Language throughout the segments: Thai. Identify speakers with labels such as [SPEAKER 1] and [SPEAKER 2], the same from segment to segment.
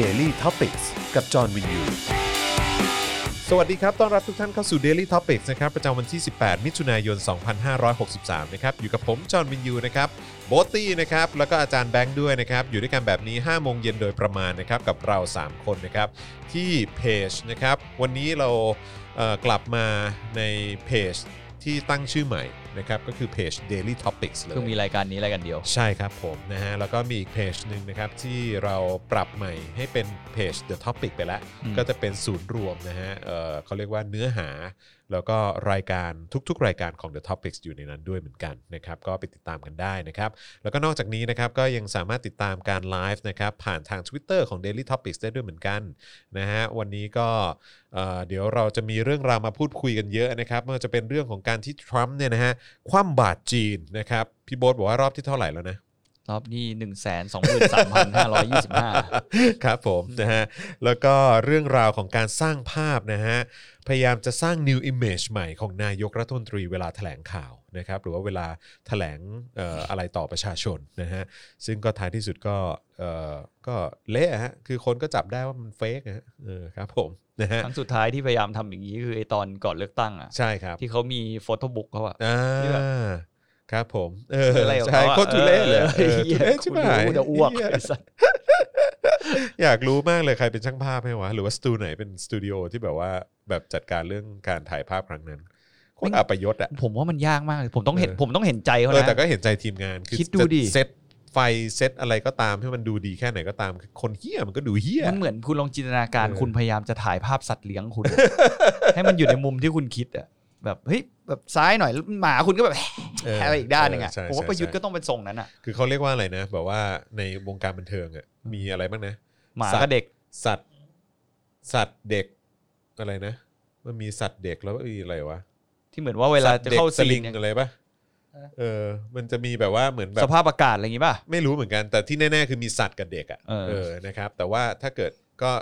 [SPEAKER 1] Daily t o p i c กกับจอห์นวินยู สวัสดีครับ ต้อนรับทุกท่านเข้าสู่ Daily Topics นะครับ ประจำวันที่ 18 มิถุนายน 2563 นะครับ อยู่กับผม จอห์นวินยู นะครับ โบทตี้นะครับ แล้วก็อาจารย์แบงค์ด้วยนะครับ อยู่ด้วยกันแบบนี้ 5 โมงเย็นโดยประมาณนะครับ กับเรา 3 คนนะครับ ที่เพจนะครับ วันนี้เราเอ่อกลับมาในเพจที่ตั้งชื่อใหม่นะครับ ก็คือเพจ Daily Topics เลย
[SPEAKER 2] คือมีรายการนี้รายการเดียว
[SPEAKER 1] ใช่ครับผมนะฮะแล้วก็มีอีกเพจหนึ่งนะครับที่เราปรับใหม่ให้เป็นเพจ The Topic ไปแล้ว
[SPEAKER 2] อืม
[SPEAKER 1] ก็จะเป็นศูนย์รวมนะฮะเอ่อเขาเรียกว่าเนื้อหา แล้วก็รายการทุกๆ รายการของ The Topics อยู่ในนั้นด้วยเหมือนกันนะครับก็ไปติดตามกันได้นะครับ แล้วก็นอกจากนี้นะครับก็ยังสามารถติดตามการไลฟ์นะครับผ่านทาง Twitter ของ Daily Topics ได้ด้วยเหมือนกันนะฮะวันนี้ก็เอ่อเดี๋ยวเราจะมีเรื่องราวมาพูดคุยกันเยอะนะครับไม่ว่าจะเป็นเรื่องของการที่ทรัมป์เนี่ยนะฮะคว่ำบาตรจีนนะครับพี่โบ๊ทบอกว่ารอบที่เท่าไหร่แล้วนะ
[SPEAKER 2] รอบนี้1นึ่งแสนสองหมื่นสามพันห้าร้อยยี่สิบห้า
[SPEAKER 1] ครับผมนะฮะแล้วก็เรื่องราวของการสร้างภาพนะฮะพยายามจะสร้าง new image ใหม่ของนายกรัฐมนตรีเวลาแถลงข่าวนะครับหรือว่าเวลาแถลงเอ่ออะไรต่อประชาชนนะฮะซึ่งก็ท้ายที่สุดก็เอ่อก็เละฮะคือคนก็จับได้ว่ามันเฟกนะฮะเออครับผมนะฮะ
[SPEAKER 2] ครั้งสุดท้ายที่พยายามทำอย่างนี้คือไอตอนก่อนเลือกตั้งอ่ะ
[SPEAKER 1] ใช่ครับ
[SPEAKER 2] ที่เขามีโฟโต้บุ๊กเขาอ่ะ
[SPEAKER 1] อ่า
[SPEAKER 2] ที่แบบ
[SPEAKER 1] ครับผมเออ
[SPEAKER 2] คืออะไรของ
[SPEAKER 1] ใช่
[SPEAKER 2] เขาอะ
[SPEAKER 1] โคตรทุเล่เลยเออ
[SPEAKER 2] ออ
[SPEAKER 1] ทุ
[SPEAKER 2] หี้ย
[SPEAKER 1] เล่ชิบหาย
[SPEAKER 2] คุณรู้จะอ้วก
[SPEAKER 1] เหี้ย
[SPEAKER 2] ไอ้สัส
[SPEAKER 1] อยากรู้มากเลยใครเป็นช่างภาพให้วะหรือว่าสตูไหนเป็นสตูดิโอที่แบบว่าแบบจัดการเรื่องการถ่ายภาพครั้งนั้นโคตรอัปยศอะ
[SPEAKER 2] ผมว่ามันยากมากเลยผมต้องเห็น
[SPEAKER 1] เออ
[SPEAKER 2] ผมต้องเห็นใจเขา
[SPEAKER 1] เออ
[SPEAKER 2] นะ
[SPEAKER 1] แต่ก็เห็นใจทีมงานคือ
[SPEAKER 2] คิดดูดิ
[SPEAKER 1] จะเซตไฟเซตอะไรก็ตามให้มันดูดีแค่ไหนก็ตามคือคนเฮี้ยมันก็ดูเฮี้ย
[SPEAKER 2] มันเหมือนคุณลองจินตนาการ
[SPEAKER 1] เออ
[SPEAKER 2] คุณพยายามจะถ่ายภาพสัตว์เลี้ยงคุณ ให้มันอยู่ในมุมที่คุณคิดอ่ะแบบเฮ้ยแบบซ้ายหน่อยแล้วหมาคุณก็แบบ
[SPEAKER 1] เออ
[SPEAKER 2] อะไรอีกด้านหนึ่งอ่ะ
[SPEAKER 1] เใช่
[SPEAKER 2] ผมว่า
[SPEAKER 1] ใช่
[SPEAKER 2] ประยุทธ์ก็ต้องเป็นทรงนั้นอ่ะ
[SPEAKER 1] คือเขาเรียกว่าอะไรนะ แบบว่าในวงการบันเทิงอะมีอะไรบ้างนะ
[SPEAKER 2] หมา
[SPEAKER 1] สัต
[SPEAKER 2] ก็
[SPEAKER 1] ว์
[SPEAKER 2] เด็ก
[SPEAKER 1] สัตว์สัตว์เด็กอะไรนะ มันมีสัตว์เด็กแล้วมีอะไรวะ
[SPEAKER 2] ที่เหมือนว่าเวลา
[SPEAKER 1] สัตว์
[SPEAKER 2] จะ
[SPEAKER 1] ด็ก
[SPEAKER 2] เข้า
[SPEAKER 1] ส
[SPEAKER 2] ซี
[SPEAKER 1] ลิ
[SPEAKER 2] น
[SPEAKER 1] ง
[SPEAKER 2] เนี่ย
[SPEAKER 1] อะไรปะเออ มันจะมีแบบว่าเหมือนแบ
[SPEAKER 2] ส
[SPEAKER 1] บ
[SPEAKER 2] ภาพอากาศอะไรอย่างงี้ป่ะ
[SPEAKER 1] ไม่รู้เหมือนกันแต่ที่แน่ ๆ คือมีสัตว์กับเด็กอ่ะ
[SPEAKER 2] เออ
[SPEAKER 1] เออนะครับแต่ว่าถ้าเกิดก็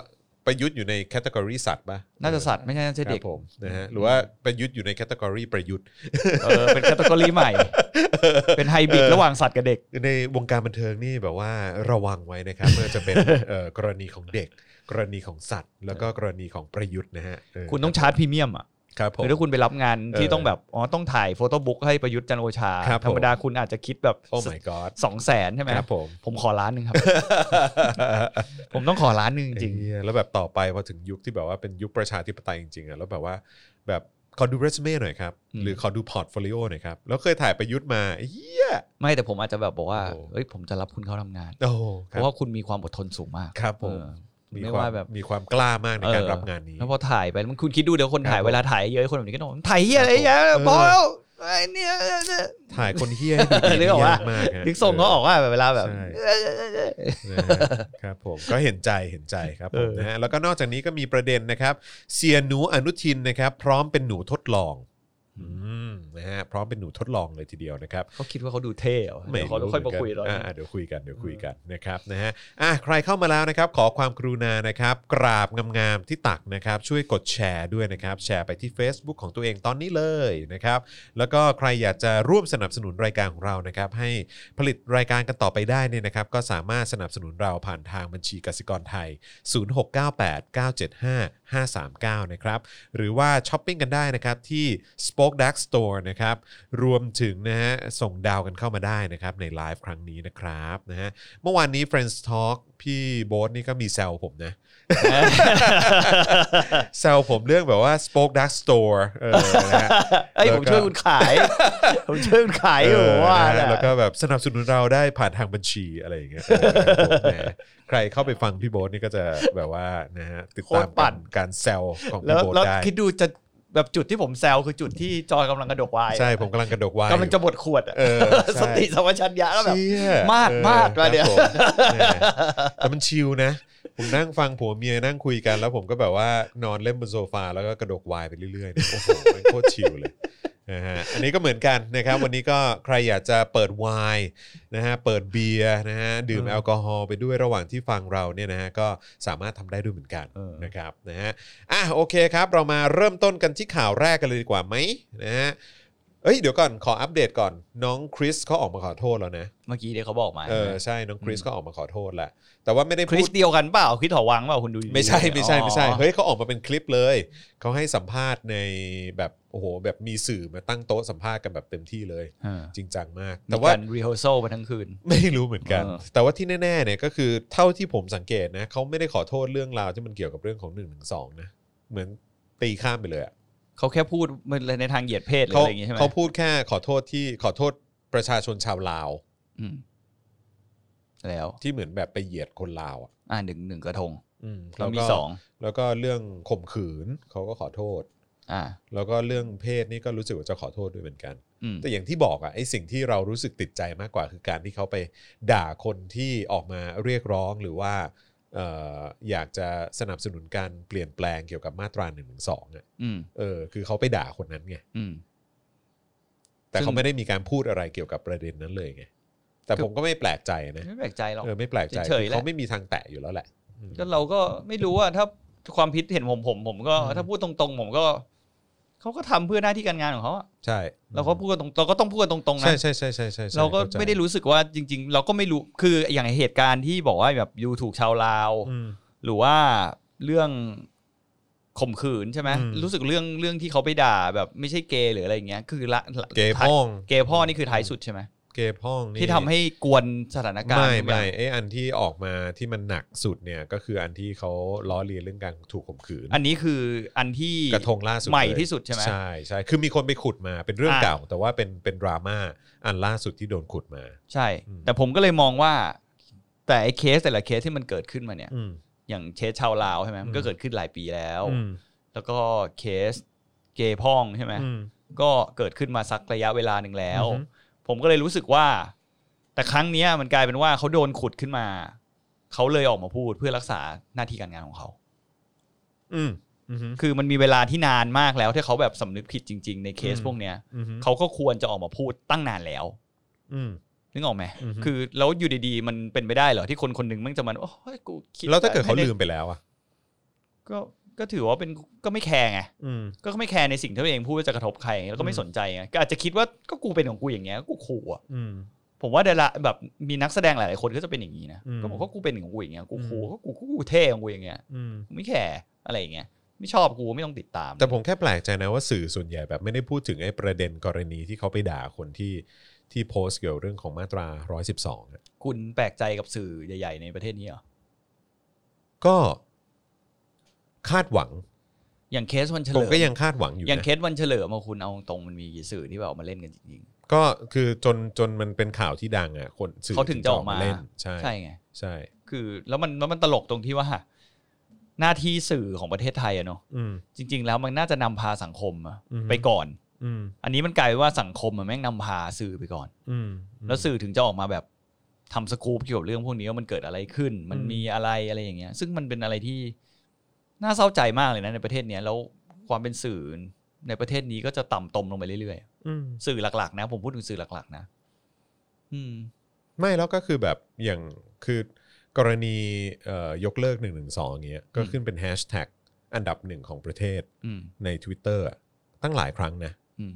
[SPEAKER 1] ประยุทธ์อยู่ในแคตตากรีสัตว์ป่ะ
[SPEAKER 2] น่าจะสัตว์ไม่ใช่น่าจะ
[SPEAKER 1] เด็
[SPEAKER 2] เด็
[SPEAKER 1] ก
[SPEAKER 2] ก
[SPEAKER 1] ผมนะฮะหรือว่าประยุทธ์อยู่ในแคตตากรีประยุทธ์
[SPEAKER 2] เออเป็นแคตตากรีใหม่ เป็นไฮบริด
[SPEAKER 1] เออ
[SPEAKER 2] ระหว่างสัตว์กับเด็ก
[SPEAKER 1] ในวงการบันเทิงนี่แบบว่าระวังไว้นะครับไม่ว่า จะเป็นเอ่อกรณีของเด็ก กรณีของสัตว์ แล้วก็กรณีของประยุทธ์นะฮะเ
[SPEAKER 2] คุณต้องชาร์จพรีเมียมอ่ะ
[SPEAKER 1] ครับผม
[SPEAKER 2] คือถ้าคุณไปรับงานที่ต้องแบบ อ๋อ ต้องถ่ายโฟโต้บุ๊กให้ประยุทธ์จันทร์โอชา
[SPEAKER 1] ครับผม
[SPEAKER 2] ธรรมดาคุณอาจจะคิดแบบ
[SPEAKER 1] โอ้ my god
[SPEAKER 2] สองแสนใช่ไหม
[SPEAKER 1] ครับผม
[SPEAKER 2] ผมขอล้านหนึ่งครับ ผมต้องขอล้านหนึ่งจริง
[SPEAKER 1] ไอ้เหี้ยแล้วแบบต่อไปพอถึงยุคที่แบบว่าเป็นยุคประชาธิปไตยจริงๆอ่ะแล้วแบบว่าแบบขอดูเรซูเม่หน่อยครับ
[SPEAKER 2] อืม
[SPEAKER 1] หรือขอดูพอร์ตโฟลิโอหน่อยครับแล้วเคยถ่ายประยุทธ์มาไอ้เหี้ย
[SPEAKER 2] ๆ ไม่แต่ผมอาจจะแบบบอกว่า
[SPEAKER 1] โอ้
[SPEAKER 2] เอ้ย ผมจะรับคุณเข้าทำงาน
[SPEAKER 1] โอ้ค
[SPEAKER 2] เพ
[SPEAKER 1] รั
[SPEAKER 2] ราะ
[SPEAKER 1] บ
[SPEAKER 2] ว่าคุณมีความอดทนสูงมาก
[SPEAKER 1] ครับผม
[SPEAKER 2] เออ
[SPEAKER 1] มี
[SPEAKER 2] ไม่
[SPEAKER 1] ควา
[SPEAKER 2] ว่าม แบบ
[SPEAKER 1] มีความกล้ามากในการรับงานนี้
[SPEAKER 2] แล้วพอถ่ายไปแล้วมันคุณคิดดูเดี๋ยวคนถ่า
[SPEAKER 1] ค
[SPEAKER 2] ย
[SPEAKER 1] รับผม
[SPEAKER 2] เวลาถ่ายเยอะคนแบบนี้ก็ต้องถ่ายเฮียอะไร
[SPEAKER 1] ครับผม
[SPEAKER 2] เยอะพอ
[SPEAKER 1] เออ
[SPEAKER 2] แล้วไอ้เนี่ยเนี่ย
[SPEAKER 1] ถ่ายคนเฮี้ยให้ดูดี
[SPEAKER 2] นึกออกปะ
[SPEAKER 1] ยากมากฮะ
[SPEAKER 2] นึกส่งเขาออกว่าแบบเวลาแบบ
[SPEAKER 1] ใช่ นะฮะครับผมก็เห็นใจเห็นใจครับผม
[SPEAKER 2] เออ
[SPEAKER 1] นะฮะแล้วก็นอกจากนี้ก็มีประเด็นนะครับเสียหนูอนุทินนะครับ พร้อมเป็นหนูทดลองอืมนะฮะพร้อมเป็นหนูทดลองเลยทีเดียวนะครับ
[SPEAKER 2] เขาคิดว่าเขาดูเท่เหรอ
[SPEAKER 1] ไม่
[SPEAKER 2] เดี๋ยวเขาค่อยมาคุยตอน
[SPEAKER 1] หมื
[SPEAKER 2] นี้
[SPEAKER 1] กัาเดี๋ยวคุยกันเดี๋ยวคุยกันนะครับนะฮะอ่ะใครเข้ามาแล้วนะครับ ขอความกรุณานะครับ กราบงามๆที่ตักนะครับ ช่วยกดแชร์ด้วยนะครับ แชร์ไปที่ Facebook ของตัวเองตอนนี้เลยนะครับ แล้วก็ใครอยากจะร่วมสนับสนุนรายการของเรานะครับ ให้ผลิตรายการกันต่อไปได้เนี่ยนะครับ ก็สามารถสนับสนุนเราผ่านทางบัญชีกสิกรไทย 0698975539 นะครับ หรือว่าช้อปปิ้งกันได้นะครับที่ Spoke Dark Store นะครับ รวมถึงนะฮะส่งดาวกันเข้ามาได้นะครับ ในไลฟ์ครั้งนี้นะครับนะฮะเมื่อวานนี้ Friends Talk พี่โบ๊ทนี่ก็มีแซวผม นะ แซวผมเรื่องแบบว่า Spoke Dark Store เออนะฮะ
[SPEAKER 2] เอ้ยผมช่วยคุณขาย ผมช่วยคุณขายอยู่
[SPEAKER 1] เออ
[SPEAKER 2] ว่า
[SPEAKER 1] นะฮะ
[SPEAKER 2] น่ะ
[SPEAKER 1] แล้วก็แบบสนับสนุนเราได้ผ่านทางบัญชีอะไรอย่างเงี้ยเออครับผมนะใครเข้าไปฟังพี่โบ๊ทนี่ก็จะแบบว่านะฮะติดตาม
[SPEAKER 2] โคตร
[SPEAKER 1] กั
[SPEAKER 2] ปั่
[SPEAKER 1] น
[SPEAKER 2] น
[SPEAKER 1] การแซวของ
[SPEAKER 2] แล้
[SPEAKER 1] พี่
[SPEAKER 2] ว
[SPEAKER 1] โบ๊ท
[SPEAKER 2] แล้ว
[SPEAKER 1] ได้
[SPEAKER 2] คิดดูจะแบบจุดที่ผมแซวคือจุดที่จอยกำลังกระดกวาย
[SPEAKER 1] ใช่ผมกำลังกระดกไวาย
[SPEAKER 2] กำลังจะบดขวดอะ
[SPEAKER 1] เออ
[SPEAKER 2] ส
[SPEAKER 1] ใช่
[SPEAKER 2] ติสัมปชัญญะแล้วแบบ
[SPEAKER 1] เชี่ย
[SPEAKER 2] มาด
[SPEAKER 1] เออ
[SPEAKER 2] มาดมาเนี่ย
[SPEAKER 1] ครับผแหมแต่มันชิลนะ ผมนั่งฟังผัวเมียนั่งคุยกัน แล้วผมก็แบบว่านอนเล่นบนโซฟาแล้วก็กระดกไวายไปเรื่อยๆเนี่ยโอ้โหมันโคตรชิลเลยนะฮะอันนี้ก็เหมือนกันนะครับวันนี้ก็ใครอยากจะเปิดไวน์ นะฮะเปิดเบียร์นะฮะดื่มแอลกอฮอล์ไปด้วยระหว่างที่ฟังเราเนี่ยนะฮะก็สามารถทำได้ด้วยเหมือนกัน
[SPEAKER 2] เออ
[SPEAKER 1] นะครับนะฮะอ่ะโอเคครับ เรามาเริ่มต้นกันที่ข่าวแรกกันเลยดีกว่าไหมนะฮะ เอ้ยเดี๋ยวก่อนขออัปเดตก่อน น้องคริสเขาออกมาขอโทษแล้วนะ
[SPEAKER 2] เมื่อกี้เดี๋ยวเขาบอกมา
[SPEAKER 1] เออใช่น้องคริสเขาออกมาขอโทษแหละแต่ว่าไม่ได้
[SPEAKER 2] คริ
[SPEAKER 1] พู
[SPEAKER 2] ส
[SPEAKER 1] ด
[SPEAKER 2] เดียวกันเปล่าคริสหอวังเปล่าคุณดูอยู่
[SPEAKER 1] ไม่ใช่ไม่ใช่
[SPEAKER 2] อ๋อ
[SPEAKER 1] ไม่ใช่เฮ้ยเขาออกมาเป็นคลิปเลยเขาให้สัมภาษณ์ในแบบโอ้โหแบบมีสื่อมาตั้งโต๊ะสัมภาษณ์กันแบบเต็มที่เลย
[SPEAKER 2] เออ
[SPEAKER 1] จริงจังมาก
[SPEAKER 2] มี
[SPEAKER 1] แต่ว่า
[SPEAKER 2] การรีเฮอร์โซลไปทั้งคืน
[SPEAKER 1] ไม่รู้เหมือนกัน
[SPEAKER 2] เออ
[SPEAKER 1] แต่ว่าที่แน่ๆเนี่ยก็คือเท่าที่ผมสังเกตนะเขาไม่ได้ขอโทษเรื่องราวที่มันเกี่ยวกับเรื่องของ1นึนะเหมือนตีข้ามไปเลยอะ
[SPEAKER 2] เขาแค่พูดมันในทางเหยียดเพศหรือ
[SPEAKER 1] เขา
[SPEAKER 2] อะไรอย่างงี้ใช่ไหม
[SPEAKER 1] เขาพูดแค่ขอโทษที่ขอโทษประชาชนชาวลาว
[SPEAKER 2] อืมแล้ว
[SPEAKER 1] ที่เหมือนแบบไปเหยียดคนลาวอ่ะ
[SPEAKER 2] อ่าหนึ่งหนึ่งกระทง
[SPEAKER 1] อืม
[SPEAKER 2] แล้วมี
[SPEAKER 1] ก็
[SPEAKER 2] สอง
[SPEAKER 1] แล้วก็เรื่องข่มขืนเขาก็ขอโทษ
[SPEAKER 2] อ่า
[SPEAKER 1] แล้วก็เรื่องเพศนี่ก็รู้สึกว่าจะขอโทษด้วยเหมือนกัน
[SPEAKER 2] อืม
[SPEAKER 1] แต่อย่างที่บอกอะไอสิ่งที่เรารู้สึกติดใจมากกว่า คือการที่เขาไปด่าคนที่ออกมาเรียกร้องหรือว่าเอ่ออยากจะสนับสนุนการเปลี่ยนแปลงเกี่ยวกับมาตรา1นึสองอะ
[SPEAKER 2] อืม
[SPEAKER 1] เออคือเขาไปด่าคนนั้นไง
[SPEAKER 2] อืม
[SPEAKER 1] แต่
[SPEAKER 2] ซึ่ง
[SPEAKER 1] เขาไม่ได้มีการพูดอะไรเกี่ยวกับประเด็นนั้นเลยไงแต่ผมก็ไม่แปลกใจนะ
[SPEAKER 2] ไม่แปลกใจหรอก
[SPEAKER 1] เออไม่แปลกใจ
[SPEAKER 2] เฉยๆ
[SPEAKER 1] คือ
[SPEAKER 2] แหละ
[SPEAKER 1] เขาไม่มีทางแตะอยู่แล้วแหละอืม
[SPEAKER 2] ก็เราก็ไม่รู้ว่าถ้าความผิดเห็นผมผมผมก็
[SPEAKER 1] อืม
[SPEAKER 2] ถ้าพูดตรงๆ ผมก็เขาก็ทำเพื่อหน้าที่การงานของเขาอะ
[SPEAKER 1] ใช่
[SPEAKER 2] เราก็พูดกันตรงเราก็ต้องพูดกันตรงๆนะ
[SPEAKER 1] ใช่ใช่ใช่ใช่ใช่ใช่
[SPEAKER 2] เราก็
[SPEAKER 1] ข้ใจ
[SPEAKER 2] ไม่ได้รู้สึกว่าจริง ๆ เราก็ไม่รู้คืออย่างเหตุการณ์ที่บอกว่าแบบยูถูกชาวลาว
[SPEAKER 1] อืม
[SPEAKER 2] หรือว่าเรื่องข่มขืนใช่ไหม
[SPEAKER 1] อืม
[SPEAKER 2] รู้สึกเรื่องเรื่องที่เขาไปด่าแบบไม่ใช่เกย์หรืออะไรอย่างเงี้ย คือละละ
[SPEAKER 1] เกย์พ่อง
[SPEAKER 2] เกย์พ่อนี่คือท้ายสุดใช่ไหม
[SPEAKER 1] เกย์พ่องนี่
[SPEAKER 2] ที่ทำให้กวนสถานการณ์
[SPEAKER 1] ไม่
[SPEAKER 2] ทุกอย่า
[SPEAKER 1] ไม่
[SPEAKER 2] ง
[SPEAKER 1] ไออันที่ออกมาที่มันหนักสุดเนี่ยก็คืออันที่เขาล้อเลียนเรื่องการถูกข่มขืน
[SPEAKER 2] อันนี้คืออันที่
[SPEAKER 1] กระทงล่าสุด
[SPEAKER 2] ใหม่
[SPEAKER 1] เลย
[SPEAKER 2] ที่สุดใช่ไหม
[SPEAKER 1] ใช่ใช่คือมีคนไปขุดมาเป็นเรื่อง
[SPEAKER 2] อ่า
[SPEAKER 1] เก่า แต่ว่าเป็นเป็นดราม่าอันล่าสุดที่โดนขุดมา
[SPEAKER 2] ใช่
[SPEAKER 1] อืม
[SPEAKER 2] แต่ผมก็เลยมองว่า แต่ไอ้เคสแต่ละเคสที่มันเกิดขึ้นมาเนี่ย
[SPEAKER 1] อืม
[SPEAKER 2] อย่างเคสชาวลาวใช่ไหมมันก็
[SPEAKER 1] อืม
[SPEAKER 2] เกิดขึ้นหลายปีแล้ว
[SPEAKER 1] อืม
[SPEAKER 2] แล้วก็เคสเกย์พ่องใช่ไหม
[SPEAKER 1] อืม
[SPEAKER 2] ก็เกิดขึ้นมาสักระยะเวลาหนึ่งแล้ว
[SPEAKER 1] อือฮึ
[SPEAKER 2] ผมก็เลยรู้สึกว่า แต่ครั้งเนี้ยมันกลายเป็นว่าเขาโดนขุดขึ้นมาเขาเลยออกมาพูดเพื่อรักษาหน้าที่การงานของเขา
[SPEAKER 1] อืมอืม
[SPEAKER 2] คือมันมีเวลาที่นานมากแล้วที่เขาแบบสำนึกผิดจริง ๆ ในเคส
[SPEAKER 1] อืม
[SPEAKER 2] พวกเนี้ย
[SPEAKER 1] อืม
[SPEAKER 2] เขาก็ควรจะออกมาพูดตั้งนานแล้ว
[SPEAKER 1] อืม
[SPEAKER 2] นึกออกไหม
[SPEAKER 1] อือฮึ
[SPEAKER 2] คือแล้วอยู่ดีๆ มันเป็นไปได้เหรอที่คนคนหนึ่งมันจะมันโอ้ยกูคิด
[SPEAKER 1] แล้วถ้าเกิดเขา
[SPEAKER 2] ไม่ไ
[SPEAKER 1] ลืมไปแล้วอ่ะ
[SPEAKER 2] ก็ก็ถือว่าเป็นก็ไม่แคร์ไง
[SPEAKER 1] อืม
[SPEAKER 2] ก็ไม่แคร์ในสิ่งที่ตัวเองพูดว่าจะกระทบใครไงแล้วก็ไม่
[SPEAKER 1] อืม
[SPEAKER 2] สนใจไง ก็อาจจะคิดว่าก็กูเป็นของกูอย่างเงี้ยก็กูขู่อ่ะ
[SPEAKER 1] อืม
[SPEAKER 2] ผมว่าเดาราแบบมีนักแสดงหลายๆคนก็จะเป็นอย่างนี้นะ
[SPEAKER 1] อืม
[SPEAKER 2] ก็บอกว่ากูเป็นของกูอย่างเงี้ย กูขู่
[SPEAKER 1] อืม
[SPEAKER 2] ก็กูกูกูเท่ของกูอย่างเงี้ย
[SPEAKER 1] อืม
[SPEAKER 2] กูไม่แคร์อะไรอย่างเงี้ย ไม่ชอบกูไม่ต้องติดตาม
[SPEAKER 1] แต่ผมแค่แปลกใจนะว่าสื่อส่วนใหญ่แบบไม่ได้พูดถึงไอ้ประเด็นกรณีที่เขาไปด่าคนที่ที่โพสต์เกี่ยวเรื่องของมาตรา 112อะ
[SPEAKER 2] คุณแปลกใจกับสื่อใหญ่ ๆ ในประเทศนี้เหรอ
[SPEAKER 1] ก็คาดหวัง
[SPEAKER 2] อย่างเคสวันเฉ
[SPEAKER 1] ผ
[SPEAKER 2] ลิ
[SPEAKER 1] ม
[SPEAKER 2] ม
[SPEAKER 1] ก็ยังคาดหวังอยู่
[SPEAKER 2] อย่างเค
[SPEAKER 1] นะ
[SPEAKER 2] สวันเฉลิมมาคุณเอาตรงๆมันมีกี่สื่อที่แบบเอามาเล่นกันจริง
[SPEAKER 1] ก็คือจนจนมันเป็นข่าวที่ดังอ่ะคนสื่อ
[SPEAKER 2] เขาถึงจะออกมา
[SPEAKER 1] เล่นใช่
[SPEAKER 2] ๆ ใช่ไง
[SPEAKER 1] ใช่
[SPEAKER 2] คือแล้วมันแล้วมันตลกตรงที่ว่า หน้าที่สื่อของประเทศไทยอะเนาะ
[SPEAKER 1] อืม
[SPEAKER 2] จริง ๆ แล้วมันน่าจะนำพาสังคมอะ
[SPEAKER 1] อืม
[SPEAKER 2] ไปก่อน
[SPEAKER 1] อืม
[SPEAKER 2] อันนี้มันกลายเป็นว่าสังคมมันแม่งนำพาสื่อไปก่อน
[SPEAKER 1] อืม
[SPEAKER 2] แล้วสื่อถึงจะออกมาแบบทำสกู๊ปเกี่ยวกับเรื่องพวกนี้ว่ามันเกิดอะไรขึ้น มัน
[SPEAKER 1] อืม
[SPEAKER 2] มีอะไรอะไรอย่างเงี้ย ซึ่งมันเป็นอะไรที่น่าเศร้าใจมากเลยนะในประเทศเนี้ยแล้วความเป็นสื่อในประเทศนี้ก็จะต่ำตมลงไปเรื่อย
[SPEAKER 1] อืม
[SPEAKER 2] ๆสื่อหลักๆ นะ ผมพูดถึงสื่อหลัก ๆ นะ อืม
[SPEAKER 1] ไม่แล้วก็คือแบบอย่างคือกรณีเอ่อยกเลิก1นึอย่างเงี้ยก็ขึ้นเป็นแฮชแท็กอันดับหนึ่งของประเทศ
[SPEAKER 2] อืม
[SPEAKER 1] ใน Twitter อะตั้งหลายครั้งนะ
[SPEAKER 2] อืม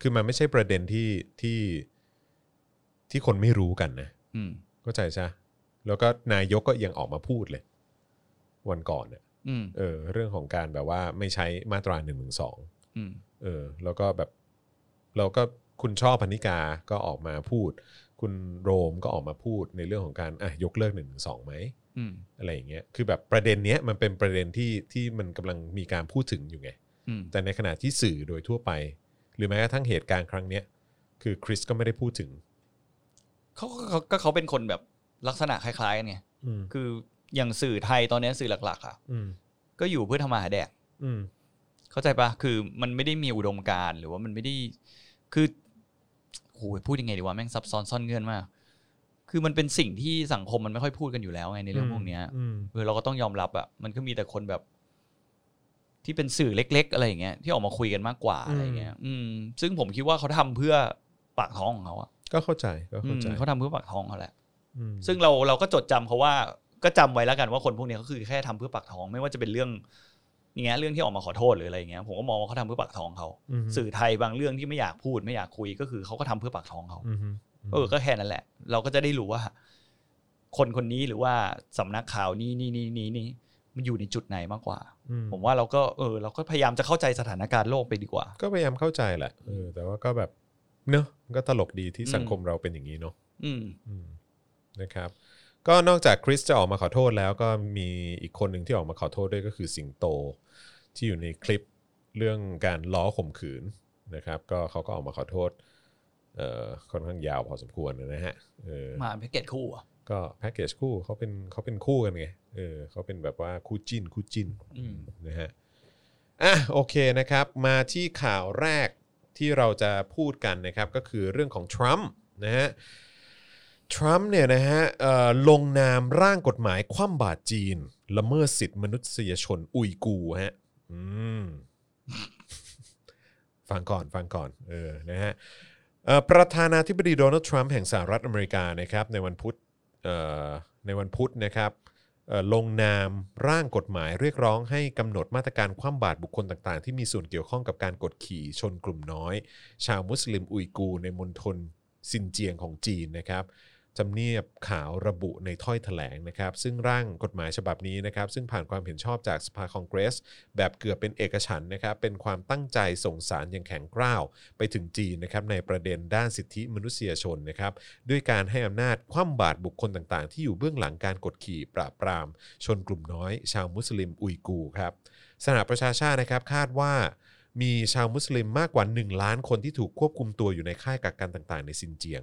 [SPEAKER 1] คือมันไม่ใช่ประเด็นที่ที่ที่คนไม่รู้กันนะ
[SPEAKER 2] อืม
[SPEAKER 1] เข้าใจใช่ปะแล้วก็นายกก็ยังออกมาพูดเลย วันก่อนเนี่ย
[SPEAKER 2] อืม
[SPEAKER 1] เออ เรื่องของการแบบว่าไม่ใช้มาตราหนึ่งหนึ่งสอง
[SPEAKER 2] อืม
[SPEAKER 1] เออ แล้วก็แบบเราก็คุณชอบพนิกาก็ออกมาพูด คุณโรมก็ออกมาพูดในเรื่องของการอ่ะยกเลิกหนึ่งหนึ่งสองไหม
[SPEAKER 2] อืม
[SPEAKER 1] อะไรอย่างเงี้ยคือแบบประเด็นเนี้ยมันเป็นประเด็นที่ที่มันกำลังมีการพูดถึงอยู่ไง
[SPEAKER 2] อืม
[SPEAKER 1] แต่ในขณะที่สื่อโดยทั่วไป หรือแม้กระทั่งเหตุการณ์ครั้งเนี้ยคือคริสก็ไม่ได้พูดถึง
[SPEAKER 2] เขาก็เขาก็เขาเป็นคนแบบลักษณะคล้ายๆกันไง
[SPEAKER 1] อืม
[SPEAKER 2] คืออย่างสื่อไทยตอนเนี้ยสื่อหลักๆอ่ะ
[SPEAKER 1] อืม
[SPEAKER 2] ก็อยู่เพื่อทำมาหาแดก
[SPEAKER 1] อืม
[SPEAKER 2] เข้าใจปะคือมันไม่ได้มีอุดมการณ์หรือว่ามันไม่ได้ คือโอ้ยพูดยังไงดีวะแม่งซับซ้อนซ่อนเงื่อนมาก คือมันเป็นสิ่งที่สังคมมันไม่ค่อยพูดกันอยู่แล้วไงในเรื่องพวกเนี้ย
[SPEAKER 1] อืม
[SPEAKER 2] เออเราก็ต้องยอมรับอะมันก็มีแต่คนแบบ ที่เป็นสื่อเล็ก ๆ อะไรอย่างเงี้ยที่ออกมาคุยกันมากกว่าอะไรอย่างเงี้ย อืม ซึ่งผมคิดว่าเขาทำเพื่อปากท้องของเขาอะ
[SPEAKER 1] ก็เข้าใจก็
[SPEAKER 2] อื
[SPEAKER 1] เข้าม ใจ
[SPEAKER 2] เขาทำเพื่อปากท้องเขาแหละ
[SPEAKER 1] อืม
[SPEAKER 2] ซึ่งเราเราก็จดจำเขาว่าก็จำไว้แล้วกันว่าคนพวกเนี้ยก็คือแค่ทำเพื่อปากท้อง ไม่ว่าจะเป็นเรื่อง อย่างเงี้ยเรื่องที่ออกมาขอโทษหรืออะไรอย่างเงี้ยผมก็มองว่าเขาทำเพื่อปากท้องเขา
[SPEAKER 1] อืม
[SPEAKER 2] สื่อไทยบางเรื่องที่ไม่อยากพูดไม่อยากคุยก็คือเขาก็ทำเพื่อปากท้องเขา
[SPEAKER 1] อืม
[SPEAKER 2] เออก็แค่นั้นแหละ เราก็จะได้รู้ว่า คนคนนี้หรือว่าสำนักข่าวนี้นี่นี่นี่นี่มันอยู่ในจุดไหนมากกว่า
[SPEAKER 1] อืม
[SPEAKER 2] ผมว่าเราก็เออ เราก็พยายามจะเข้าใจสถานการณ์โลกไปดีกว่า
[SPEAKER 1] ก็พยายามเข้าใจแหละเออแต่ว่าก็แบบเนอะมันก็ตลกดีที่
[SPEAKER 2] อืม
[SPEAKER 1] สังคมเราเป็นอย่างนี้เนาะ
[SPEAKER 2] อืม
[SPEAKER 1] อืมนะครับก็นอกจากคริสจะออกมาขอโทษแล้วก็มีอีกคนหนึ่งที่ออกมาขอโทษด้วยก็คือสิงโต ที่อยู่ในคลิปเรื่องการล้อข่มขืนนะครับก็เขาก็ออกมาขอโทษเอ่อค่อนข้างยาวพอสมควรนะฮะเออ
[SPEAKER 2] มาแพ็กเกจคู่อ่ะ
[SPEAKER 1] ก็แพ็กเกจคู่เขาเป็นเขาเป็นคู่กันไงเออเขาเป็นแบบว่าคู่จิ้นคู่จิ้น
[SPEAKER 2] อืม
[SPEAKER 1] นะฮะอ่ะโอเคนะครับ มาที่ข่าวแรกที่เราจะพูดกันนะครับ ก็คือเรื่องของทรัมป์นะฮะ ทรัมป์เนี่ยนะฮะเอ่อลงนามร่างกฎหมายคว่ำบาตรจีน ละเมิดสิทธิมนุษยชนอุยกูร์ฮะอืม ฟังก่อนฟังก่อนเออนะฮะเอ่อประธานาธิบดีโดนัลด์ทรัมป์แห่งสหรัฐอเมริกานะครับในวันพุธเอ่อในวันพุธนะครับเอ่อลงนามร่างกฎหมายเรียกร้องให้กำหนดมาตรการคว่ำบาตรบุคคลต่างๆ ที่มีส่วนเกี่ยวข้องกับการกดขี่ชนกลุ่มน้อย ชาวมุสลิมอุยกูร์ในมณฑลซินเจียงของจีนนะครับ จำเนียบขาวระบุในถ้อยแถลงนะครับ ซึ่งร่างกฎหมายฉบับนี้นะครับ ซึ่งผ่านความเห็นชอบจากสภาคองเกรส แบบเกือบเป็นเอกฉันท์นะครับ เป็นความตั้งใจส่งสารอย่างแข็งกร้าว ไปถึงจีนนะครับ ในประเด็นด้านสิทธิมนุษยชนนะครับ ด้วยการให้อำนาจคว่ำบาตรบุคคลต่างๆ ที่อยู่เบื้องหลังการกดขี่ปราบปราม ชนกลุ่มน้อย ชาวมุสลิมอุยกูร์ครับ สหประชาชาตินะครับคาดว่ามีชาวมุสลิมมากกว่า 1 ล้านคนที่ถูกควบคุมตัวอยู่ในค่ายกักกันต่าง ๆ ในซินเจียง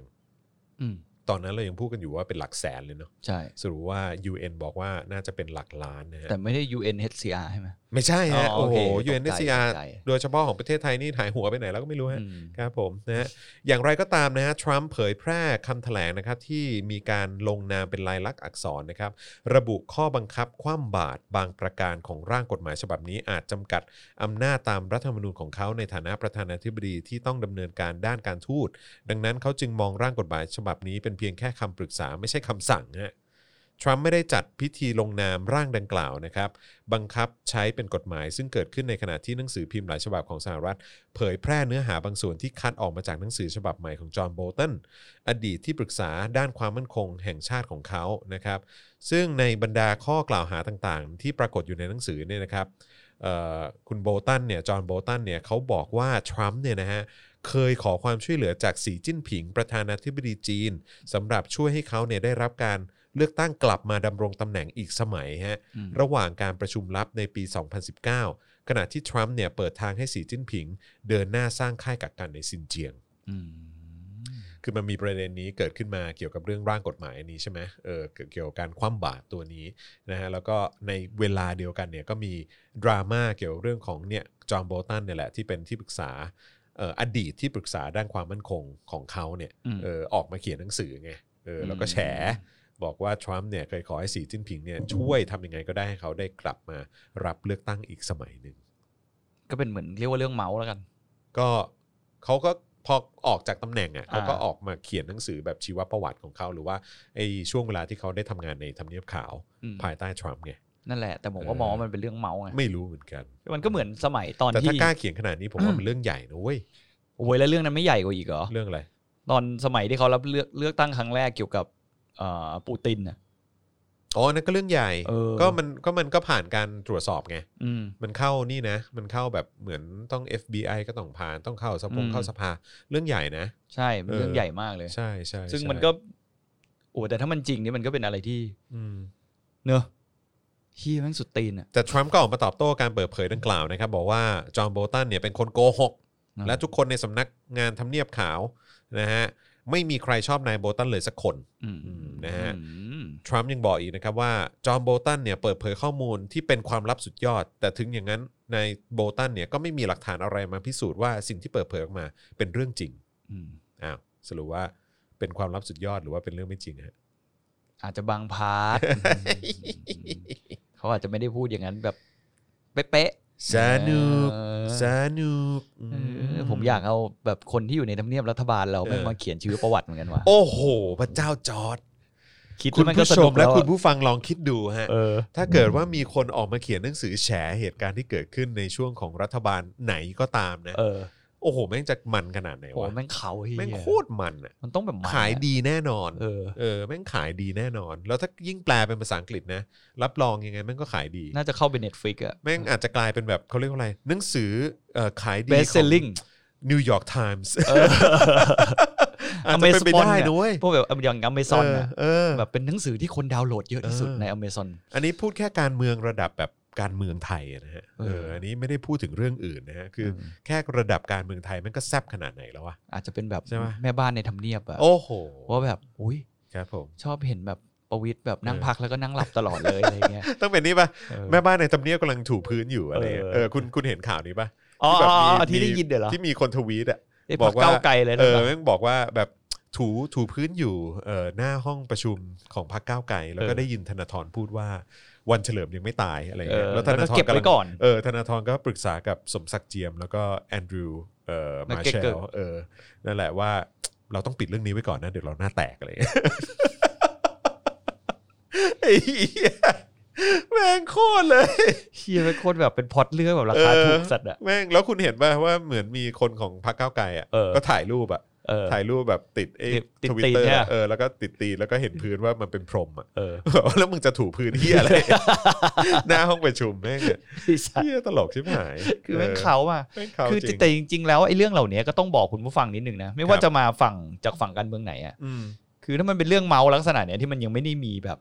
[SPEAKER 2] อืม
[SPEAKER 1] ตอนนั้นเรายังพูดกันอยู่ว่าเป็นหลักแสนเลยเนาะ
[SPEAKER 2] ใช่
[SPEAKER 1] สรุปว่า UN บอกว่าน่าจะเป็นหลักล้านนะฮะ
[SPEAKER 2] แต่ไม่ได้ UNHCR ใช่ไหม
[SPEAKER 1] ไม่ใช่ฮะ
[SPEAKER 2] อ๋อ
[SPEAKER 1] โอ้
[SPEAKER 2] โอ
[SPEAKER 1] โห
[SPEAKER 2] เคตกใจ
[SPEAKER 1] UNHCR
[SPEAKER 2] ตกใจ
[SPEAKER 1] โดยเฉพาะของประเทศไทยนี่หายหัวไปไหนแล้วก็ไม่รู้ฮะ
[SPEAKER 2] อืม
[SPEAKER 1] ครับผมนะฮะอย่างไรก็ตามนะฮะทรัมป์เผยแพร่คำแถลงนะครับที่มีการลงนามเป็นลายลักษณ์อักษรนะครับ ระบุข้อบังคับคว่ำบาตรบางประการของร่างกฎหมายฉบับนี้อาจจำกัดอำนาจตามรัฐธรรมนูญของเขาในฐานะประธานาธิบดีที่ต้องดำเนินการด้านการทูต ดังนั้นเขาจึงมองร่างกฎหมายฉบับนี้เป็นเพียงแค่คำปรึกษาไม่ใช่คำสั่งฮะทรัมป์ไม่ได้จัดพิธีลงนามร่างดังกล่าวนะครับ บังคับใช้เป็นกฎหมาย ซึ่งเกิดขึ้นในขณะที่หนังสือพิมพ์หลายฉบับของสหรัฐ เผยแพร่เนื้อหาบางส่วนที่คัดออกมาจากหนังสือฉบับใหม่ของจอห์นโบลตันอดีตที่ปรึกษาด้านความมั่นคงแห่งชาติของเขานะครับ ซึ่งในบรรดาข้อกล่าวหาต่างๆ ที่ปรากฏอยู่ในหนังสือเนี่ยนะครับเอ่อคุณโบลตันเนี่ยจอห์นโบลตันเนี่ยเขาบอกว่าทรัมป์เนี่ยนะฮะเคยขอความช่วยเหลือจากสีจิ้นผิง ประธานาธิบดีจีนสำหรับช่วยให้เขาเนี่ยได้รับการเลือกตั้งกลับมาดำรงตำแหน่งอีกสมัยฮะ
[SPEAKER 2] อืม
[SPEAKER 1] ระหว่างการประชุมลับในปี 2019 ขณะที่ทรัมป์เนี่ยเปิดทางให้สีจิ้นผิง เดินหน้าสร้างค่ายกักกันในซินเจียง
[SPEAKER 2] อืม
[SPEAKER 1] คือมันมีประเด็นนี้เกิดขึ้นมาเกี่ยวกับเรื่องร่างกฎหมายอันนี้ใช่ไหมเออเกี่ยวกับการคว่ำบาตรตัวนี้นะฮะแล้วก็ในเวลาเดียวกันเนี่ยก็มีดราม่าเกี่ยวกับเรื่องของเนี่ยจอห์นโบลตันเนี่ยแหละที่เป็นที่ปรึกษาเอ่ออดีตที่ปรึกษาด้านความมั่นคงของเขาเนี่ย
[SPEAKER 2] อืม
[SPEAKER 1] เออออกมาเขียนหนังสือไงเออแล้วก็แฉ บอกว่าทรัมป์เนี่ยเคยขอให้สีจิ้นผิงเนี่ยช่วยทำยังไงก็ได้ให้เขาได้กลับมารับเลือกตั้งอีกสมัยหนึ่ง
[SPEAKER 2] ก็เป็นเหมือนเรียกว่าเรื่องเมาส์แล้วกัน
[SPEAKER 1] ก็เขาก็พอออกจากตำแหน่งอ่ะ
[SPEAKER 2] อ่า
[SPEAKER 1] เขาก็ออกมาเขียนหนังสือแบบชีวประวัติของเขา หรือว่าไอ้ช่วงเวลาที่เขาได้ทำงานในทำเนียบขาว
[SPEAKER 2] อืม
[SPEAKER 1] ภายใต้ทรัมป์ไง
[SPEAKER 2] นั่นแหละ แต่ผมก็
[SPEAKER 1] เออ
[SPEAKER 2] มองว่ามันเป็นเรื่องเมาส์ไง
[SPEAKER 1] ไม่รู้เหมือนกัน
[SPEAKER 2] มันก็เหมือนสมัยตอน
[SPEAKER 1] แต่ถ้า
[SPEAKER 2] ที่
[SPEAKER 1] กล้าเขียนขนาดนี้ผม ว่ามันเรื่องใหญ่นะเว้ย
[SPEAKER 2] โอ้ยแล้วเรื่องนั้นไม่ใหญ่กว่าอีกเหรอ
[SPEAKER 1] เรื่องอะไร
[SPEAKER 2] ตอนสมัยที่เขารับเลือกเลือกตั้งครั้งแรกเกี่ยวกับเอ่อปูตินน่ะ
[SPEAKER 1] อ๋อนั่นก็เรื่องใหญ่
[SPEAKER 2] เออ
[SPEAKER 1] ก็มันก็มันก็ผ่านการตรวจสอบไง
[SPEAKER 2] อืม
[SPEAKER 1] มันเข้านี่นะ มันเข้าแบบเหมือนต้อง FBI ก็ต้องผ่านต้องเข้าสภ
[SPEAKER 2] อื
[SPEAKER 1] ง
[SPEAKER 2] ม
[SPEAKER 1] เข้าสภาเรื่องใหญ่นะ
[SPEAKER 2] ใช่มันเรื่อง
[SPEAKER 1] เออ
[SPEAKER 2] ใหญ่มากเลย
[SPEAKER 1] ใช่ใช่
[SPEAKER 2] ซึ่ง
[SPEAKER 1] ใช่
[SPEAKER 2] มันก็ โอ้แต่ถ้ามันจริงนี่มันก็เป็นอะไรที่
[SPEAKER 1] อืม
[SPEAKER 2] เนอะเฮียแม่งสุดตีนอ่ะ
[SPEAKER 1] แต่ทรัมป์ก็ออกมาตอบโต้การเปิดเผยดังกล่าวนะครับ บอกว่าจอห์นโบลตันเนี่ยเป็นคนโกหก
[SPEAKER 2] อ่า
[SPEAKER 1] และทุกคนในสำนักงานทำเนียบขาวนะฮะไม่มีใครชอบนายโบลตันเลยสักคน
[SPEAKER 2] อืม
[SPEAKER 1] นะฮะ
[SPEAKER 2] อืม
[SPEAKER 1] ทรัมป์ยังบอกอีกนะครับว่าจอห์นโบลตันเนี่ยเปิดเผยข้อมูลที่เป็นความลับสุดยอด แต่ถึงอย่างนั้นนายโบลตันเนี่ยก็ไม่มีหลักฐานอะไรมาพิสูจน์ว่าสิ่งที่เปิดเผยออกมาเป็นเรื่องจริง
[SPEAKER 2] อืม
[SPEAKER 1] อ้าวสรุปว่าเป็นความลับสุดยอดหรือว่าเป็นเรื่องไม่จริงฮะ
[SPEAKER 2] อาจจะบางพา ร์ทเขาอาจจะไม่ได้พูดอย่างนั้นแบบ เป๊ะๆ
[SPEAKER 1] สนุก
[SPEAKER 2] เออ
[SPEAKER 1] สนุก
[SPEAKER 2] เออผมอยากเอาแบบคนที่อยู่ในทำเนียบรัฐบาลเราไม่งมาเขียนชื่อประวัติเหมือนกันว่ะ
[SPEAKER 1] โอ้โห พระเจ้าจอร์ด
[SPEAKER 2] คิด
[SPEAKER 1] คุณ
[SPEAKER 2] แล้วมันก็
[SPEAKER 1] ผู้
[SPEAKER 2] ส
[SPEAKER 1] ช
[SPEAKER 2] นุ
[SPEAKER 1] ม
[SPEAKER 2] ก
[SPEAKER 1] และ
[SPEAKER 2] แล้ว
[SPEAKER 1] คุณ
[SPEAKER 2] อะ
[SPEAKER 1] ผู้ฟังลองคิดดูฮะ
[SPEAKER 2] เออ
[SPEAKER 1] ถ้าเกิดว่ามีคนออกมาเขียนหนังสือแฉเหตุการณ์ที่เกิดขึ้นในช่วงของรัฐบาลไหนก็ตามนะ
[SPEAKER 2] เออ
[SPEAKER 1] โอ้โห แม่งจะมันขนาดไหน
[SPEAKER 2] โอ้
[SPEAKER 1] วะ
[SPEAKER 2] แม่งเขาเฮีย
[SPEAKER 1] แม่งโคตรมันอ่ะ
[SPEAKER 2] มันต้องแบบมัน
[SPEAKER 1] ขายดีแน่นอน
[SPEAKER 2] เออ
[SPEAKER 1] เออ แม่งขายดีแน่นอน แล้วถ้ายิ่งแปลเป็นภาษาอังกฤษนะ รับรองยังไงแม่งก็ขายดี
[SPEAKER 2] น่าจะเข้าไปเน็ตฟลิกอะ
[SPEAKER 1] แม่งอาจจะกลายเป็นแบบเขาเรียกว่าอะไร หนังสือเอ่อขายดี
[SPEAKER 2] best selling
[SPEAKER 1] นิวยอร์กไทมส์
[SPEAKER 2] เออ
[SPEAKER 1] อาจจะเป็นไปได้
[SPEAKER 2] Amazon
[SPEAKER 1] นะเว้ย
[SPEAKER 2] พวกแบบอย่างอเมซอน
[SPEAKER 1] เออ
[SPEAKER 2] นะ
[SPEAKER 1] เออ
[SPEAKER 2] แบบเป็นหนังสือที่คนดาวน์โหลดเยอะที่สุด
[SPEAKER 1] เออ
[SPEAKER 2] ในอเมซอน
[SPEAKER 1] อันนี้พูดแค่การเมืองระดับแบบการเมืองไทยนะฮะเอ
[SPEAKER 2] เอ
[SPEAKER 1] อ
[SPEAKER 2] ออั
[SPEAKER 1] อันนี้ไม่ได้พูดถึงเรื่องอื่นนะฮะคืออแค่ระดับการเมืองไทยมันก็แซบขนาดไหนแล้ววะ
[SPEAKER 2] อาจจะเป็นแบบ
[SPEAKER 1] ใช่ไหม
[SPEAKER 2] แม่บ้านในทำเนียบอะ
[SPEAKER 1] โอ้โห
[SPEAKER 2] ว่าแบบอุ้ย
[SPEAKER 1] ครับผม
[SPEAKER 2] ชอบเห็นแบบประวิตยแบบนั่ง
[SPEAKER 1] เออ
[SPEAKER 2] พักแล้วก็นั่งหลับตลอดเลยอะไรเงี้ย
[SPEAKER 1] ต้องเป็นนี่ปะ
[SPEAKER 2] เออ
[SPEAKER 1] แม่บ้านในทำเนียบกำลังถูพื้นอยู่อะไรเงี้ย
[SPEAKER 2] เออ
[SPEAKER 1] เออคุณคุณเห็นข่าวนี้ปะ
[SPEAKER 2] อ๋อ
[SPEAKER 1] ที่แบบมี
[SPEAKER 2] อ๋อที่
[SPEAKER 1] มี
[SPEAKER 2] ได้ยินเดี๋ยวเหรอ
[SPEAKER 1] ที่มีคนทวีตอ่ะ
[SPEAKER 2] ไอ้
[SPEAKER 1] บ
[SPEAKER 2] พั
[SPEAKER 1] อก
[SPEAKER 2] ก
[SPEAKER 1] ว่า
[SPEAKER 2] เก้าวไกลเลย
[SPEAKER 1] เอ
[SPEAKER 2] นะ
[SPEAKER 1] อแม่งบอกว่าแบบถูถูพื้นอยู่เออหน้าห้องประชุมของพรรคก้าวไกลแล้วก็ได้ยินธนาธรพูดว่าวันเฉลิมยังไม่ตายอะไร
[SPEAKER 2] เอ
[SPEAKER 1] เงี้ย
[SPEAKER 2] อ
[SPEAKER 1] แล้วธ
[SPEAKER 2] แล้ว
[SPEAKER 1] นา
[SPEAKER 2] ก็
[SPEAKER 1] ธร
[SPEAKER 2] เก็บ
[SPEAKER 1] กำ
[SPEAKER 2] ไว้
[SPEAKER 1] ลัง
[SPEAKER 2] ก่อน
[SPEAKER 1] เออธนาธรก็ปรึกษากับสมศักดิ์เจียม แล้วก็แอนดรูว์เอ่อ
[SPEAKER 2] แม็
[SPEAKER 1] มา
[SPEAKER 2] ค
[SPEAKER 1] เช
[SPEAKER 2] เกอร์
[SPEAKER 1] ลเออนั่นแหละว่าเราต้องปิดเรื่องนี้ไว้ก่อนนะ เดี๋ยวเราหน้าแตกอะไรอย่างเงี้ยไอ้เหี้ยแม่งโคตรเลย
[SPEAKER 2] เฮียไปโคตรแบบเป็นพล็อตเรื่องแบบราคา
[SPEAKER 1] เออ
[SPEAKER 2] ถูกสัตว์อะ
[SPEAKER 1] แม่งแล้วคุณเห็นป่ะว่าเหมือนมีคนของพรรคก้าวไกลอ่ะ
[SPEAKER 2] เออ
[SPEAKER 1] ก็ถ่ายรูปอ่ะ
[SPEAKER 2] เออ
[SPEAKER 1] ถ่ายรูปแบบติดไอ้
[SPEAKER 2] ติดติด
[SPEAKER 1] ทวิต
[SPEAKER 2] ตีน
[SPEAKER 1] เตอร์
[SPEAKER 2] เนี่ย
[SPEAKER 1] เออแล้วก็ติดตีนแล้วก็เห็นพื้นว่ามันเป็นพรมอ่ะ
[SPEAKER 2] เออ
[SPEAKER 1] แล้วมึงจะถูพื้นที่ อะไร หน้าห้องประชุมแม่งเนี่ย
[SPEAKER 2] ไอ้สัตว์
[SPEAKER 1] เหี้ยตลกชิบหาย
[SPEAKER 2] คือแม่งเขาอะ
[SPEAKER 1] แม่งเขา
[SPEAKER 2] คือ
[SPEAKER 1] จริง
[SPEAKER 2] แต่จริงๆ แล้วไอ้เรื่องเหล่านี้ก็ต้องบอกคุณผู้ฟังนิดหนึ่งนะไม่
[SPEAKER 1] ค
[SPEAKER 2] ว่า
[SPEAKER 1] รับ
[SPEAKER 2] จะมาฝั่งจากฝั่งการเมืองไหนอ่ะ
[SPEAKER 1] อืม
[SPEAKER 2] คือถ้ามันเป็นเรื่องเมาลักษณะเนี้ยที่มันยังไม่ได้มีแบบ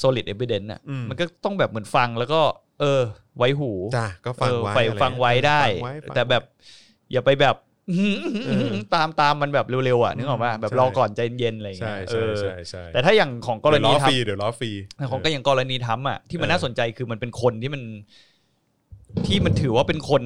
[SPEAKER 2] solid evidence อ่ะ
[SPEAKER 1] อืม
[SPEAKER 2] มันก็ต้องแบบเหมือนฟังแล้วก็ เออ ไว้หู
[SPEAKER 1] จ้ะก็ฟัง
[SPEAKER 2] เออ
[SPEAKER 1] ไว้
[SPEAKER 2] ไฟ
[SPEAKER 1] อะไร
[SPEAKER 2] ฟังไว้ได้
[SPEAKER 1] ฟังไว้ฟังไว้
[SPEAKER 2] แต่แบบ อย่าไปแบบ
[SPEAKER 1] เออ
[SPEAKER 2] ตามตามมันแบบเร็วๆอ่ะนึกออกป่ะแบบ
[SPEAKER 1] ใช่
[SPEAKER 2] รอก่อนใจเย็นๆอะไรอย่าง
[SPEAKER 1] ใช่
[SPEAKER 2] เงี้ยเอ
[SPEAKER 1] ใช่
[SPEAKER 2] อ
[SPEAKER 1] ใช่ใช่
[SPEAKER 2] แต่ถ้าอย่างของกรณี
[SPEAKER 1] เดี๋ยวล้อ
[SPEAKER 2] ท
[SPEAKER 1] ฟรีเดี๋ยวล้อฟรี
[SPEAKER 2] ำของก็อย่างกรณีทำอ่ะที่มันน่าสนใจคือมันเป็นคนที่มัน ที่มันถือว่าเป็นคน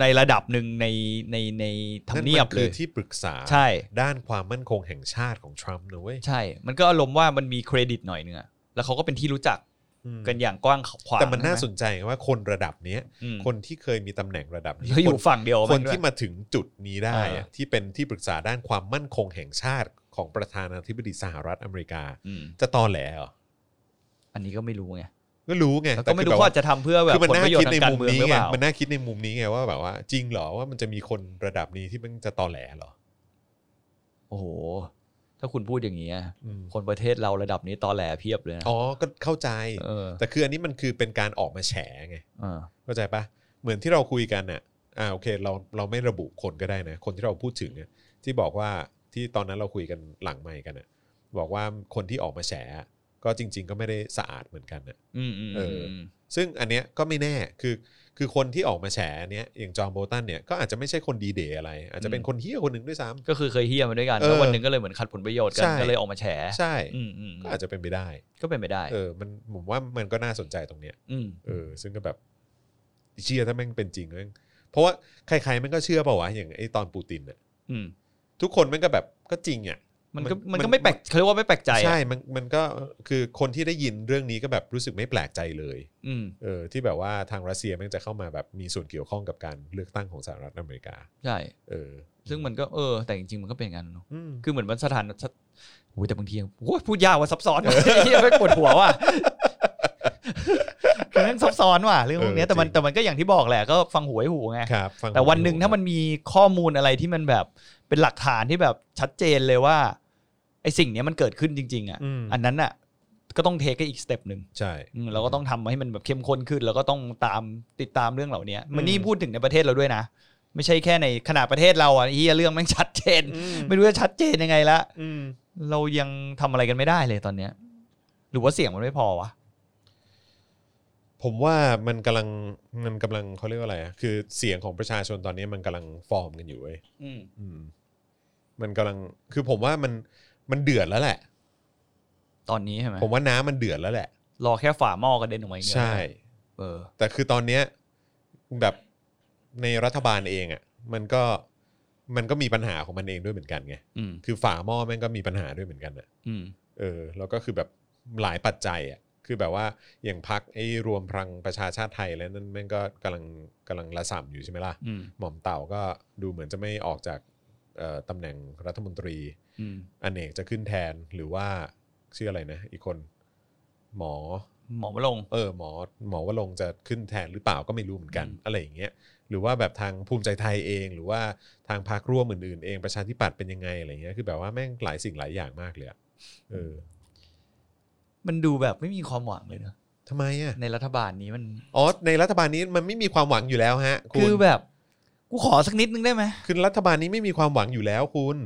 [SPEAKER 2] ในระดับหนึ่งในในในทำเนียบ
[SPEAKER 1] มั
[SPEAKER 2] เล
[SPEAKER 1] คือย ที่ปรึกษา
[SPEAKER 2] ใช่
[SPEAKER 1] ด้านความมั่นคงแห่งชาติของทรัมป์นะเว้ย
[SPEAKER 2] ใช่ มันก็อารมณ์ว่ามันมีเครดิตหน่อยเนื้อะแล้วเขาก็เป็นที่รู้จัก
[SPEAKER 1] อืม
[SPEAKER 2] กันอย่างกว้างขวาง
[SPEAKER 1] แต่มันน่าส
[SPEAKER 2] ใช่ไห
[SPEAKER 1] นใจว่าคนระดับเนี้ย
[SPEAKER 2] อืม
[SPEAKER 1] คนที่เคยมีตำแหน่งระดับนี้
[SPEAKER 2] แล้วอ
[SPEAKER 1] ค
[SPEAKER 2] ยู่
[SPEAKER 1] น
[SPEAKER 2] ฝั่งเดียว
[SPEAKER 1] คน
[SPEAKER 2] ด้วย
[SPEAKER 1] ที่มาถึงจุดนี้ได้อะ
[SPEAKER 2] เออ
[SPEAKER 1] ที่เป็นที่ปรึกษาด้านความมั่นคงแห่งชาติของประธานาธิบดีสหรัฐอเมริกา
[SPEAKER 2] อืม
[SPEAKER 1] จะตอแหลเหรอ
[SPEAKER 2] อันนี้ก็ไม่รู้ไง
[SPEAKER 1] ก็รู้ไง
[SPEAKER 2] แล้ว
[SPEAKER 1] แต่
[SPEAKER 2] ก็
[SPEAKER 1] คือ
[SPEAKER 2] ไม่รู้
[SPEAKER 1] แบบ
[SPEAKER 2] ว่าจะทำเพื่อแบบ
[SPEAKER 1] คือมัน
[SPEAKER 2] ผล
[SPEAKER 1] น่า
[SPEAKER 2] ประโยช
[SPEAKER 1] คิด
[SPEAKER 2] น์ทา
[SPEAKER 1] ใน
[SPEAKER 2] งการ
[SPEAKER 1] มุม
[SPEAKER 2] เมือง
[SPEAKER 1] นี้
[SPEAKER 2] หรือ
[SPEAKER 1] ไง
[SPEAKER 2] เปล่า
[SPEAKER 1] มันน่าคิดในมุมนี้ไงว่าแบบว่า จริงเหรอว่ามันจะมีคนระดับนี้ที่มันจะตอแหลเหรอ
[SPEAKER 2] โอ้โห ถ้าคุณพูดอย่างนี้ย
[SPEAKER 1] อืม
[SPEAKER 2] คนประเทศเราระดับนี้ตอแหลเพียบเลยนะ
[SPEAKER 1] อ๋อ ก็เข้าใจ
[SPEAKER 2] เออ
[SPEAKER 1] แต่คืออันนี้มันคือเป็นการออกมาแฉไง
[SPEAKER 2] เออ
[SPEAKER 1] เข้าใจปะ เหมือนที่เราคุยกันน่ะ อ่า โอเค เราเราไม่ระบุคนก็ได้นะ คนที่เราพูดถึงเนี่ยที่บอกว่าที่ตอนนั้นเราคุยกันหลังไม่กันน่ะ บอกว่าคนที่ออกมาแฉอะก็จริง ๆ ก็ไม่ได้สะอาดเหมือนกันน่ะ
[SPEAKER 2] อืมอืม
[SPEAKER 1] เอ
[SPEAKER 2] อื
[SPEAKER 1] อ
[SPEAKER 2] ม
[SPEAKER 1] ซึ่งอันเนี้ยก็ไม่แน่ คือ คือคนที่ออกมาแฉเนี้ยอย่างจอห์นโบลตันเนี่ย ก็อาจจะไม่ใช่คนดีเดย์อะไร อาจจะเป็นคนเฮี้ยคนหนึ่งด้วยซ้
[SPEAKER 2] ก็คือเคยเฮี้ยมาด้วยกัน
[SPEAKER 1] เออ
[SPEAKER 2] แล้ววันหนึ่งก็เลยเหมือนขัดผลประโยชน์กัน
[SPEAKER 1] ใช่
[SPEAKER 2] ก็เลยออกมาแฉ
[SPEAKER 1] ำใช่
[SPEAKER 2] อืมอืมอืม
[SPEAKER 1] ก็อาจจะเป็นไปได้
[SPEAKER 2] ก็เป็นไปได้
[SPEAKER 1] เออ มัน ผมว่ามันก็น่าสนใจตรงเนี้ย
[SPEAKER 2] อืม
[SPEAKER 1] เออซึ่งก็แบบเชื่อถ้าแม่งเป็นจริงแม่งเพราะว่าใครๆแม่งก็เชื่อเปล่าวะอย่างไอ้ตอนปูตินน่ะ
[SPEAKER 2] อืม
[SPEAKER 1] ทุกคนแม่งก็แบบก็จริงอ่ะ
[SPEAKER 2] มันก็
[SPEAKER 1] มั
[SPEAKER 2] มัน นก็ไม่แปลกเขาเรียกว่าไม่แปลกใจ
[SPEAKER 1] ใช่
[SPEAKER 2] อ่ะ
[SPEAKER 1] มันมันก็คือคนที่ได้ยินเรื่องนี้ก็แบบรู้สึกไม่แปลกใจเลย
[SPEAKER 2] อืม
[SPEAKER 1] เออที่แบบว่าทางรัสเซียแม่งจะเข้ามาแบบมีส่วนเกี่ยวข้องกับการเลือกตั้งของสหรัฐอเมริกา
[SPEAKER 2] ใช่
[SPEAKER 1] เออ
[SPEAKER 2] ซึ่งมันก็เออ แต่จริงๆ มันก็เป็นอย่างนั้นเนอะ
[SPEAKER 1] อืม
[SPEAKER 2] คือเหมือนมันสถานสถโอ้ยแต่บางทีโอ้ยพูดยาวว่าซับซ้อนว่ะ เฮียไม่ปวดหัว ว่ะคือนั่นซับซ้อนว่ะเรื่องพวกเนี้ยแต่มันแต่มันก็อย่างที่บอกแหละก็ฟังหูไว้หูไง
[SPEAKER 1] ครับฟัง
[SPEAKER 2] แต่วันหนึ่ง
[SPEAKER 1] ผมอยู่
[SPEAKER 2] ถ้ามันมีข้อมูลอะไรที่มันแบบเป็นหลักฐานที่แบบชัดเจนเลยว่าไอ้สิ่งเนี้ยมันเกิดขึ้นจริง ๆ อ่ะ
[SPEAKER 1] อืม
[SPEAKER 2] อันนั้นอ่ะ ก็ต้องเทคอีกสเต็ปหนึ่ง
[SPEAKER 1] ใช่
[SPEAKER 2] อืมเราก็ต้องทำให้มันแบบเข้มข้นขึ้น แล้วก็ต้องตามติดตามเรื่องเหล่านี้
[SPEAKER 1] อื
[SPEAKER 2] มัน
[SPEAKER 1] ม
[SPEAKER 2] นี่พูดถึงในประเทศเราด้วยนะ ไม่ใช่แค่ในขนาดประเทศเราอ่ะเฮียเรื่องแม่งชัดเจน
[SPEAKER 1] อืม
[SPEAKER 2] ไม่รู้จะชัดเจนยังไงละ
[SPEAKER 1] อืม
[SPEAKER 2] เรายังทำอะไรกันไม่ได้เลยตอนเนี้ย หรือว่าเสียงมันไม่พอวะ
[SPEAKER 1] ผมว่ามันกำลังมันกำลังเขาเรียกว่าอะไรอะคือเสียงของประชาชนตอนนี้มันกำลังฟอร์มกันอยู่เว้ย
[SPEAKER 2] อืม
[SPEAKER 1] อืมมันกำลังคือผมว่ามันมันเดือดแล้วแหละ
[SPEAKER 2] ตอนนี้ใช่ไหม
[SPEAKER 1] ผมว่าน้ำมันเดือดแล้วแหละ
[SPEAKER 2] รอแค่ฝาหม้อกระเด็นออกมาอย่างเงี้ย
[SPEAKER 1] ใช่
[SPEAKER 2] เออ
[SPEAKER 1] แต่คือตอนเนี้ยแบบในรัฐบาลเองอะ่ะ มันก็มันก็มีปัญหาของมันเองด้วยเหมือนกันไง
[SPEAKER 2] อืม
[SPEAKER 1] คือฝาหม้อแม่งก็มีปัญหาด้วยเหมือนกันอ่ะ
[SPEAKER 2] อืม
[SPEAKER 1] เออแล้วก็คือแบบหลายปัจจัยอะ่ะคือแบบว่าอย่างพักไอ้รวมพลังประชาชาติไทยแล้วนั่นแม่งก็กำลังกำลังระส่ำอยู่ใช่ไหมล่ะ
[SPEAKER 2] อืม
[SPEAKER 1] หม่อมเต่าก็ดูเหมือนจะไม่ออกจากเอ่อตำแหน่งรัฐมนตรี
[SPEAKER 2] อืม
[SPEAKER 1] อเนกจะขึ้นแทนหรือว่า ชื่ออะไรนะ อีกคนหมอ
[SPEAKER 2] หมอวรงค์
[SPEAKER 1] เออหมอหมอว่าลงค์จะขึ้นแทนหรือเปล่าก็ไม่รู้เหมือนกัน
[SPEAKER 2] อืม
[SPEAKER 1] อะไรอย่างเงี้ยหรือว่าแบบทางภูมิใจไทยเอง หรือว่าทางพรรคร่วมอื่นๆเองประชาธิปัตย์เป็นยังไงอะไรเงี้ยคือแบบว่าแม่งหลายสิ่งหลายอย่างมากเลยอะเออ
[SPEAKER 2] มันดูแบบไม่มีความหวังเลยเนอะ
[SPEAKER 1] ทำไมอ่ะ
[SPEAKER 2] ในรัฐบาลนี้มัน
[SPEAKER 1] อ๋อในรัฐบาลนี้มันไม่มีความหวังอยู่แล้วฮะคุณ
[SPEAKER 2] คือแบบกูขอสักนิดนึงได้ไหม
[SPEAKER 1] คือรัฐบาลนี้ไม่มีความหวังอยู่แล้วคุณ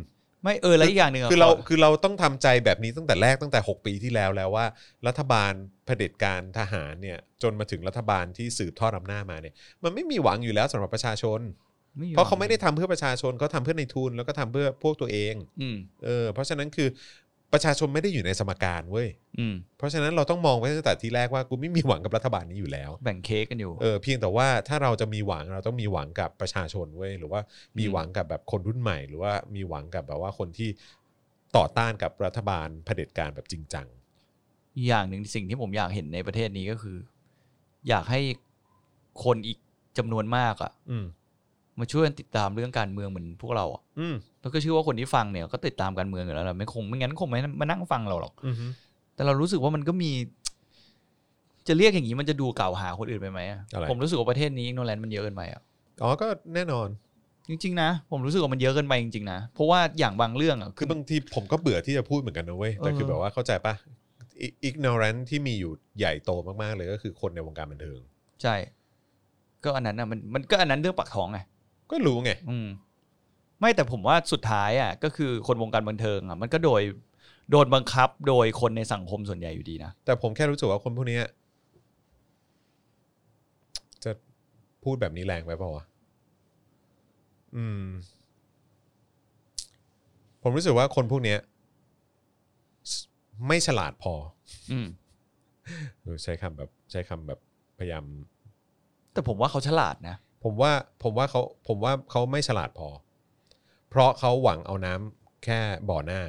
[SPEAKER 2] ไม่เออแล้วอีกอย่างหนึ่งะ
[SPEAKER 1] คือเรา
[SPEAKER 2] ข
[SPEAKER 1] คือเราต้องทำใจแบบนี้ตั้งแต่แรกตั้งแต่ 6 ปีที่แล้วแล้วว่า รัฐบาลเผด็จการทหารเนี่ยจนมาถึงรัฐบาลที่สืบทอดอำนาจมาเนี่ยมันไม่มีหวังอยู่แล้วสำหรับประชาชน เพราะเขาไม่ได้ทำเพื่อประชาชนเขาทำเพื่อในทุนแล้วก็ทำเพื่อพวกตัวเอง
[SPEAKER 2] อืม
[SPEAKER 1] เออเพราะฉะนั้นคือประชาชนไม่ได้อยู่ในสมการเว้ย
[SPEAKER 2] อืม
[SPEAKER 1] เพราะฉะนั้นเราต้องมองไว้ตั้งแต่ทีแรกว่ากูไม่มีหวังกับรัฐบาลนี้อยู่แล้ว
[SPEAKER 2] แบ่งเค้กกันอยู่
[SPEAKER 1] เออเพียงแต่ว่าถ้าเราจะมีหวังเราต้องมีหวังกับประชาชนเว้ยหรือว่ามี
[SPEAKER 2] อืม
[SPEAKER 1] หวังกับแบบคนรุ่นใหม่ หรือว่ามีหวังกับแบบว่าคนที่ต่อต้านกับรัฐบาลเผด็จการแบบจริงจัง
[SPEAKER 2] อย่างหนึ่งสิ่งที่ผมอยากเห็นในประเทศนี้ก็คือ อยากให้คนอีกจำนวนมากอะ
[SPEAKER 1] อืม
[SPEAKER 2] มาช่วยกันติดตามเรื่องการเมืองเหมือนพวกเราอะ
[SPEAKER 1] อืม
[SPEAKER 2] แล้วก็เชื่อว่าคนที่ฟังเนี่ยก็ติดตามการเมืองอยู่แล้วแหละไม่คงไม่งั้นคงไม่มานั่งฟังเราหรอก
[SPEAKER 1] อืม
[SPEAKER 2] แต่เรารู้สึกว่ามันก็มี จะเรียกอย่างนี้มันจะดูกล่าวหาคนอื่นไปไหมอะ
[SPEAKER 1] ะไร
[SPEAKER 2] ผมรู้สึกว่าประเทศนี้โนแลนมันเยอะเกินไปอะ
[SPEAKER 1] อ๋อก็แน่นอน
[SPEAKER 2] จริง ๆ นะ ผมรู้สึกว่ามันเยอะเกินไปจริงๆนะเพราะว่าอย่างบางเรื่องอะ
[SPEAKER 1] คื
[SPEAKER 2] คือ อ
[SPEAKER 1] บางทีผมก็เบื่อที่จะพูดเหมือนกันนะเว้ย แต่คือ
[SPEAKER 2] เออ
[SPEAKER 1] แบบว่าเข้าใจปะอิกโนแรนที่มีอยู่ใหญ่โตมาก ๆ เลยก็คือคนในวงการบันเทิง
[SPEAKER 2] ใช่ ก็อันนั้นอะมันมันก็อันนั้นเรื่องปากท้องไง
[SPEAKER 1] ก็รู้ไง
[SPEAKER 2] อืมไม่แต่ผมว่าสุดท้ายอ่ะก็คือคนวงการบันเทิงอ่ะมันก็โดยโดนบังคับโดยคนในสังคมส่วนใหญ่อยู่ดีนะ
[SPEAKER 1] แต่ผมแค่รู้สึกว่าคนพวกเนี้ยจะพูดแบบนี้แรงไปเปล่าวะอืม ผมรู้สึกว่าคนพวกเนี้ยไม่ฉลาดพอ
[SPEAKER 2] อืม
[SPEAKER 1] เออใช้คำแบบ ใช้คำแบบพยายาม
[SPEAKER 2] แต่ผมว่าเขาฉลาดนะ
[SPEAKER 1] ผมว่าผมว่าเขาผมว่าเขาไม่ฉลาดพอ เพราะเขาหวังเอาน้ำแค่บ่อหน้า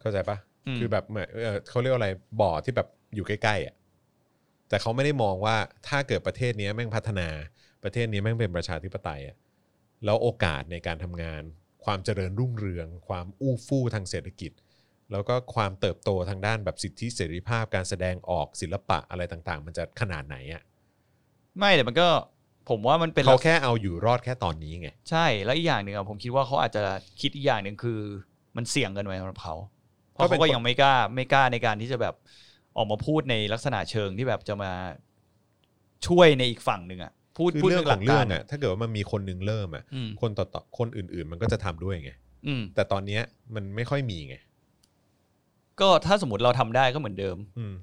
[SPEAKER 1] เข้าใจปะ
[SPEAKER 2] ม
[SPEAKER 1] คือแบบเหมือนเอ่อเขาเรียกว่าอะไรบ่อที่แบบอยู่ใกล้ๆอ่ะแต่เขาไม่ได้มองว่าถ้าเกิดประเทศเนี้ยแม่งพัฒนาประเทศนี้แม่งเป็นประชาธิปไตยอ่ะแล้วโอกาสในการทำงาน ความเจริญรุ่งเรือง ความอู้ฟู่ทางเศรษฐกิจ แล้วก็ความเติบโตทางด้านแบบสิทธิเสรีภาพการแสดงออกศิลปะอะไรต่าง ๆ มันจะขนาดไหนอ่ะ
[SPEAKER 2] ไม่แต่มันก็ ผมว่ามันเป็น
[SPEAKER 1] เขา
[SPEAKER 2] ลักษณะ
[SPEAKER 1] แค่เอาอยู่รอดแค่ตอนนี้ไง
[SPEAKER 2] ใช่แล้วอีกอย่างหนึ่งอ่ะผมคิดว่าเขาอาจจะคิดอีกอย่างหนึ่งคือ มันเสี่ยงเกินไปสำหรับเขาเพราะ
[SPEAKER 1] ก็เป็น
[SPEAKER 2] เขาก็ยังไม่กล้า ไม่กล้าในการที่จะแบบออกมาพูดในลักษณะเชิงที่แบบจะมาช่วยในอีกฝั่งหนึ่งอ่ะพูด
[SPEAKER 1] คือ
[SPEAKER 2] พูด
[SPEAKER 1] เรื่อง
[SPEAKER 2] ห
[SPEAKER 1] ข
[SPEAKER 2] ลั
[SPEAKER 1] อก ง
[SPEAKER 2] กา
[SPEAKER 1] เรื่อ
[SPEAKER 2] รง
[SPEAKER 1] อะถ้าเกิดว่ามันมีคนหนึงเริ่มอะ
[SPEAKER 2] อืม
[SPEAKER 1] คนต่อๆคนอื่น ๆ มันก็จะทำด้วยไง
[SPEAKER 2] อืม
[SPEAKER 1] แต่ตอนเนี้ยมันไม่ค่อยมีไง
[SPEAKER 2] ก็ถ้าสมมติเราทำได้ก็เหมือนเดิม
[SPEAKER 1] อืม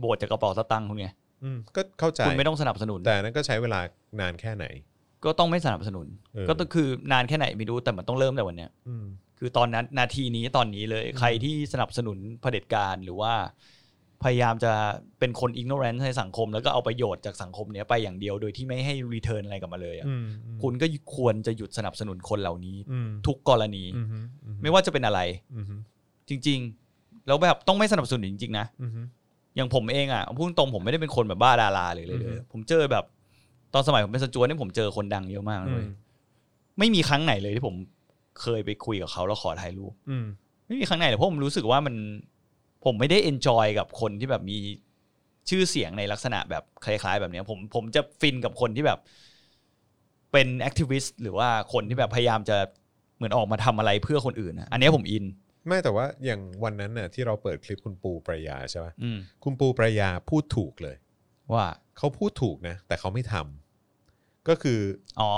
[SPEAKER 2] โบสถ์จากกระเป๋าสตังค์คุณไง
[SPEAKER 1] อืมก็เข้าใจ
[SPEAKER 2] คุณไม่ต้องสนับสนุน
[SPEAKER 1] แต่อันนั้นก็ใช้เวลานานแค่ไหน
[SPEAKER 2] ก็ต้องไม่สนับสนุน
[SPEAKER 1] เออ
[SPEAKER 2] ก็ต้องคือนานแค่ไหนไม่รู้แต่มันต้องเริ่มแต่วันเนี้ย
[SPEAKER 1] อืม
[SPEAKER 2] คือตอนนั้นนาทีนี้ตอนนี้เลย
[SPEAKER 1] อืม
[SPEAKER 2] ใครที่สนับสนุนเผด็จการหรือว่า พยายามจะเป็นคนอิ n โน a รน e ในสังคม แล้วก็เอาประโยชน์จากสังคมเนี้ยไปอย่างเดียวโดยที่ไม่ให้รีเทิร์นอะไรกลับมาเลยอะ
[SPEAKER 1] อืม
[SPEAKER 2] คุณก็ควรจะหยุดสนับสนุนคนเหล่านี้
[SPEAKER 1] อืม
[SPEAKER 2] ทุกกรณี
[SPEAKER 1] อืมฮึอืฮึ
[SPEAKER 2] ไม่ว่าจะเป็นอะไร
[SPEAKER 1] อืมฮึ
[SPEAKER 2] จริง ๆ แล้วแบบต้องไม่สนับสนุนจริงๆนะ
[SPEAKER 1] อืมฮึ
[SPEAKER 2] อย่างผมเองอ่ะพูดตรงผมไม่ได้เป็นคนแบบบ้าดาราเลยเลยเล
[SPEAKER 1] อื
[SPEAKER 2] ย
[SPEAKER 1] อฮึ
[SPEAKER 2] ผมเจอแบบ ตอนสมัยผมเป็นสจวตเนี่ยผมเจอคนดังเยอะมากนะ
[SPEAKER 1] อื
[SPEAKER 2] เล
[SPEAKER 1] ม
[SPEAKER 2] ยไม่มีครั้งไหนเลยที่ผมเคยไปคุยกับเขาแล้วขอถ่ายรูป
[SPEAKER 1] อืม
[SPEAKER 2] ไม่มีครั้งไหนเลยเพราะผมรู้สึกว่ามัน ผมไม่ได้เอนจอยกับคนที่แบบมีชื่อเสียงในลักษณะแบบคล้ายๆ แบบเนี้ยผมผมจะฟินกับคนที่แบบ เป็นแอคทิวิสต์หรือว่าคนที่แบบพยายามจะเหมือนออกมาทำอะไรเพื่อคนอื่นนะอันเนี้ยผมอิน
[SPEAKER 1] ไม่แต่ว่าอย่างวันนั้นน่ะที่เราเปิดคลิปคุณปูประยาใช่ปะ
[SPEAKER 2] อืม
[SPEAKER 1] คุณปูประยาพูดถูกเลย
[SPEAKER 2] ว่า
[SPEAKER 1] เขาพูดถูกนะ แต่เขาไม่ทำก็คือ
[SPEAKER 2] อ๋อ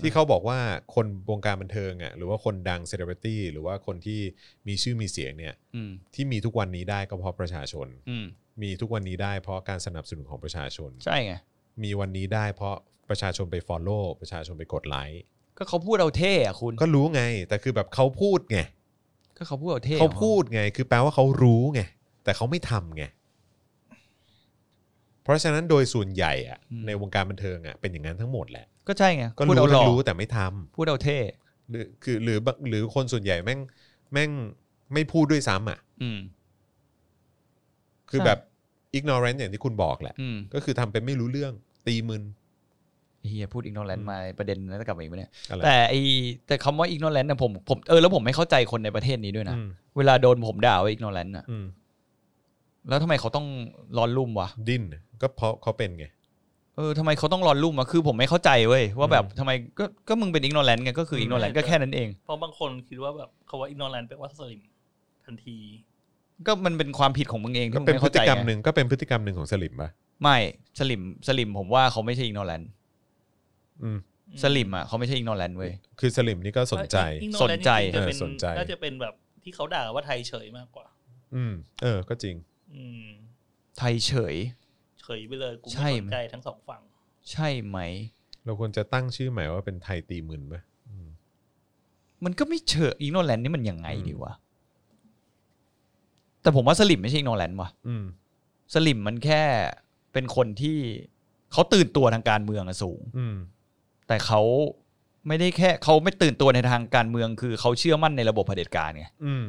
[SPEAKER 1] ที่เขาบอกว่าคนวงการบันเทิงอ่ะหรือว่าคนดังเซเลบริตี้หรือว่าคนที่มีชื่อมีเสียงเนี่ย
[SPEAKER 2] อืม
[SPEAKER 1] ที่มีทุกวันนี้ได้ก็เพราะประชาชน
[SPEAKER 2] อืม
[SPEAKER 1] มีทุกวันนี้ได้เพราะการสนับสนุนของประชาชน
[SPEAKER 2] ใช่ไง
[SPEAKER 1] มีวันนี้ได้เพราะประชาชนไป Follow ประชาชนไปกดไลค์
[SPEAKER 2] ก็เขาพูดเอาเท่อะคุณ
[SPEAKER 1] ก็รู้ไง แต่คือแบบเขาพูดไง
[SPEAKER 2] ก็เขาพูดเอาเท่อะ
[SPEAKER 1] เขาพูดไง คือแปลว่าเขารู้ไงแต่เขาไม่ทำไงเพราะฉะนั้นโดยส่วนใหญ่อะในวงการบันเทิงอะเป็นอย่างนั้นทั้งหมดแหละ
[SPEAKER 2] ก็ใช่ไง
[SPEAKER 1] ก็
[SPEAKER 2] พูด
[SPEAKER 1] รู้
[SPEAKER 2] เอาหล่
[SPEAKER 1] ทั้
[SPEAKER 2] อง
[SPEAKER 1] รู้แต่ไม่ทำ
[SPEAKER 2] พูดเอาเท่
[SPEAKER 1] หรือคือหรือบางหรือคนส่วนใหญ่แม่งแม่งไม่พูดด้วยซ้ำอ่ะ
[SPEAKER 2] อืม
[SPEAKER 1] คือ
[SPEAKER 2] ใช่
[SPEAKER 1] แบบ ignorant อย่างที่คุณบอกแหละ
[SPEAKER 2] อืม
[SPEAKER 1] ก็คือทำเป็นไม่รู้เรื่องตีมึน
[SPEAKER 2] เฮียพูดอิกโนแลน
[SPEAKER 1] อื
[SPEAKER 2] ต์
[SPEAKER 1] ม
[SPEAKER 2] มาประเด็นนั้นกลับมาอีกไหมเนี่ย
[SPEAKER 1] อะไร
[SPEAKER 2] แต่ไอแต่คำว่าอิกโนแลนต์นะผมผมเออแล้วผมไม่เข้าใจคนในประเทศนี้ด้วยนะ
[SPEAKER 1] อืม
[SPEAKER 2] เวลาโดนผมด่าว่าอิกโนแลนต์อ่ะ
[SPEAKER 1] อืม
[SPEAKER 2] แล้วทำไมเขาต้องร้อนรุ่มวะ
[SPEAKER 1] ดิ้นก็เพราะเขาเป็นไง
[SPEAKER 2] เออทำไมเขาต้องร้อนรุ่มวะคือผมไม่เข้าใจเว้ยว่าแบบ
[SPEAKER 1] อืม
[SPEAKER 2] ทำไมก็ก็มึงเป็นอิกโนแลนต์ไงก็คืออิกโนแลนต์ก็แค่นั้นเอง
[SPEAKER 3] เพราะบางคนคิดว่าแบบคำว่าอินโนแลนแปลว่าสลิมทันที
[SPEAKER 2] ก็มันเป็นความผิดของมึงเอง
[SPEAKER 1] ก็
[SPEAKER 2] ที่มึง
[SPEAKER 1] เป็น
[SPEAKER 2] ไม่
[SPEAKER 1] พฤ
[SPEAKER 2] เข้า
[SPEAKER 1] ติ
[SPEAKER 2] ใจ
[SPEAKER 1] กรรมห
[SPEAKER 2] ไง
[SPEAKER 1] นึ่งก็เป็นพฤติกรรมหนึ่งของสลิมปะ
[SPEAKER 2] ไม่สลิมสลิมผมว่าเขาไม่ใช่อิกโนแลนต์
[SPEAKER 1] อืม
[SPEAKER 2] สลิมอ่ะเขาไม่ใช่อิกโนแลนต์เว้ย
[SPEAKER 1] คือสลิมนี่ก็สนใจ
[SPEAKER 3] อิโน
[SPEAKER 2] สน
[SPEAKER 3] แลด์
[SPEAKER 2] ใจ
[SPEAKER 3] ริงๆจะเป็
[SPEAKER 1] เอ
[SPEAKER 3] น
[SPEAKER 1] อสนใจ
[SPEAKER 3] น่าจะเป็นแบบที่เขาด่าว่าไทยเฉยมากกว่า
[SPEAKER 1] อืมเออ ก็จริง
[SPEAKER 3] อืม
[SPEAKER 2] ไทยเฉย
[SPEAKER 3] เฉยไปเลยกู
[SPEAKER 2] ใช่
[SPEAKER 3] ไม่สนใจทั้งสองฝั่ง
[SPEAKER 2] ใช่ไหม
[SPEAKER 1] เราควรจะตั้งชื่อใหม่ว่าเป็นไทยตีหมื่นปะอืม
[SPEAKER 2] มันก็ไม่เฉยอิกโนแลนต์นี่มันยังไง
[SPEAKER 1] อืม
[SPEAKER 2] ดีวะ แต่ผมว่าสลิมไม่ใช่อิกโนแลนต์ว่ะ
[SPEAKER 1] อืม
[SPEAKER 2] สลิมมันแค่เป็นคนที่เขาตื่นตัวทางการเมืองอะสูง
[SPEAKER 1] อืม
[SPEAKER 2] แต่เขาไม่ได้แค่เขาไม่ตื่นตัวในทางการเมือง คือเขาเชื่อมั่นในระบบเผด็จการไง
[SPEAKER 1] อืม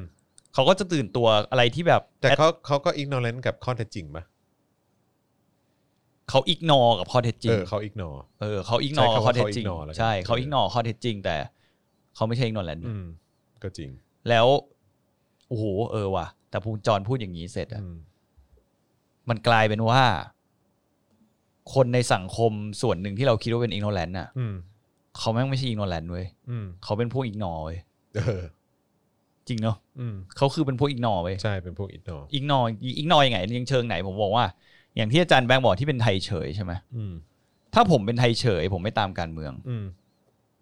[SPEAKER 2] เขาก็จะตื่นตัวอะไรที่แบบ
[SPEAKER 1] แต่เขาเขาก็อิกโนแลนกับข้อเท็จจริงปะ
[SPEAKER 2] เขาอิกนอกับข้อเท็จจริ
[SPEAKER 1] เอง อเขาอิกโน
[SPEAKER 2] เออเขาอิกน
[SPEAKER 1] ใช้
[SPEAKER 2] อ
[SPEAKER 1] คำว่า
[SPEAKER 2] ข้อเท็จจริง
[SPEAKER 1] เขา ignore แล้วกัน
[SPEAKER 2] ใช่เขาอิกนอข้อเท็จจริง แต่เขาไม่ใช่อิกนอแลนด์
[SPEAKER 1] อืมก็จริง
[SPEAKER 2] แล้วโอ้โหเออว่ะ แต่พูจรพูดอย่างนี้เสร็จอะ
[SPEAKER 1] อืม
[SPEAKER 2] มันกลายเป็นว่า คนในสังคมส่วนหนึ่งที่เราคิดว่าเป็นอิกนอแลนด์น่ะ
[SPEAKER 1] อืม
[SPEAKER 2] เขาแม่งไม่ใช่อิกนอแลนด์เว้ย
[SPEAKER 1] อืม
[SPEAKER 2] เขาเป็นพวกอิกนอเว้ย
[SPEAKER 1] เออ
[SPEAKER 2] จริงเนาะ
[SPEAKER 1] อืม
[SPEAKER 2] เขาคือเป็นพวกอิกนอเว้ย
[SPEAKER 1] ใช่เป็นพวกอิกโน
[SPEAKER 2] อิกนออิกนอยังไงยังเชิงไหนผมบอกว่า อย่างที่อาจารย์แบงค์บอกที่เป็นไทยเฉยใช่ไหม
[SPEAKER 1] อืม
[SPEAKER 2] ถ้าผมเป็นไทยเฉย ผมไม่ตามการเมือง
[SPEAKER 1] อืม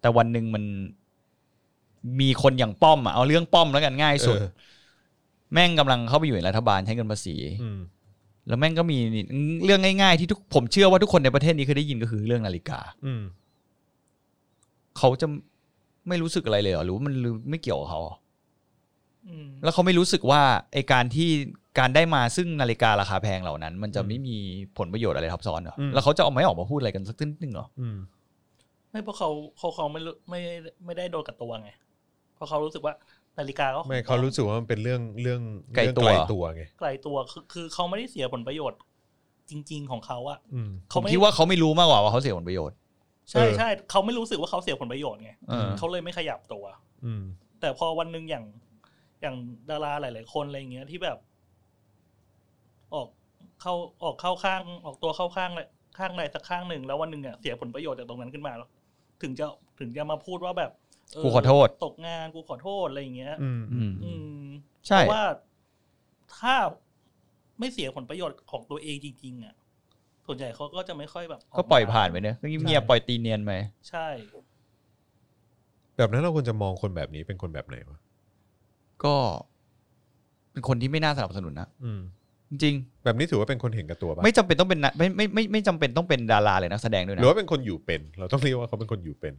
[SPEAKER 2] แต่วันหนึ่งมันมีคนอย่างป้อมอะเอาเรื่องป้อมแล้วกันง่ายสุด
[SPEAKER 1] เออ
[SPEAKER 2] แม่งกำลังเข้าไปอยู่ในรัฐบาลใช้เงินภาษี
[SPEAKER 1] อืม
[SPEAKER 2] แล้วแม่งก็มีนี่เรื่องง่ายๆที่ทุกผมเชื่อว่าทุกคนในประเทศนี้เคยได้ยินก็คือเรื่องนาฬิกา
[SPEAKER 1] อืม
[SPEAKER 2] เขาจะไม่รู้สึกอะไรเลยเหรอหรือว่ามันลืมไม่เกี่ยวกับเขาเหรอ
[SPEAKER 3] อืม
[SPEAKER 2] แล้วเขาไม่รู้สึกว่าไอการที่การได้มาซึ่งนาฬิการาคาแพงเหล่านั้น มันจะไม่มีผลประโยชน์อะไรทับซ้อนเหรอแล้วเขาจะเอาไม่ออกมาพูดอะไรกันสักนิดนึงเหรอ
[SPEAKER 1] อืม
[SPEAKER 3] ไม่เพราะเขาเขาเขาไม่รู้ไม่ไม่ได้โดนกับตัวไง เพราะเขารู้สึกว่านาฬิกาก็คง
[SPEAKER 1] ไม่เขารู้สึกว่ามันเป็นเรื่องเรื่อง
[SPEAKER 2] ไกล
[SPEAKER 1] เรื่อง
[SPEAKER 2] ตัว
[SPEAKER 1] ไกลตัวไง
[SPEAKER 3] ไกลตัวคือคือเขาไม่ได้เสียผลประโยชน์ จริง ๆ ของเขาอะ
[SPEAKER 1] อืม
[SPEAKER 2] ผม
[SPEAKER 3] ไม่
[SPEAKER 2] คิดว่าเขาไม่รู้มากกว่าว่าเขาเสียผลประโยชน์
[SPEAKER 3] ใช่
[SPEAKER 1] เออ
[SPEAKER 3] ใช่เขาไม่รู้สึกว่าเขาเสียผลประโยชน์ไง
[SPEAKER 2] เออ
[SPEAKER 3] เขาเลยไม่ขยับตัว
[SPEAKER 1] อืม
[SPEAKER 3] แต่พอวันหนึ่งอย่างอย่างดาราหลาย ๆ คนอะไรอย่างเงี้ยที่แบบ ออกเข้าออกเข้าข้าง ออกตัวเข้าข้างเลยข้างใดสักข้างหนึ่งแล้ววันหนึ่งอ่ะเสียผลประโยชน์จากตรงนั้นขึ้นมาแล้วถึงจะถึงจะมาพูดว่าแบบเ
[SPEAKER 2] กูขอโทษ
[SPEAKER 3] ตกงานกูขอโทษอะไรอย่างเงี้ย
[SPEAKER 1] อืม
[SPEAKER 2] อืม
[SPEAKER 3] อืม
[SPEAKER 2] ใช่
[SPEAKER 3] เพราะว่าถ้าไม่เสียผลประโยชน์ของตัวเองจริง ๆ อ่ะ ส่วนใหญ่เขาก็จะไม่ค่อยแบบ
[SPEAKER 2] ก็ปล่อยผ่านไปเนอะก็เงียบๆปล่อยตีเนียนไป
[SPEAKER 3] ใช่
[SPEAKER 1] แบบนั้นเราควรจะมองคนแบบนี้เป็นคนแบบไหนวะ
[SPEAKER 2] ก็เป็นคนที่ไม่น่าสนับสนุนนะ
[SPEAKER 1] อืม
[SPEAKER 2] จริง
[SPEAKER 1] แบบนี้ถือว่าเป็นคนเห็นแกับตัว
[SPEAKER 2] ๆ
[SPEAKER 1] ปะ
[SPEAKER 2] ไม่จำเป็นต้องเป็นนะไม่ไม่ไม่ไม่จำเป็นต้องเป็นดาราเลยนักแสดงด้วย
[SPEAKER 1] ห
[SPEAKER 2] นะ
[SPEAKER 1] รือว่าเป็นคนอยู่เป็น เราต้องเรียกว่าเขาเป็นคนอยู่เป็น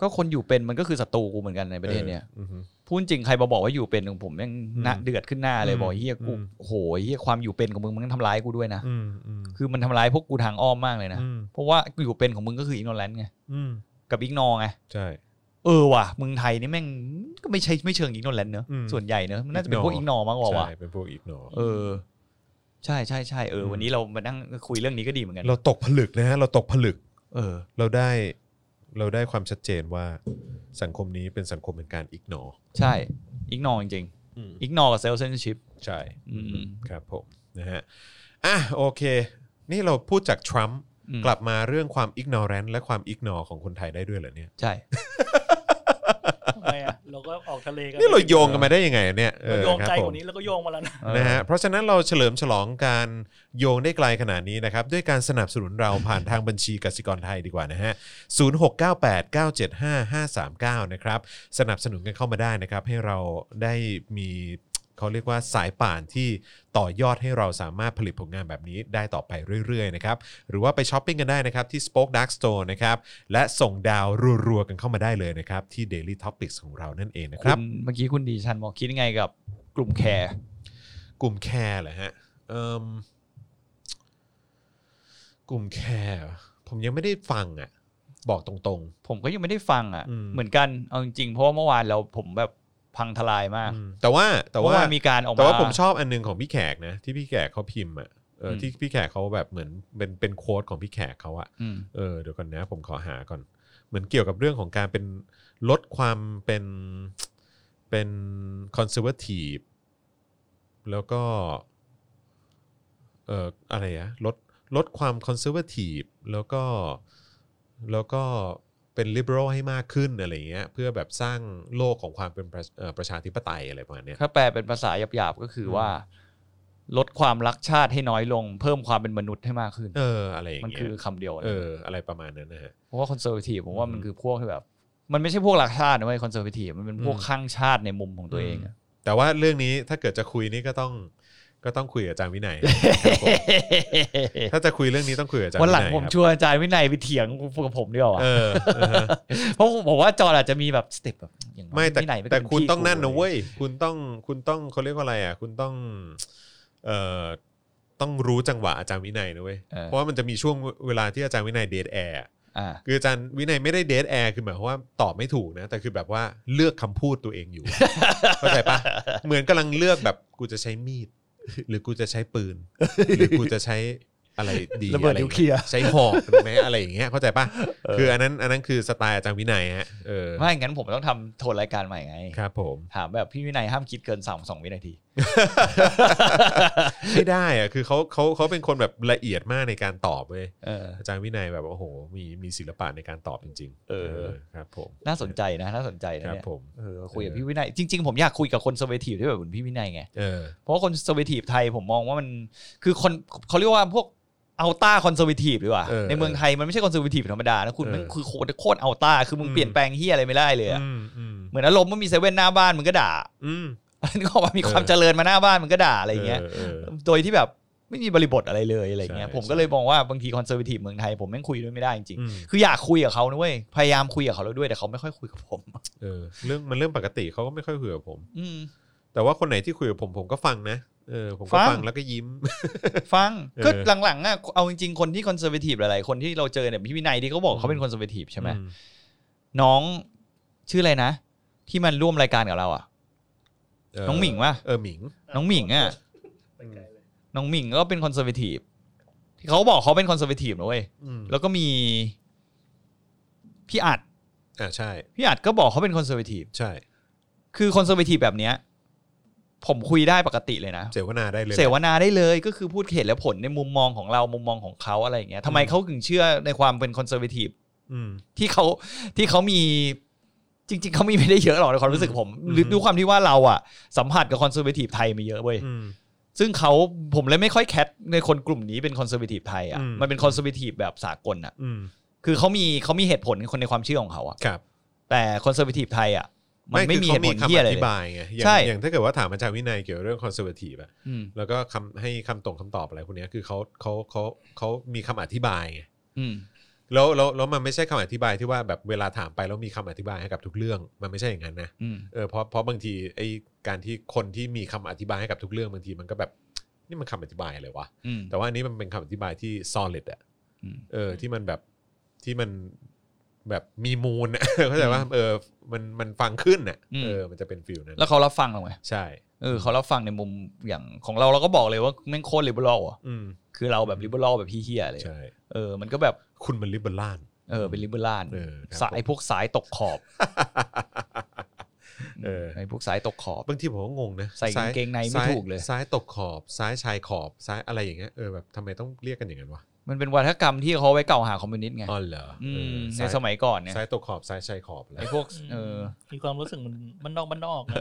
[SPEAKER 2] ก็คนอยู่เป็นมันก็คือศัตรูกูเหมือนกันในประเทศเนี้ย
[SPEAKER 1] อออือฮึ
[SPEAKER 2] พูดจริงใครมาบอกว่าอยู่เป็นของผมแม่งหน้า
[SPEAKER 1] อืม
[SPEAKER 2] เดือดขึ้นหน้าเลย
[SPEAKER 1] อืม
[SPEAKER 2] บอกเฮียกู
[SPEAKER 1] อืม
[SPEAKER 2] โอ้โหเฮียความอยู่เป็นของมึงมันทำร้ายกูด้วยนะ
[SPEAKER 1] อืมอืม
[SPEAKER 2] คือมันทำร้ายพวกกูทางอ้อมมากเลยนะ
[SPEAKER 1] อืม
[SPEAKER 2] เพราะว่าอยู่เป็นของมึงก็คืออินโนแลนไง
[SPEAKER 1] อืม
[SPEAKER 2] กับอิกนอไง
[SPEAKER 1] ใช่
[SPEAKER 2] เออว่ะมึงไทยนี่แม่งก็ไม่ใช่ไม่เชิงอิกโนแลนเนอะ
[SPEAKER 1] อืม
[SPEAKER 2] ส่วนใหญ่เนอะมันน่าจะเป็นพวกอิกนอมากกว่า
[SPEAKER 1] ใช่
[SPEAKER 2] ว่ะ
[SPEAKER 1] เป็นพวกอีกโน
[SPEAKER 2] เออ ใช่ใช่ใช่เออ
[SPEAKER 1] อืม
[SPEAKER 2] วันนี้เรามานั่งคุยเรื่องนี้ก็ดีเหมือนกัน
[SPEAKER 1] เราตกผลึกนะฮะเราตกผลึก
[SPEAKER 2] เออ
[SPEAKER 1] เราได้เราได้ความชัดเจนว่าสังคมนี้เป็นสังคมเป็นการอิกโน
[SPEAKER 2] ใช่อีกนอจริงๆอีกนอกับเซลล์เซนชิพ
[SPEAKER 1] ใช่
[SPEAKER 2] อืม
[SPEAKER 1] ครับผมนะฮะอ่ะโอเค นี่เราพูดจากทรัมป์
[SPEAKER 2] อืม
[SPEAKER 1] กลับมาเรื่องความอิกโนแรนและความอิกโนของคนไทยได้ด้วยเหรอเนี่ย
[SPEAKER 2] ใช่
[SPEAKER 3] ทำไมอ่ะเราก็ออกทะเลกัน
[SPEAKER 1] นี่เราโยงกันมาได้ยังไงเนี่ยเอ
[SPEAKER 3] เรา
[SPEAKER 1] อ
[SPEAKER 3] โยง
[SPEAKER 1] ครับ
[SPEAKER 3] ใจ
[SPEAKER 1] ผ
[SPEAKER 3] ก
[SPEAKER 1] ม
[SPEAKER 3] ว่านี้แล้วก็โยงมาแล้วนะ
[SPEAKER 2] เออ
[SPEAKER 1] นะฮะเพราะฉะนั้นเราเฉลิมฉลองการโยงได้ไกลขนาดนี้นะครับ ด้วยการสนับสนุนเราผ่านทางบัญชีกสิกรไทยดีกว่านะฮะ 0698975539 นะครับ สนับสนุนกันเข้ามาได้นะครับ ให้เราได้มีเขาเรียกว่าสายป่านที่ต่อยอดให้เราสามารถผลิตผลงานแบบนี้ได้ต่อไปเรื่อยๆนะครับ หรือว่าไปช้อปปิ้งกันได้นะครับ ที่ Spoke Dark Store นะครับ และส่งดาวรัวๆกันเข้ามาได้เลยนะครับ ที่ Daily Topics ของเรานั่นเองนะค
[SPEAKER 2] คุ
[SPEAKER 1] รับ
[SPEAKER 2] ณเมื่อกี้คุณดีชันบอกคิดยังไงกับกลุ่มแคร์
[SPEAKER 1] กลุ่มแคร์เหรอฮะเอิ่มกลุ่มแคร์เหรอผมยังไม่ได้ฟังอ่ะ บอกตรง
[SPEAKER 2] ผมก็ยังไม่ได้ฟังอ่ะ
[SPEAKER 1] อืม
[SPEAKER 2] เหมือนกันเอาจริงๆเพราะว่าเมื่อวานเราผมแบบพังทลายมาก
[SPEAKER 1] ๆ แต่ว่าแต่
[SPEAKER 2] เมื่อ
[SPEAKER 1] ว่าน
[SPEAKER 2] มีการออกมา
[SPEAKER 1] แต่ว่าผมชอบอันหนึงของพี่แขกนะ ที่พี่แขกเขาพิมพ์อ่ะ เอออ
[SPEAKER 2] ม
[SPEAKER 1] ที่พี่แขกเขาแบบเหมือนเป็นเป็นโค้ดของพี่แขกเขาอะ
[SPEAKER 2] อืม
[SPEAKER 1] เออเดี๋ยวก่อนนะผมขอหาก่อน เหมือนเกี่ยวกับเรื่องของการเป็นลดความเป็นเป็นคอนเซอร์วทีฟแล้วก็เอ่ออะไรอะลดลดความคอนเซอร์วทีฟแล้วก็แล้วก็เป็นลิเบอรัลให้มากขึ้นอะไรอย่างเงี้ยเพื่อแบบสร้างโลกของความเป็นประเอ่อประชาธิปไตยอะไรประมาณเนี้ย
[SPEAKER 2] ถ้าแปลเป็นภาษาหยาบๆก็คืออ
[SPEAKER 1] ม
[SPEAKER 2] ว่า ลดความรักชาติให้น้อยลง เพิ่มความเป็นมนุษย์ให้มากขึ้น
[SPEAKER 1] เอออะไรอย่าง
[SPEAKER 2] มัน
[SPEAKER 1] เงี้ย
[SPEAKER 2] คือคำเดียวนะ
[SPEAKER 1] เอออะไรประมาณนั้นนะฮะ
[SPEAKER 2] เพราะว่าคอนเซอร์วทีฟผมว่ามัน
[SPEAKER 1] อืม
[SPEAKER 2] คือพวกที่แบบ มันไม่ใช่พวกรักชาตินะเว้ยคอนเซอร์วทีฟมันเป็นพวก
[SPEAKER 1] อืม
[SPEAKER 2] ข้างชาติในมุมของตัวเองอะ
[SPEAKER 1] แต่ว่าเรื่องนี้ถ้าเกิดจะคุยนี่ก็ต้องก็ต้องคุยกับอาจารย์วินัย ครับผม ถ้าจะคุยเรื่องนี้ต้องคุยกับอาจารย์
[SPEAKER 2] วัน
[SPEAKER 1] วิ
[SPEAKER 2] ห
[SPEAKER 1] นั
[SPEAKER 2] ลั
[SPEAKER 1] ย
[SPEAKER 2] งผม
[SPEAKER 1] ครับ
[SPEAKER 2] ชวนอาจารย์วินัยไปเถียงกับผมดีกว่า
[SPEAKER 1] เออเออฮะ
[SPEAKER 2] เพราะผมว่าจอร์อาจจะมีแบบสเต็ปแบบอย่างน้อย
[SPEAKER 1] ไม่แต่
[SPEAKER 2] วินัยป
[SPEAKER 1] แต่
[SPEAKER 2] เป็
[SPEAKER 1] คุณ
[SPEAKER 2] พี่
[SPEAKER 1] ต้องนั่นนะ
[SPEAKER 2] กู
[SPEAKER 1] เว้ยคุณต้องคุณต้องเขาเรียกว่าอะไรอ่ะ คุณต้องเอ่อต้องรู้จังหวะอาจารย์วินัยนะเว้ย
[SPEAKER 2] เออ
[SPEAKER 1] เพราะว่ามันจะมีช่วงเวลาที่อาจารย์วินัยเดทแอร์
[SPEAKER 2] อ่า
[SPEAKER 1] คืออาจารย์วินัยไม่ได้เดทแอร์คือหมายความว่าตอบไม่ถูกนะแต่คือแบบว่าเลือกคำพูดตัวเองอยู่ เข้าใจปะเหมือนกำลังเลือกแบบกูจะใช้มีด หรือกูจะใช้ปื น หรือกูจะใช้อะไรดี
[SPEAKER 2] ระเบิด
[SPEAKER 1] อไอางงี้
[SPEAKER 2] นิวเคลียร์
[SPEAKER 1] ใช้หอกได้ไหมอะไรอย่างเงี้ยเข้าใจปะคืออันนั้นอันนั้นคือสไตล์อาจารย์วินัยฮะเออ
[SPEAKER 2] ไม่งั้นผมต้องทำโทนรายการใหม่ไง
[SPEAKER 1] ครับผม
[SPEAKER 2] ถามแบบพี่วินัยห้ามคิดเกินสามสองวินาที
[SPEAKER 1] ไม่ได้อะคือเขาเขาเขาเป็นคนแบบละเอียดมากในการตอบเว้ย
[SPEAKER 2] เออ
[SPEAKER 1] อาจารย์วินัยแบบโอ้โหมีมีศิลปะในการตอบจริงๆ
[SPEAKER 2] เออ
[SPEAKER 1] ครับผม
[SPEAKER 2] น่าสนใจนะน่าสนใจนะครับ เนี่ย
[SPEAKER 1] ผม
[SPEAKER 2] เออคุยกับ
[SPEAKER 1] เออ
[SPEAKER 2] พี่วินัยจริง ๆ ผมอยากคุยกับคนเซอร์เวทีฟที่แบบเหมือนพี่วินัยไง
[SPEAKER 1] เออ
[SPEAKER 2] เพราะคนเซอร์เวทีฟไทยผมมองว่ามันคือคนเขาเรียกว่าพวกอัลต้าคอนเซอร์เวทีฟหรือว่า
[SPEAKER 1] เออ
[SPEAKER 2] ในเมืองไทยมันไม่ใช่คอนเซอร์เวทีฟธรรมดานะคุณ
[SPEAKER 1] เออ
[SPEAKER 2] มันคือโคตรโคตรอัลต้าคือมึง
[SPEAKER 1] อืม
[SPEAKER 2] เปลี่ยนแปลงเฮียอะไรไม่ได้เลยอะ
[SPEAKER 1] อืมอืม
[SPEAKER 2] เหมือนอารมณ์มันมีเซเว่นหน้าบ้านมึงก็ด่า
[SPEAKER 1] อืม
[SPEAKER 2] นึกออกว่ามีความ
[SPEAKER 1] เออ
[SPEAKER 2] เจริญมาหน้าบ้านมึงก็ด่าอะไรอย่างเงี้ย
[SPEAKER 1] ออออ
[SPEAKER 2] โดยที่แบบไม่มีบริบทอะไรเลยอะไรอย่างเงี้ย
[SPEAKER 1] ใช่
[SPEAKER 2] ผม
[SPEAKER 1] ใช่
[SPEAKER 2] ก็เลยมองว่าบางทีคอนเซอร์เวทีฟเมืองไทยผมแม่งคุยด้วยไม่ได้จริง
[SPEAKER 1] อืม
[SPEAKER 2] ๆคืออยากคุยกับเขานะเว้ยพยายามคุยกับเขาแล้วด้วยแต่เขาไม่ค่อยคุยกับผม
[SPEAKER 1] เออเรื่องมันเรื่องปกติเขาก็ไม่ค่อยคุยกับผม
[SPEAKER 2] อืม
[SPEAKER 1] แต่ว่าคนไหนที่คุยกับผมผมก็ฟังนะเออผมก็
[SPEAKER 2] ฟัง
[SPEAKER 1] ฟังแล้วก็ยิ้ม
[SPEAKER 2] ฟัง
[SPEAKER 1] เออ
[SPEAKER 2] ก็หลังๆอ่ะเอาจริงๆคนที่คอนเซอร์เวทีฟหลายๆคนที่เราเจอเนี่ยพี่วินัยที่เขาบอกเขาเป็นคอนเซอร์เวทีฟใช่ไหม
[SPEAKER 1] อื
[SPEAKER 2] น้องชื่ออะไรนะ ที่มันร่วมรายการกับเราอ่ะ
[SPEAKER 1] เ
[SPEAKER 2] น้องหมิงว่ะ
[SPEAKER 1] เออหมิง
[SPEAKER 2] น้องหมิ่งอะ
[SPEAKER 3] ไปไกลเลย
[SPEAKER 2] น้องหมิงก็เป็นคอนเซอร์เวทีฟที่เขาบอกเขาเป็นคอนเซอร์เวทีฟนะเว้ย
[SPEAKER 1] อืม
[SPEAKER 2] แล้วก็มีพี่อัด
[SPEAKER 1] อ่าใช่
[SPEAKER 2] พี่อัดก็บอกเขาเป็นคอนเซอร์เวทีฟ
[SPEAKER 1] ใช่
[SPEAKER 2] คือคอนเซอร์เวทีฟแบบเนี้ยผมคุยได้ปกติเลยนะ
[SPEAKER 1] เสวนาได้เลย
[SPEAKER 2] เสวนาได้เลยก็คือพูดเหตุและผลในมุมมองของเรามุมมองของเขาอะไรอย่างเงี้ยทำไม
[SPEAKER 1] อืม
[SPEAKER 2] เขาถึงเชื่อในความเป็นคอนเซอร์เวทีฟ
[SPEAKER 1] อืม
[SPEAKER 2] ที่เขาที่เขามีจริง ๆ เขามีไม่ได้เยอะหรอกในความรู้สึกผม
[SPEAKER 1] อืม
[SPEAKER 2] หรือดูความที่ว่าเราอะสัมผัสกับคอนเซอร์เวทีฟไทยมาเยอะเว้ย
[SPEAKER 1] อืม
[SPEAKER 2] ซึ่งเขาผมเลยไม่ค่อยแคทในคนกลุ่มนี้เป็นคอนเซอร์เวทีฟไทยอะ
[SPEAKER 1] อืม
[SPEAKER 2] มันเป็นคอนเซอร์เวทีฟแบบสากลอะ
[SPEAKER 1] อืม
[SPEAKER 2] คือเขามีเขามีเหตุผลคนในความเชื่อของเขาอะ
[SPEAKER 1] ครับ
[SPEAKER 2] แต่คอนเซอร์เวทีฟไทยอะมันไม่มีเหตุผล
[SPEAKER 1] คือขา
[SPEAKER 2] เที่ยอะไร
[SPEAKER 1] อ
[SPEAKER 2] เล
[SPEAKER 1] ธิ
[SPEAKER 2] ย
[SPEAKER 1] บายไงอย่าง
[SPEAKER 2] ใช่
[SPEAKER 1] อย่างถ้าเกิดว่าถามอาจารย์วินัยเกี่ยวกับเรื่องคอนเซอร์วทีฟอะ
[SPEAKER 2] อืม
[SPEAKER 1] แล้วก็คำให้คำตรงคำตอบอะไรพวกเนี้ยคือเขาเขาเขาเขามีคำอธิบายไง
[SPEAKER 2] อืม
[SPEAKER 1] แล้วแล้วแล้วมันไม่ใช่คำอธิบายที่ว่าแบบเวลาถามไปแล้วมีคำอธิบายให้กับทุกเรื่อง มันไม่ใช่อย่างนั้นนะ
[SPEAKER 2] อืม
[SPEAKER 1] เออเพราะเพราะบางทีไอ้การที่คนที่มีคำอธิบายให้กับทุกเรื่องบางทีมันก็แบบนี่มันคำอธิบายเลยวะ
[SPEAKER 2] อืม
[SPEAKER 1] แต่ว่าอันนี้มันเป็นคำอธิบายที่ solid อะ
[SPEAKER 2] อืม
[SPEAKER 1] เออที่มันแบบที่มันแบบมีมูลอะ เข้าใจว่าเออมันมันฟังขึ้นอะ
[SPEAKER 2] อืม
[SPEAKER 1] เออมันจะเป็นฟิลนั้น
[SPEAKER 2] แล้วเขารับฟังเราไหม
[SPEAKER 1] ใช่
[SPEAKER 2] เออเขารับฟังในมุมอย่างของเราเราก็บอกเลยว่าแม่งโคตรลิเบอรัลอะ
[SPEAKER 1] อืม
[SPEAKER 2] คือเราแบบลิเบอรัลแบบเฮี้ยๆเลย
[SPEAKER 1] ใช่
[SPEAKER 2] เออมันก็แบบ
[SPEAKER 1] คุณมันลิเบอรัล
[SPEAKER 2] เออเป็นลิเบอร a ล
[SPEAKER 1] เออครับ
[SPEAKER 2] สายพวกสายตกขอบ
[SPEAKER 1] เออ
[SPEAKER 2] ไอ้พวกสายตกขอบ
[SPEAKER 1] บางทีผมก็งงนะ
[SPEAKER 2] ใส่กางเกงในไม่
[SPEAKER 1] ซ้า
[SPEAKER 2] ถูกเลย
[SPEAKER 1] ซ้ายตกขอบซ้ายชายขอบซ้ายอะไรอย่างเงี้ยเออแบบทำไมต้องเรียกกันอย่างนั้นวะ
[SPEAKER 2] มันเป็นวัฒกรรมที่เขาไว้เกล่าวหาคอมมิวนิสต์ไง
[SPEAKER 1] อ๋อเหรอ
[SPEAKER 2] อื
[SPEAKER 1] เอ
[SPEAKER 2] ม
[SPEAKER 1] อ
[SPEAKER 2] ใน
[SPEAKER 1] ซ้าย
[SPEAKER 2] สมัยก่อนเนี่ย
[SPEAKER 1] ซ้ายตกขอบซ้ายชายขอบอะไร
[SPEAKER 2] ไอ้พวกเออ
[SPEAKER 3] มีความรู้สึกมันมันนอกมันนอกนะ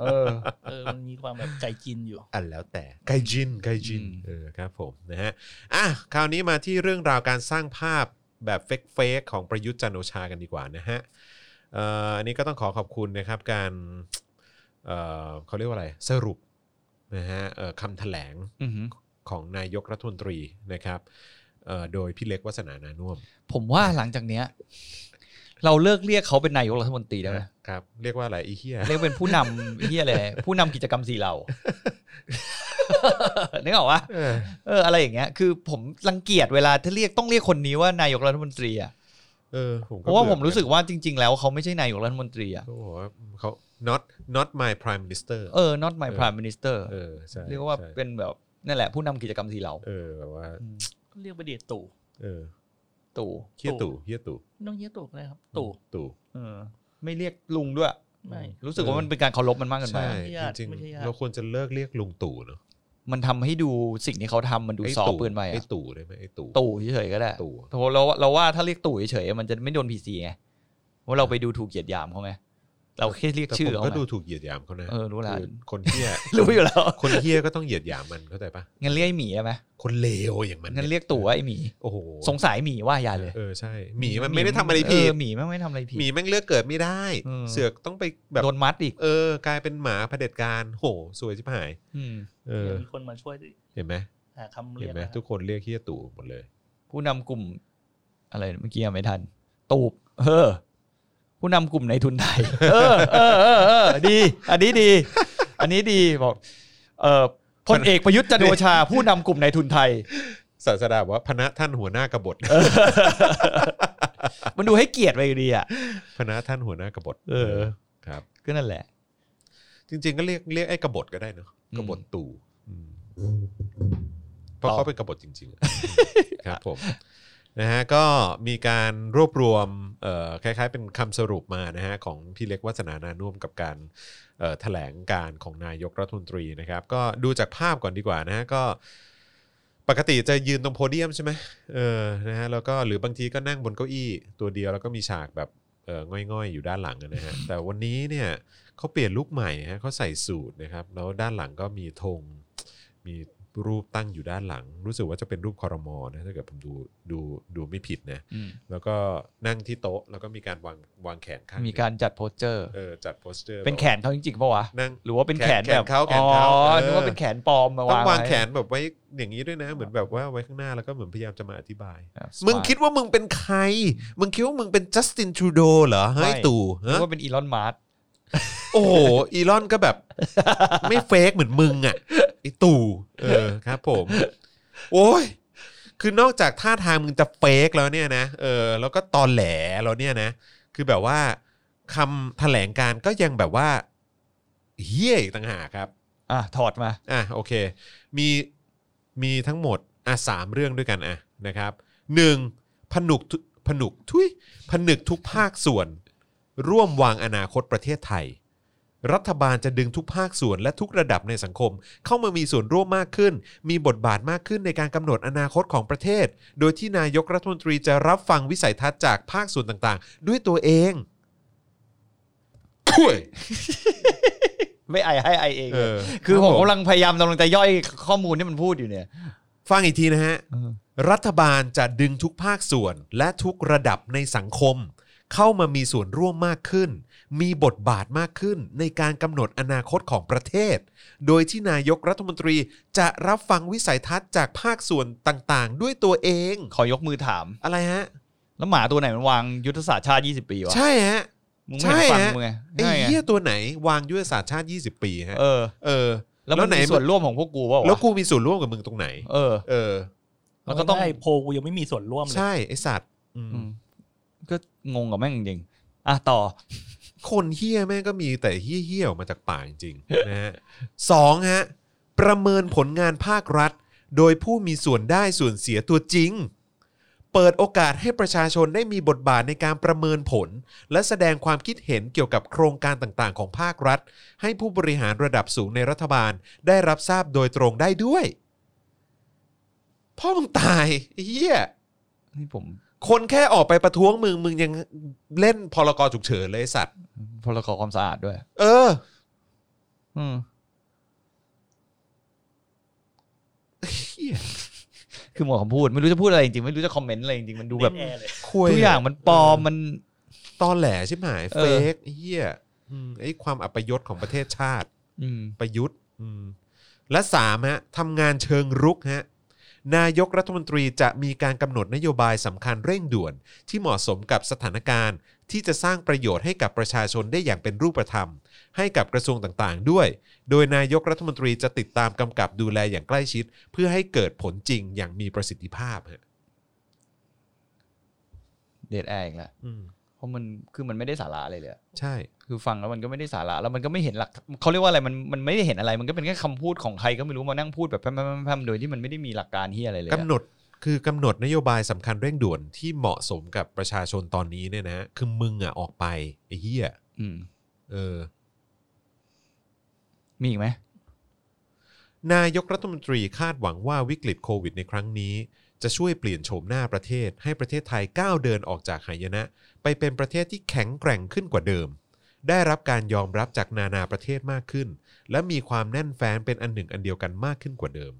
[SPEAKER 2] เออ
[SPEAKER 3] เออมันมีความแบบไก่กินอยู่
[SPEAKER 1] อันแล้วแต่ไกจินไกจิน
[SPEAKER 2] อืม
[SPEAKER 1] เออครับผมนะฮะอ่ะคราวนี้มาที่เรื่องราวการสร้างภาพแบบเฟกเฟกของประยุทธ์จันทร์โอชากันดีกว่านะฮะเอ่ออันนี้ก็ต้องขอขอบคุณนะครับการเอ่อเขาเรียกว่าอะไรสรุปนะฮะเอ่อคำแถลง
[SPEAKER 2] อือหือ
[SPEAKER 1] ของนายกรัฐมนตรีนะครับเอ่อโดยพี่เล็กวัฒนานานุ่ม
[SPEAKER 2] ผมว่าหลังจากเนี้ย เราเลิกเรียกเขาเป็นนายกรัฐมนตรีได้ไหม
[SPEAKER 1] ครับเรียกว่าอะไรอีเฮีย
[SPEAKER 2] เรียกเป็นผู้นำ เหียอะไรผู้นำกิจกรรม สี่เหล่า นึกออกว่า
[SPEAKER 1] เออ
[SPEAKER 2] เอออะไรอย่างเงี้ย คือผมรังเกียจเวลาถ้าเรียกต้องเรียกคนนี้ว่านายกรัฐมนตรีอ่ะ
[SPEAKER 1] เออผม
[SPEAKER 2] เพ
[SPEAKER 1] ก็
[SPEAKER 2] ราะว่า
[SPEAKER 1] เบื่อ
[SPEAKER 2] ผมรู้สึกว่าจริง ๆ แล้วเขาไม่ใช่นายกรัฐมนตรีอ่ะ
[SPEAKER 1] เขาบอกว่าเขา not not my prime minister
[SPEAKER 2] เออ not my prime minister
[SPEAKER 1] เออใช่
[SPEAKER 2] เรียกว่า
[SPEAKER 1] ใช่
[SPEAKER 2] เป็นแบบ นั่นแหละผู้นำกิจกรรมสีเหลา
[SPEAKER 1] เออแบบว่า
[SPEAKER 3] เรียกไปเดียตู่
[SPEAKER 1] เออ
[SPEAKER 2] ตู่
[SPEAKER 1] เฮียตู่เฮียตู่
[SPEAKER 3] ไม่ต้องเรียกตู่ก็ได้ครับ ตู่
[SPEAKER 1] ตู่
[SPEAKER 2] เออ ไม่เรียกลุงด้วย
[SPEAKER 3] ไม่
[SPEAKER 2] รู้สึกว่า
[SPEAKER 1] เออ
[SPEAKER 2] มันเป็นการเคารพมันมากเกินไป
[SPEAKER 1] ใช่
[SPEAKER 3] ไม่ใช่ญาติ
[SPEAKER 1] จริง
[SPEAKER 3] ไม่ใช่ญา
[SPEAKER 1] ๆ
[SPEAKER 3] ติ
[SPEAKER 1] เราควรจะเลิกเรียกลุงตู่เนอะ
[SPEAKER 2] มันทำให้ดูสิ่งที่เขาทำมันดู
[SPEAKER 1] ไอ้
[SPEAKER 2] ซอฟ
[SPEAKER 1] ตู่
[SPEAKER 2] ต์เกินไปอะ
[SPEAKER 1] ไอ้ตู่ได้ไหมไอ้ตู่
[SPEAKER 2] ตู่เฉยๆก็ได้
[SPEAKER 1] ตู่
[SPEAKER 2] โถ่เราเราว่าถ้าเรียกตู่เฉยๆมันจะไม่โดนพีซีไงว่าเราไปดูถูกเหยียดหยามเขาไงเราแค่เรียก
[SPEAKER 1] แต่
[SPEAKER 2] ชื่
[SPEAKER 1] ผ
[SPEAKER 2] อ
[SPEAKER 1] ม
[SPEAKER 2] เขา
[SPEAKER 1] ก็
[SPEAKER 2] ไง
[SPEAKER 1] ดูถูกเหยียดหยามเขานะ
[SPEAKER 2] เออรู้ละ
[SPEAKER 1] คือคนเฮีย
[SPEAKER 2] รู้อยู่แล้ว
[SPEAKER 1] คนเฮียก็ต้องเหยียดหยามมันเข้าใจปะ
[SPEAKER 2] งั้นเรียกไอ้หมีได้ไหม
[SPEAKER 1] คนเลวอย่างมัน
[SPEAKER 2] งั้นเรียกตู่ว่าไอหมี
[SPEAKER 1] โอ้โห
[SPEAKER 2] สงสัยหมีว่าอย่าเลย
[SPEAKER 1] เออใช่หมีมันไม่ได้ทำอะไรผิด
[SPEAKER 2] เหมีแม่งไม่ทำอะไรผิด
[SPEAKER 1] หมีแม่งเลือกเกิดไม่ได้
[SPEAKER 2] อืม
[SPEAKER 1] เสือกต้องไปแบบ
[SPEAKER 2] โดนมัดอีก
[SPEAKER 1] เออกลายเป็นหมาเผด็จการโหสวยชิบหาย
[SPEAKER 2] อืม
[SPEAKER 1] เออ
[SPEAKER 3] เดี๋ยวมีคนมาช่วย
[SPEAKER 1] เห็นไหม
[SPEAKER 3] หาคำเรี
[SPEAKER 1] เห็
[SPEAKER 3] ย
[SPEAKER 1] น
[SPEAKER 3] ก
[SPEAKER 1] ไหม
[SPEAKER 3] นะ
[SPEAKER 1] ทุกคนเรียกเฮียตู่หมดเลย
[SPEAKER 2] ผู้นำกลุ่ม อะไรเมื่อกี้ยังไม่ทัน ตูบ เออ ผู้นำกลุ่มในทุนไทย เออเออเออเออดี อันนี้ดี อันนี้ดีบอก เออพลเอกประยุทธ์จันทร์โอชา ผู้นำกลุ่มในทุนไทย
[SPEAKER 1] ศาสดาบอกว่าพนะท่านหัวหน้ากบฏ
[SPEAKER 2] มันดูให้เกียรติไปดีอ่ะ
[SPEAKER 1] พนะท่านหัวหน้ากบฏ
[SPEAKER 2] เออ
[SPEAKER 1] ครับ
[SPEAKER 2] ก็นั่นแหละ
[SPEAKER 1] จริง ๆ ก็เรียกเรียกไอ้กบฏก็ได้เนอะ
[SPEAKER 2] อืม
[SPEAKER 1] กบฏตู่เพราะ
[SPEAKER 2] ต่อ
[SPEAKER 1] เขาเป็นกบฏจริงๆอะ ครับผมนะฮะก็มีการรวบรวมเอ่อคล้ายๆ เป็นคำสรุปมานะฮะของพี่เล็กวัฒนานานุ่วมกับการเอ่อแถลงการของนายกรัฐมนตรีนะครับ ก็ดูจากภาพก่อนดีกว่านะฮะก็ ปกติจะยืนตรงโพเดียมใช่ไหมเออนะฮะแล้วก็หรือบางทีก็นั่งบนเก้าอี้ตัวเดียวแล้วก็มีฉากแบบเออง่อยๆ อยู่ด้านหลังอะนะฮะ แต่วันนี้เนี่ย เขาเปลี่ยนลุคใหม่ฮะเขาใส่สูทนะครับ แล้วด้านหลังก็มีธง มีรูปตั้งอยู่ด้านหลัง รู้สึกว่าจะเป็นรูปคอรมอนะถ้าเกิดผมดูดูดูไม่ผิดนะ
[SPEAKER 2] อืม
[SPEAKER 1] แล้วก็นั่งที่โต๊ะ แล้วก็มีการวางวางแขนข้างหนึ่ง
[SPEAKER 2] มีการจัดโพสเจอร์
[SPEAKER 1] เออจัดโปสเตอร์
[SPEAKER 2] เป็นแขนเขาจริงๆปะวะ
[SPEAKER 1] นั่ง
[SPEAKER 2] หรือว่าเป็นแขน
[SPEAKER 1] แขน
[SPEAKER 2] แบบ
[SPEAKER 1] แขนเขาแขนเขา
[SPEAKER 2] อ๋อ
[SPEAKER 1] เออ
[SPEAKER 2] นึกว่าเป็นแขนปลอมมา
[SPEAKER 1] ต้อ
[SPEAKER 2] วาง ง
[SPEAKER 1] วาง
[SPEAKER 2] ไว้
[SPEAKER 1] แขนแบบไว้อย่างนี้ด้วยนะ เหมือนแบบว่าไว้ข้างหน้าแล้วก็เหมือนพยายามจะมาอธิบาย
[SPEAKER 2] อ่ะ
[SPEAKER 1] มึงคิดว่ามึงเป็นใคร มึงคิดว่ามึงเป็นจัสตินทรูโดเหรอเฮ้ย
[SPEAKER 2] ไม่
[SPEAKER 1] ตู่
[SPEAKER 2] นึก
[SPEAKER 1] ฮะ
[SPEAKER 2] ว่าเป็นอีลอนมาร์ส
[SPEAKER 1] โอ้โห อีลอนก็แบบ ไม่เฟกเหมือนมึงอ่ะไอตู่เออครับผม โอ้ย คือนอกจากท่าทางมึงจะเฟกแล้วเนี่ยนะเออ แล้วก็ตอนแหลแล้วเนี่ยนะ คือแบบว่าคำแถลงการก็ยังแบบว่าเฮี้ยอีกต่างหากครับ
[SPEAKER 2] อ่ะ ถอดมา
[SPEAKER 1] อ่ะโอเค มีมีทั้งหมดอ่ะสามเรื่องด้วยกันอ่ะนะครับหนึ่งผนุกทุผนุกทุยผนึกทุกภาคส่วน ร่วมวางอนาคตประเทศไทย รัฐบาลจะดึงทุกภาคส่วนและทุกระดับในสังคม เข้ามามีส่วนร่วมมากขึ้น มีบทบาทมากขึ้นในการกำหนดอนาคตของประเทศ โดยที่นายกรัฐมนตรีจะรับฟังวิสัยทัศน์จากภาคส่วนต่างๆ ด้วยตัวเองถุย
[SPEAKER 2] ไม่ไอให้ไอเอง
[SPEAKER 1] เออ
[SPEAKER 2] คือผม
[SPEAKER 1] รับ
[SPEAKER 2] กำลังพยายามกำลังจะย่อยข้อมูลที่มันพูดอยู่เนี่ย
[SPEAKER 1] ฟังอีกทีนะฮะ
[SPEAKER 2] เออ
[SPEAKER 1] รัฐบาลจะดึงทุกภาคส่วนและทุกระดับในสังคม เข้ามามีส่วนร่วมมากขึ้น มีบทบาทมากขึ้นในการกำหนดอนาคตของประเทศ โดยที่นายกรัฐมนตรีจะรับฟังวิสัยทัศน์จากภาคส่วนต่างๆ ด้วยตัวเอง
[SPEAKER 2] ขอยกมือถาม
[SPEAKER 1] อะไรฮะ
[SPEAKER 2] แล้วหมาตัวไหนมันวางยุทธศาสตร์ชาติ 20 ปีวะ
[SPEAKER 1] ใช่ฮะ
[SPEAKER 2] มึงไม่ได้ฟัง
[SPEAKER 1] ใช่ฮะ
[SPEAKER 2] มึงไง
[SPEAKER 1] ไอ้
[SPEAKER 2] ใช่ไง
[SPEAKER 1] เหี้ยตัวไหนวางยุทธศาสตร์ชาติ 20 ปีฮะ
[SPEAKER 2] เออ
[SPEAKER 1] เออ
[SPEAKER 2] แล้ว
[SPEAKER 1] แล้
[SPEAKER 2] มั
[SPEAKER 1] วน ไหน
[SPEAKER 2] มีส่วนร่วมของพวกกูเปล่า
[SPEAKER 1] แล้ว
[SPEAKER 2] วะ
[SPEAKER 1] กูมีส่วนร่วมกับมึงตรงไหน
[SPEAKER 2] เออ
[SPEAKER 1] เออ
[SPEAKER 2] แล้วก็ต้อง
[SPEAKER 3] เาายๆโพลกูยังไม่มีส่วนร่วมเลย
[SPEAKER 1] ใช่ไอสัตว์อืม
[SPEAKER 2] อืมก็งงกับแม่งจริงๆอ่ะต่อ
[SPEAKER 1] คนเฮี้ยแม่งก็มีแต่เฮี้ยเฮี้ยๆออกมาจากปากจริงๆนะฮะ สองฮะ ประเมินผลงานภาครัฐ โดยผู้มีส่วนได้ส่วนเสียตัวจริง เปิดโอกาสให้ประชาชนได้มีบทบาทในการประเมินผล และแสดงความคิดเห็นเกี่ยวกับโครงการต่างๆ ของภาครัฐ ให้ผู้บริหารระดับสูงในรัฐบาล ได้รับทราบโดยตรงได้ด้วยพ่อมึงตายไอ้เฮีย
[SPEAKER 2] นี่ผม
[SPEAKER 1] คนแค่ออกไปประท้วงมึงมึงยังเล่นพลกรฉุกเฉินเลยไอ้สัตว์
[SPEAKER 2] พลกรความสะอาดด้วย
[SPEAKER 1] เออ
[SPEAKER 2] อืม
[SPEAKER 1] เหี้ย
[SPEAKER 2] คือหมดคำพูดไม่รู้จะพูดอะไรจริงๆไม่รู้จะคอมเมนต์อะไรจริงๆมันดูแบบ
[SPEAKER 3] เล่นแอร์เลย
[SPEAKER 1] คุย
[SPEAKER 2] ทุกอย่างมันปลอมมัน
[SPEAKER 1] ตอนแหลใช่ไหม
[SPEAKER 2] เอ
[SPEAKER 1] เฟ
[SPEAKER 2] อ
[SPEAKER 1] กเฮียอืมไอ้ความอัปยศของประเทศชาติ
[SPEAKER 2] อืม
[SPEAKER 1] ประยุทธ์อืมและสามฮะทำงานเชิงรุกฮะนายกรัฐมนตรีจะมีการกำหนดนโยบายสำคัญเร่งด่วน ที่เหมาะสมกับสถานการณ์ ที่จะสร้างประโยชน์ให้กับประชาชนได้อย่างเป็นรูปธรรม ให้กับกระทรวงต่างๆ ด้วย โดยนายกรัฐมนตรีจะติดตามกำกับดูแลอย่างใกล้ชิด เพื่อให้เกิดผลจริงอย่างมีประสิทธิภาพฮะ
[SPEAKER 2] เดดแอร์อีกแล้ว
[SPEAKER 1] อืม
[SPEAKER 2] โห ราะมันคือมันไม่ได้สาระอะไรเลยอะ
[SPEAKER 1] ใช่
[SPEAKER 2] คือฟังแล้วมันก็ไม่ได้สาระแล้วมันก็ไม่เห็นหลักเขาเรียกว่าอะไรมันมันไม่ได้เห็นอะไร มันก็เป็นแค่คำพูดของใครก็ไม่รู้มานั่งพูดแบบแพร่มๆๆๆโดยที่มันไม่ได้มีหลักการที่อะไรเลยอะ
[SPEAKER 1] กำหนดคือกำหนดนโยบายสำคัญเร่งด่วนที่เหมาะสมกับประชาชนตอนนี้เนี่ยนะฮะคือมึงอ่ะออกไปไอ้เหี้ย
[SPEAKER 2] อืม
[SPEAKER 1] เออ
[SPEAKER 2] มีอีกไหม
[SPEAKER 1] นายกรัฐมนตรีคาดหวังว่าวิกฤตโควิดในครั้งนี้ จะช่วยเปลี่ยนโฉมหน้าประเทศ ให้ประเทศไทยก้าวเดินออกจากหายนะ ไปเป็นประเทศที่แข็งแกร่งขึ้นกว่าเดิม ได้รับการยอมรับจากนานาประเทศมากขึ้น และมีความแน่นแฟ้นเป็นอันหนึ่งอันเดียวกันมากขึ้นกว่าเดิม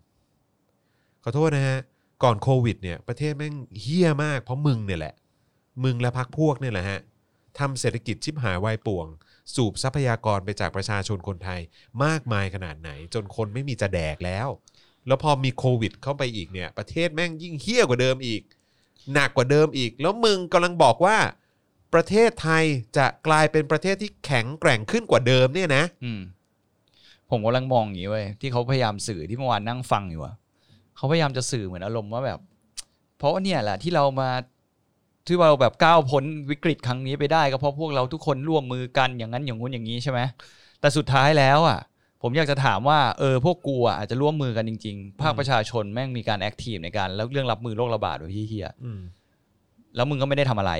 [SPEAKER 1] ขอโทษนะฮะ ก่อนโควิดเนี่ยประเทศแม่งเฮี้ยมากเพราะมึงเนี่ยแหละ มึงและพรรคพวกเนี่ยแหละฮะทำเศรษฐกิจชิบหายวายป่วง สูบทรัพยากรไปจากประชาชนคนไทยมากมายขนาดไหน จนคนไม่มีจะแดกแล้ว แล้วพอมีโควิดเข้าไปอีกเนี่ย ประเทศแม่งยิ่งเฮี้ยกว่าเดิมอีก หนักกว่าเดิมอีก แล้วมึงกำลังบอกว่า ประเทศไทยจะกลายเป็นประเทศที่แข็งแกร่งขึ้นกว่าเดิมเนี่ยนะ
[SPEAKER 2] อืม ผมกำลังมองอย่างนี้เว้ยที่เขาพยายามสื่อที่เมื่อวานนั่งฟังอยู่อะเขาพยายามจะสื่อเหมือนอารมณ์ว่าแบบ เพราะว่าเนี่ยแหละที่เรามาที่เราแบบก้าวพ้นวิกฤตครั้งนี้ไปได้ก็เพราะพวกเราทุกคนร่วมมือกันอย่างนั้นอย่างงู้นอย่างนี้ใช่ไหมแต่สุดท้ายแล้วอ่ะ ผมอยากจะถามว่าเออพวกกูอะอาจจะร่วมมือกันจริงๆ ภาคประชาชนแม่งมีการแอคทีฟในการแล้วเรื่องรับมือโรคระบาดโดยที่เฮีย
[SPEAKER 1] อืม
[SPEAKER 2] แล้วมึงก็ไม่ได้ทำอะไร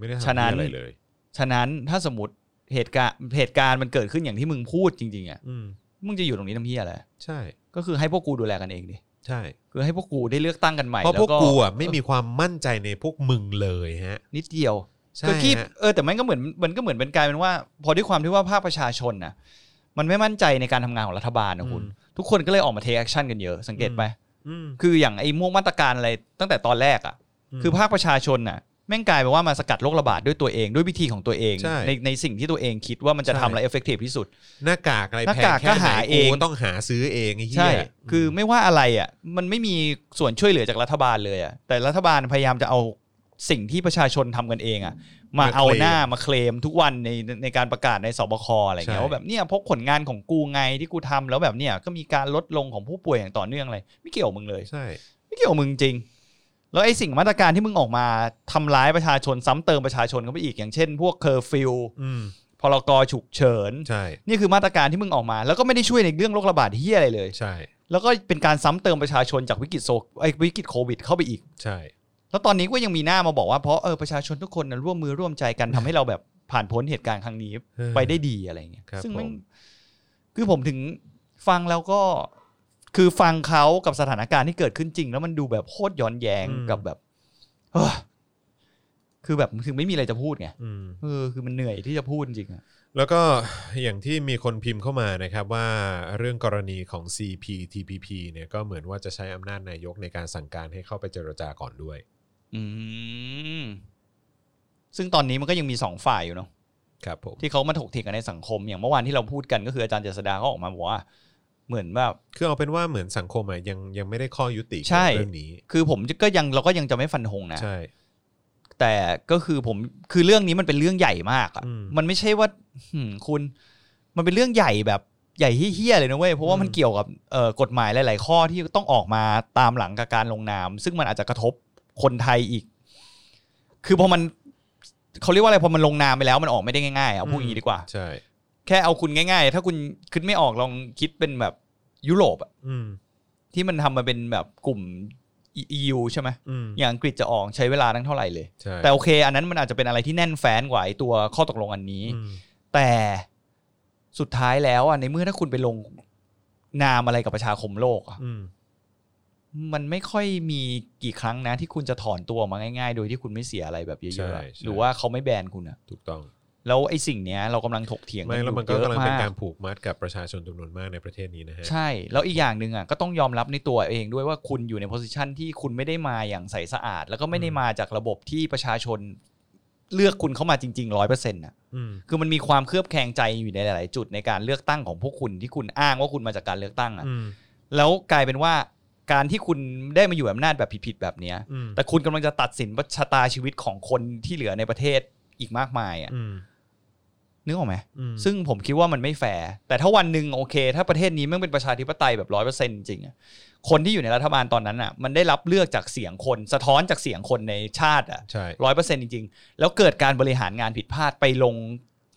[SPEAKER 1] ไม่ได้ทำ
[SPEAKER 2] ฉะนั้น
[SPEAKER 1] อะไรเลย
[SPEAKER 2] ฉะนั้นถ้าสมมติเหตุการณ์เหตุการณ์มันเกิดขึ้นอย่างที่มึงพูดจริงๆอ่ะ
[SPEAKER 1] อืม
[SPEAKER 2] มึงจะอยู่ตรงนี้ทำเฮียอะไร
[SPEAKER 1] ใช่
[SPEAKER 2] ก็คือให้พวกกูดูแลกันเองดิ
[SPEAKER 1] ใช่
[SPEAKER 2] คือให้พวกกูได้เลือกตั้งกันใหม่
[SPEAKER 1] เพราะ
[SPEAKER 2] แล้
[SPEAKER 1] พวก
[SPEAKER 2] วก็
[SPEAKER 1] กูอ่ะไม่มีความมั่นใจในพวกมึงเลยฮะ
[SPEAKER 2] นิดเดียว
[SPEAKER 1] ใช่
[SPEAKER 2] ก็คีบ
[SPEAKER 1] ฮะ
[SPEAKER 2] เออแต่มันก็เหมือนมันก็เหมือนเป็นกลายเป็นว่า พอด้วยความที่ว่าภาคประชาชนนะมันไม่มั่นใจในการทำงานของรัฐบาลนะคุณ ทุกคนก็เลยออกมาเทคแอคชั่นกันเยอะสังเกตไหม
[SPEAKER 1] อืม
[SPEAKER 2] คืออย่างไอ้ม่วงมาตรการอะไรตั้งแต่ตอนแรกอ่ะ
[SPEAKER 1] ม
[SPEAKER 2] คือภาคประชาชนน่ะแม่งกลายเป็นว่ามาสกัดโรคระบาดด้วยตัวเองด้วยวิธีของตัวเอง
[SPEAKER 1] ใช่
[SPEAKER 2] ในในสิ่งที่ตัวเองคิดว่ามันจะ
[SPEAKER 1] ใช่
[SPEAKER 2] ทำอะไรเอฟเฟกตีฟที่สุด
[SPEAKER 1] หน้ากากอะไร
[SPEAKER 2] หน้า
[SPEAKER 1] แพง
[SPEAKER 2] กาก
[SPEAKER 1] แค่
[SPEAKER 2] ก็
[SPEAKER 1] ไหน
[SPEAKER 2] หาเอ
[SPEAKER 1] กู
[SPEAKER 2] ง
[SPEAKER 1] ก็ต้องหาซื้อเองไอ้เหี้ย
[SPEAKER 2] ใช่ คือ
[SPEAKER 1] ม
[SPEAKER 2] ไม่ว่าอะไรอ่ะ มันไม่มีส่วนช่วยเหลือจากรัฐบาลเลยอ่ะ แต่รัฐบาลพยายามจะเอาสิ่งที่ประชาชนทำกันเองอ่ะ มา
[SPEAKER 1] มาเคลม
[SPEAKER 2] เอาหน้ามาเคลมทุกวันในในการประกาศในสบคอะไรเงี้
[SPEAKER 1] ใช่
[SPEAKER 2] ยว่าแบบเนี่ยพกผลงานของกูไงที่กูทำแล้วแบบเนี่ยก็มีการลดลงของผู้ป่วยอย่างต่อเนื่องอะไรไม่เกี่ยวมึงเลย
[SPEAKER 1] ใช่
[SPEAKER 2] ไม่เกี่ยวมึงจริง แล้วไอ้สิ่งมาตรการที่มึงออกมาทำร้ายประชาชนซ้ำเติมประชาชนเข้าไปอีกอย่างเช่น พวกเคอร์ฟิว
[SPEAKER 1] อืม
[SPEAKER 2] พรกฉุกเฉิน
[SPEAKER 1] ใช่
[SPEAKER 2] นี่คือมาตรการที่มึงออกมา แล้วก็ไม่ได้ช่วยในเรื่องโรคระบาดเฮียอะไรเลย
[SPEAKER 1] ใช่
[SPEAKER 2] แล้วก็เป็นการซ้ำเติมประชาชนจากวิกฤตโซไอ้วิกฤตโควิดเข้าไปอีก
[SPEAKER 1] ใช่
[SPEAKER 2] แล้วตอนนี้ก็ยังมีหน้ามาบอกว่าเพราะเออประชาชนทุกคนนะร่วมมือร่วมใจกันทำให้เราแบบผ่านพ้นเหตุการณ์ครั้งนี้
[SPEAKER 1] เออ
[SPEAKER 2] ไปได้ดีอะไรเงี้ย
[SPEAKER 1] ครับ
[SPEAKER 2] ซึ่งมั
[SPEAKER 1] ผ
[SPEAKER 2] น
[SPEAKER 1] ม
[SPEAKER 2] คือผมถึงฟังแล้วก็คือฟังเขากับสถานการณ์ที่เกิดขึ้นจริง แล้วมันดูแบบโคตรย้อนแยงกับแบบเฮ้อคือแบบคือไม่มีอะไรจะพูดไง
[SPEAKER 1] อืม
[SPEAKER 2] เออคือมันเหนื่อยที่จะพูดจริงอะ
[SPEAKER 1] แล้วก็อย่างที่มีคนพิมพ์เข้ามานะครับว่าเรื่องกรณีของ CPTPP เนี่ยก็เหมือนว่าจะใช้อำนาจนายกในการสั่งการให้เข้าไปเจรจาก่อนด้วย
[SPEAKER 2] อืมซึ่งตอนนี้มันก็ยังมีสองฝ่ายอยู่เนาะ
[SPEAKER 1] ครับผม
[SPEAKER 2] ที่เขามาถกเถียงกันในสังคม อย่างเมื่อวานที่เราพูดกันก็คืออาจารย์เจษดาเขาออกมาบอกว่า เหมือนแบบ
[SPEAKER 1] คือเอาเป็นว่าเหมือนสังคมอะยังยังไม่ได้ข้อยุติ
[SPEAKER 2] ใช่
[SPEAKER 1] กับเรื่องนี้
[SPEAKER 2] คือผมก็ยังเราก็ยังจะไม่ฟันธงนะ
[SPEAKER 1] ใช่
[SPEAKER 2] แต่ก็คือผมคือเรื่องนี้มันเป็นเรื่องใหญ่มากอะ
[SPEAKER 1] อืม
[SPEAKER 2] มันไม่ใช่ว่าหืมคุณ มันเป็นเรื่องใหญ่แบบใหญ่เฮี้ยๆเลยนะเว้ยเพราะว่ามัน
[SPEAKER 1] อืม
[SPEAKER 2] เกี่ยวกับเอ่อกฎหมายหลาย ๆ ข้อที่ต้องออกมาตามหลังกับการลงนาม ซึ่งมันอาจจะกระทบคนไทยอีก คือพอมันเขาเรียกว่าอะไรพอมันลงนามไปแล้วมันออกไม่ได้ง่ายๆเอาพูดอย่างนี้ดีกว่า
[SPEAKER 1] ใช่
[SPEAKER 2] แค่เอาคุณง่ายๆ ถ้าคุณคิดไม่ออกลองคิดเป็นแบบยุโรปอะ
[SPEAKER 1] อืม
[SPEAKER 2] ที่มันทำมาเป็นแบบกลุ่ม EU ใช่ไหม
[SPEAKER 1] อืม
[SPEAKER 2] อย่างอังกฤษจะออกใช้เวลาตั้งเท่าไหร่เลย
[SPEAKER 1] ใช่
[SPEAKER 2] แต่โอเค อันนั้นมันอาจจะเป็นอะไรที่แน่นแฟนกว่าไอ้ตัวข้อตกลงอันนี้
[SPEAKER 1] อืม
[SPEAKER 2] แต่สุดท้ายแล้วอ่ะในเมื่อถ้าคุณไปลงนามอะไรกับประชาคมโลกอ่ะ
[SPEAKER 1] อืม
[SPEAKER 2] มันไม่ค่อยมีกี่ครั้งนะ ที่คุณจะถอนตัวออกมาง่าย ๆ โดยที่คุณไม่เสียอะไรแบบเยอะๆอะหรือว่าเขาไม่แบนคุณอะ
[SPEAKER 1] ถูกต้อง
[SPEAKER 2] แล้วไอ้สิ่งเนี้ยเรากำลังถกเถียงกั
[SPEAKER 1] ไม่
[SPEAKER 2] นอ
[SPEAKER 1] แล้ว
[SPEAKER 2] ยู่
[SPEAKER 1] มัน
[SPEAKER 2] เย
[SPEAKER 1] ก็กำ
[SPEAKER 2] อะ
[SPEAKER 1] ลังเป็น
[SPEAKER 2] มาก
[SPEAKER 1] การผูกมัดกับประชาชนจำนวนมากในประเทศนี้นะฮะ
[SPEAKER 2] ใช่ แล้วอีกอย่างหนึ่งอ่ะก็ต้องยอมรับในตัวเองด้วยว่าคุณอยู่ในโพสิชันที่คุณไม่ได้มาอย่างใสสะอาด แล้วก็ไม่ได้
[SPEAKER 1] อืม
[SPEAKER 2] มาจากระบบที่ประชาชนเลือกคุณเข้ามาจริงๆร้อยเปอร์เซ็นต์อ่ะ
[SPEAKER 1] อืม
[SPEAKER 2] คือมันมีความเคลือบแคลงใจอยู่ในหลาย ๆ จุดในการเลือกตั้งของพวกคุณที่คุณอ้างว่าคุณมาจากการเลือกตั้งอ่ะ
[SPEAKER 1] อืม
[SPEAKER 2] แล้วกลายเป็นว่าการที่คุณได้มาอยู่อำนาจแบบผิดๆแบบเนี้ย
[SPEAKER 1] อืม
[SPEAKER 2] แต่คุณกำลังจะตัดสินชะตาชีวิตของคนที่เหลือในประเทศอีกมากมายอ่ะ
[SPEAKER 1] อืม
[SPEAKER 2] นึกออกไหม
[SPEAKER 1] อืม
[SPEAKER 2] ซึ่งผมคิดว่ามันไม่แฟร์แต่ถ้าวันหนึ่งโอเค ถ้าประเทศนี้แมันเป็นประชาธิปไตยแบบร้อยเปอร์เซ็นต์จริงอะคนที่อยู่ในรัฐบาลตอนนั้นอ่ะ มันได้รับเลือกจากเสียงคน สะท้อนจากเสียงคนในชาติอ่ะ
[SPEAKER 1] ใช่
[SPEAKER 2] ร้อยเปอร์เซ็นต์จริง ๆ แล้วเกิดการบริหารงานผิดพลาดไปลง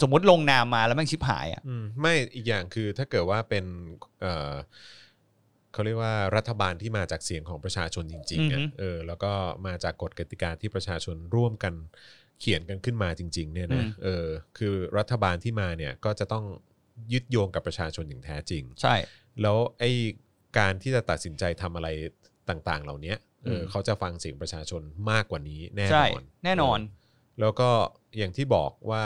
[SPEAKER 2] สมมติลงนามมาแล้วแม่งชิบหายอ่ะ
[SPEAKER 1] อืมไม่อีกอย่างคือถ้าเกิดว่าเป็นเอ่อเขาเรียกว่ารัฐบาลที่มาจากเสียงของประชาชนจริงๆอะเออแล้วก็มาจากกฎกติกาที่ประชาชนร่วมกันเขียนกันขึ้นมาจริง ๆ เนี่ยนะเออคือรัฐบาลที่มาเนี่ยก็จะต้องยึดโยงกับประชาชนอย่างแท้จริง
[SPEAKER 2] ใช่
[SPEAKER 1] แล้วไอ้การที่จะตัดสินใจทำอะไรต่างๆ เหล่านี้เอออ
[SPEAKER 2] ม
[SPEAKER 1] เขาจะฟังเสียงประชาชนมากกว่านี้แน่
[SPEAKER 2] ใช่
[SPEAKER 1] นอน
[SPEAKER 2] แน่นอน
[SPEAKER 1] เแล้วก็อย่างที่บอกว่า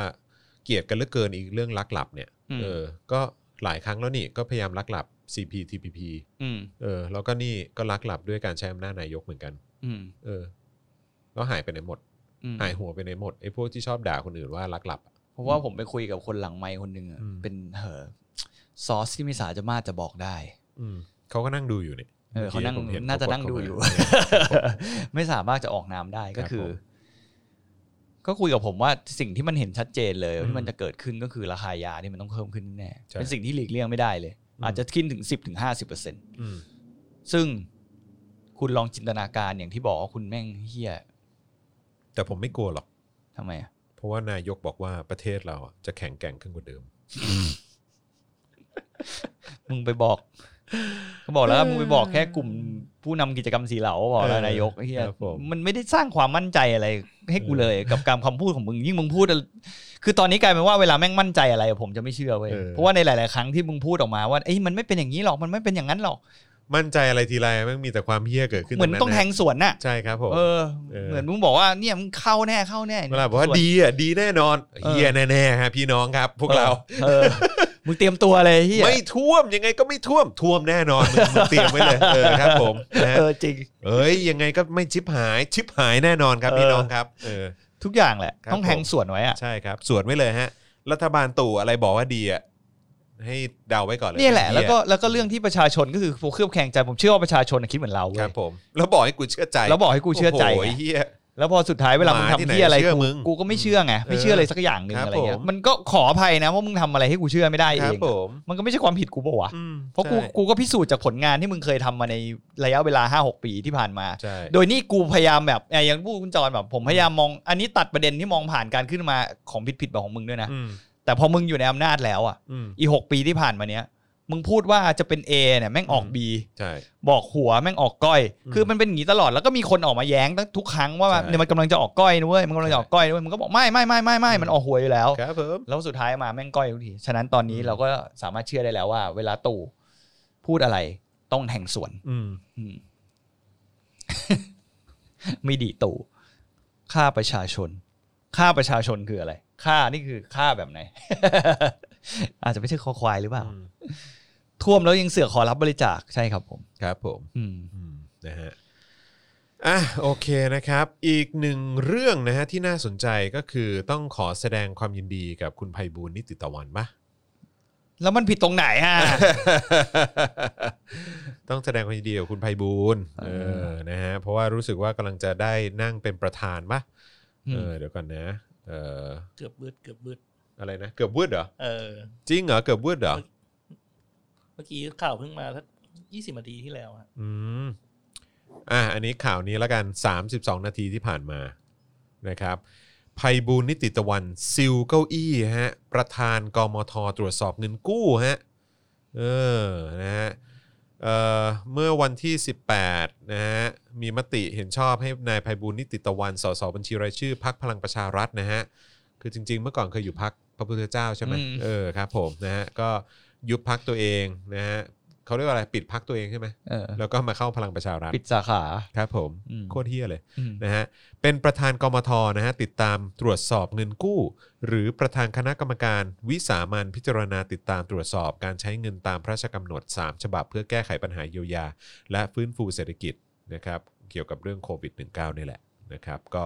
[SPEAKER 1] เกลียดกันเหลือเกินอีกเรื่องลักหลับเนี่ย
[SPEAKER 2] อืม
[SPEAKER 1] เออก็หลายครั้งแล้วนี่ก็พยายามลักหลับ CPTPP
[SPEAKER 2] อืม
[SPEAKER 1] เออแล้วก็นี่ก็ลักหลับด้วยการใช้อำนาจนายกเหมือนกัน
[SPEAKER 2] อืม
[SPEAKER 1] เออแล้วหายไปไหนหมด
[SPEAKER 2] อืม
[SPEAKER 1] หายหัวไปไหนหมดไอ้พวกที่ชอบด่าคนอื่นว่าลักหลับอะ
[SPEAKER 2] เพราะว่าผมไปคุยกับคนหลังไมค์คนหนึ่งอะ
[SPEAKER 1] อืม
[SPEAKER 2] เป็นเหอะซอสที่ไม่สาจะมาจะบอกได้
[SPEAKER 1] อืมเขาก็นั่งดูอยู่เนี่ย
[SPEAKER 2] เออเขานั่ง
[SPEAKER 1] มื่อกี้ผมห็
[SPEAKER 2] น่าจะ
[SPEAKER 1] เขก
[SPEAKER 2] นั่งดูอยู่
[SPEAKER 1] เข้ามา
[SPEAKER 2] ไม่สามารถจะออกนามได้ก็คื
[SPEAKER 1] ค
[SPEAKER 2] อ
[SPEAKER 1] รับผม
[SPEAKER 2] ก็คุยกับผมว่าสิ่งที่มันเห็นชัดเจนเลย
[SPEAKER 1] อืม
[SPEAKER 2] ที่มันจะเกิดขึ้นก็คือราคายาที่มันต้องเพิ่มขึ้นแน่
[SPEAKER 1] ใช่
[SPEAKER 2] เป็นสิ่งที่หลีกเลี่ยงไม่ได้เลย
[SPEAKER 1] อืม
[SPEAKER 2] อาจจะขึ้นถึงสิบถึงห้าสิบเปอร์เซ็น
[SPEAKER 1] อืม
[SPEAKER 2] ซึ่งคุณลองจินตนาการอย่างที่บอกว่าคุณแม่งเฮี้ย
[SPEAKER 1] แต่ผมไม่กลัวหรอก
[SPEAKER 2] ทำไมอะ
[SPEAKER 1] เพราะว่านายกบอกว่าประเทศเราอ่ะจะแข็งแกร่งขึ้นกว่าเดิม
[SPEAKER 2] มึงไปบอก ก็บอกแล้วมึงไปบอกแค่กลุ่มผู้นำกิจกรรมสีเหลาบอกแล้
[SPEAKER 1] เออน
[SPEAKER 2] วายกไอ้เฮีย
[SPEAKER 1] ครับผม
[SPEAKER 2] มันไม่ได้สร้างความมั่นใจอะไร ให้กู เลย กับการคำพูดของมึงยิ่งมึงพูด คือตอนนี้กลายเป็นว่าเวลาแม่งมั่นใจอะไรผมจะไม่เชื่อเว้ย
[SPEAKER 1] เออ
[SPEAKER 2] เพราะว่าในหลาย ๆ ครั้งที่มึงพูดออกมาว่าเอ้ยมันไม่เป็นอย่างนี้หรอกมันไม่เป็นอย่างนั้นหรอก
[SPEAKER 1] มั่นใจอะไรทีไรแมันมีแต่ความเฮี้ยเกิดขึ้น
[SPEAKER 2] เหมือน
[SPEAKER 1] ทั้
[SPEAKER 2] ต้องแทง
[SPEAKER 1] ะ
[SPEAKER 2] สวนน่ะ
[SPEAKER 1] ใช่ครับผม
[SPEAKER 2] เออ
[SPEAKER 1] เออ
[SPEAKER 2] เหมือนมึงบอกว่าเนี่ยมึงเข้าแน่เข้าแน่
[SPEAKER 1] เวลาบอกว่า
[SPEAKER 2] สน
[SPEAKER 1] ดีอ่ะดีแน่นอนเฮี้ยแน่ๆฮะพี่น้องครับ พวกเรา
[SPEAKER 2] เออมึงเตรียมตัวเลยที่
[SPEAKER 1] ไม่ท่วมยังไงก็ไม่ท่วมท่วมแน่นอนมึงมึงเตรียมไว้เลยเออครับผมนะฮะ
[SPEAKER 2] เออจริง
[SPEAKER 1] เอ้ยยังไงก็ไม่ชิบหายชิบหายแน่นอนครับ
[SPEAKER 2] เออ
[SPEAKER 1] พี่น้องครับ เออ
[SPEAKER 2] ทุกอย่างแหละ
[SPEAKER 1] ครับ
[SPEAKER 2] ต้องแทงสวนไว้อะ
[SPEAKER 1] ใช่ครับสวนไว้เลยฮะ รัฐบาลตู่อะไรบอกว่าดีอ่ะให้เดาไว้ก่อนเลย
[SPEAKER 2] เนี่ยแหละ
[SPEAKER 1] เย
[SPEAKER 2] แล้วก็แล้วก็เรื่องที่ประชาชนก็คือผมเครือบแคลงใจผมเชื่อว่าประชาชนน่ะคิดเหมือนเรา
[SPEAKER 1] ค
[SPEAKER 2] เว้
[SPEAKER 1] รับ
[SPEAKER 2] ย
[SPEAKER 1] ผม แล้วบอกให้กูเชื่อใจ
[SPEAKER 2] แล้วบอกให้กูเชื่อใจ
[SPEAKER 1] โโห
[SPEAKER 2] ไง
[SPEAKER 1] เฮี้ย
[SPEAKER 2] แล้วพอสุดท้ายเวลามึง
[SPEAKER 1] หมาที่ไห
[SPEAKER 2] ทำ
[SPEAKER 1] น
[SPEAKER 2] ที่อะไร
[SPEAKER 1] เชื่อ
[SPEAKER 2] กู
[SPEAKER 1] มึง
[SPEAKER 2] กูก็ไม่เชื่อไงไม่เชื่ออะไรสักอย่างหนึ่ง
[SPEAKER 1] ครับ
[SPEAKER 2] อะไรเงี้
[SPEAKER 1] ผ
[SPEAKER 2] ย
[SPEAKER 1] ม
[SPEAKER 2] มันก็ขออภัยนะว่ามึงทำอะไรให้กูเชื่อไม่ได้
[SPEAKER 1] ค
[SPEAKER 2] เอ
[SPEAKER 1] รับ
[SPEAKER 2] ง
[SPEAKER 1] ผม
[SPEAKER 2] มันก็ไม่ใช่ความผิดกูปะวะ
[SPEAKER 1] อืม
[SPEAKER 2] เพราะกู
[SPEAKER 1] ใช่
[SPEAKER 2] กูก็พิสูจน์จากผลงานที่มึงเคยทำมาในระยะเวลาห้าหกปีที่ผ่านมา
[SPEAKER 1] ใช่
[SPEAKER 2] โดยนี่กูพยายามแบบเอ่ออย่างพูดคุณจอนแบบผมพยายามมอง อันนี้ตัดประเด็นที่มองผ่านการขึ้นมาของผิดผิดๆแบบของมึงด้วยนะ
[SPEAKER 1] อืม
[SPEAKER 2] แต่พอมึงอยู่ในอำนาจแล้วอ่ะ
[SPEAKER 1] อืม
[SPEAKER 2] อีหกปีที่ผ่านมาเนี้ยมึงพูดว่าจะเป็น A เนี่ยแม่งออก
[SPEAKER 1] อืม
[SPEAKER 2] B
[SPEAKER 1] ใช่
[SPEAKER 2] บอกหัวแม่งออกก้อย
[SPEAKER 1] อืม
[SPEAKER 2] คือมันเป็นอย่างนี้ตลอดแล้วก็มีคนออกมาแย้งตั้งทุกครั้งว่า
[SPEAKER 1] ใช่
[SPEAKER 2] เนี่ยมันกำลังจะออกก้อยนะเว้ยมันกำลังจะออกก้อยนะเว้ยมันก็บอกไม่ไม่ไม่ไม่ไม่
[SPEAKER 1] อืม
[SPEAKER 2] มันออกหัวอยู่แล้ว
[SPEAKER 1] ครับผม
[SPEAKER 2] แล้วสุดท้ายมาแม่งก้อยทุกทีฉะนั้นตอนนี้
[SPEAKER 1] อืม
[SPEAKER 2] เราก็สามารถเชื่อได้แล้วว่า เวลาตู่พูดอะไรต้องแห่งสวน
[SPEAKER 1] อืม
[SPEAKER 2] อืม ไม่ดีตู่ค่าประชาชน ค่าประชาชนคืออะไร ค่านี่คือค่าแบบไหน อาจจะไม่ใช่คอควายหรือเปล่า
[SPEAKER 1] อืม
[SPEAKER 2] ท่วมแล้วยังเสือกขอรับบริจาคใช่ครับผม
[SPEAKER 1] ครับผม
[SPEAKER 2] อืม
[SPEAKER 1] อืมนะฮะอ่ะโอเคนะครับ อีกหนึ่งเรื่องนะฮะที่น่าสนใจก็คือต้องขอแสดงความยินดีกับคุณไพบูลย์นิติตะวันปะ
[SPEAKER 2] แล้วมันผิดตรงไหนฮะ
[SPEAKER 1] ต้องแสดงความยินดีกับคุณไพบูลย์เออนะฮะเพราะว่ารู้สึกว่ากำลังจะได้นั่งเป็นประธานปะ
[SPEAKER 2] อืม
[SPEAKER 1] เออเดี๋ยวก่อนนะเออ
[SPEAKER 3] เกือบบืดเกือบบืด
[SPEAKER 1] อะไรนะเกือบวืดเหรอ
[SPEAKER 3] เออ
[SPEAKER 1] จริงเหรอเกือบวืดเหรอ
[SPEAKER 3] เมื่อกี้ข่าวเพิ่งมาสักยี่สิบนาทีที่แล้วอะ
[SPEAKER 1] อืม อ่ะ อันนี้ข่าวนี้แล้วกัน 32 นาทีที่ผ่านมา นะครับภัยบูลย์นิติตะวันซิลเก้าอี้ฮะ ประธานกมทตรวจสอบเงินกู้ฮะ เออ นะฮะ เอ่อ เมื่อวันที่ 18 นะฮะ มีมติเห็นชอบให้นายภัยบูลย์นิติตะวัน สสบัญชีรายชื่อพักพลังประชารัฐนะฮะ คือจริง ๆ เมื่อก่อนเคยอยู่พักพระพุทธเจ้าใช่ไหม
[SPEAKER 2] อืม
[SPEAKER 1] เออ ครับผมนะฮะ ก็ยุบพักตัวเองนะฮะเขาเรียกว่าอะไร ปิดพักตัวเองใช่ไหม
[SPEAKER 2] เออ
[SPEAKER 1] แล้วก็มาเข้าพลังประชารัฐ
[SPEAKER 2] ปิดสาขา
[SPEAKER 1] ครับผม
[SPEAKER 2] อืม
[SPEAKER 1] โคตรเฮียเลย
[SPEAKER 2] อืม
[SPEAKER 1] นะฮะเป็นประธานกมทนะฮะติดตามตรวจสอบเงินกู้ หรือประธานคณะกรรมการวิสามันพิจารณาติดตามตรวจสอบการใช้เงินตามพระราชกำหนด 3 ฉบับเพื่อแก้ไขปัญหาเยียวยา และฟื้นฟูเศรษฐกิจนะครับเกี่ยวกับเรื่องโควิด -19 นี่แหละนะครับก็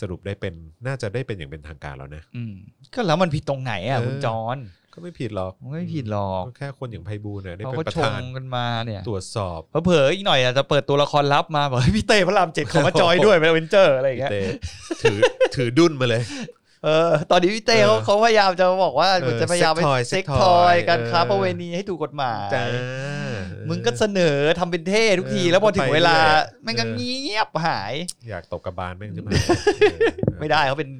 [SPEAKER 1] สรุปได้เป็นน่าจะได้เป็นอย่างเป็นทางการแล้วนะ
[SPEAKER 2] อืม ก็แล้วมันผิดตรงไหนอ่ะ
[SPEAKER 1] เออ
[SPEAKER 2] คุณจอน
[SPEAKER 1] ก็ไม่ผิดหรอก
[SPEAKER 2] มันไม่ผิดหรอก
[SPEAKER 1] ก็แค่คนอย่างไพบูลย์เนี่ยได้
[SPEAKER 2] เขา
[SPEAKER 1] เป็น
[SPEAKER 2] ก็
[SPEAKER 1] ประ
[SPEAKER 2] ชง
[SPEAKER 1] ธาน
[SPEAKER 2] กันมาเนี่ย
[SPEAKER 1] ตรวจสอบ
[SPEAKER 2] เผลอๆอีกหน่อยอาจจะเปิดตัวละครลับมา บอกเฮ้ยพี่เต้พระรามเจ็ดขอมาจอยด้วยเป็นเวนเจอร์อะไรอย่างเงี้ย
[SPEAKER 1] เต้ถือถือดุ้นมาเลย
[SPEAKER 2] เออ ตอนนี้พี่เต้เขา
[SPEAKER 1] เออ
[SPEAKER 2] เขาพยายามจะบอกว่า
[SPEAKER 1] เออ
[SPEAKER 2] จะพยายามไป
[SPEAKER 1] sex toy
[SPEAKER 2] เซ็ก
[SPEAKER 1] sex toy
[SPEAKER 2] ทอยการค้า
[SPEAKER 1] เออ
[SPEAKER 2] ประเวณีให้ถูกกฎหมาย
[SPEAKER 1] จ้า
[SPEAKER 2] มึงก็เสนอทำเป็นเท่ทุกที
[SPEAKER 1] เออ
[SPEAKER 2] แล้วพอถึงเวลา
[SPEAKER 1] ก็ไปเรื่อย
[SPEAKER 2] แมันก็เงียบหาย
[SPEAKER 1] อยากตบกระบาลแม่งใช่ไหม
[SPEAKER 2] ไม่ได้เขาเป็น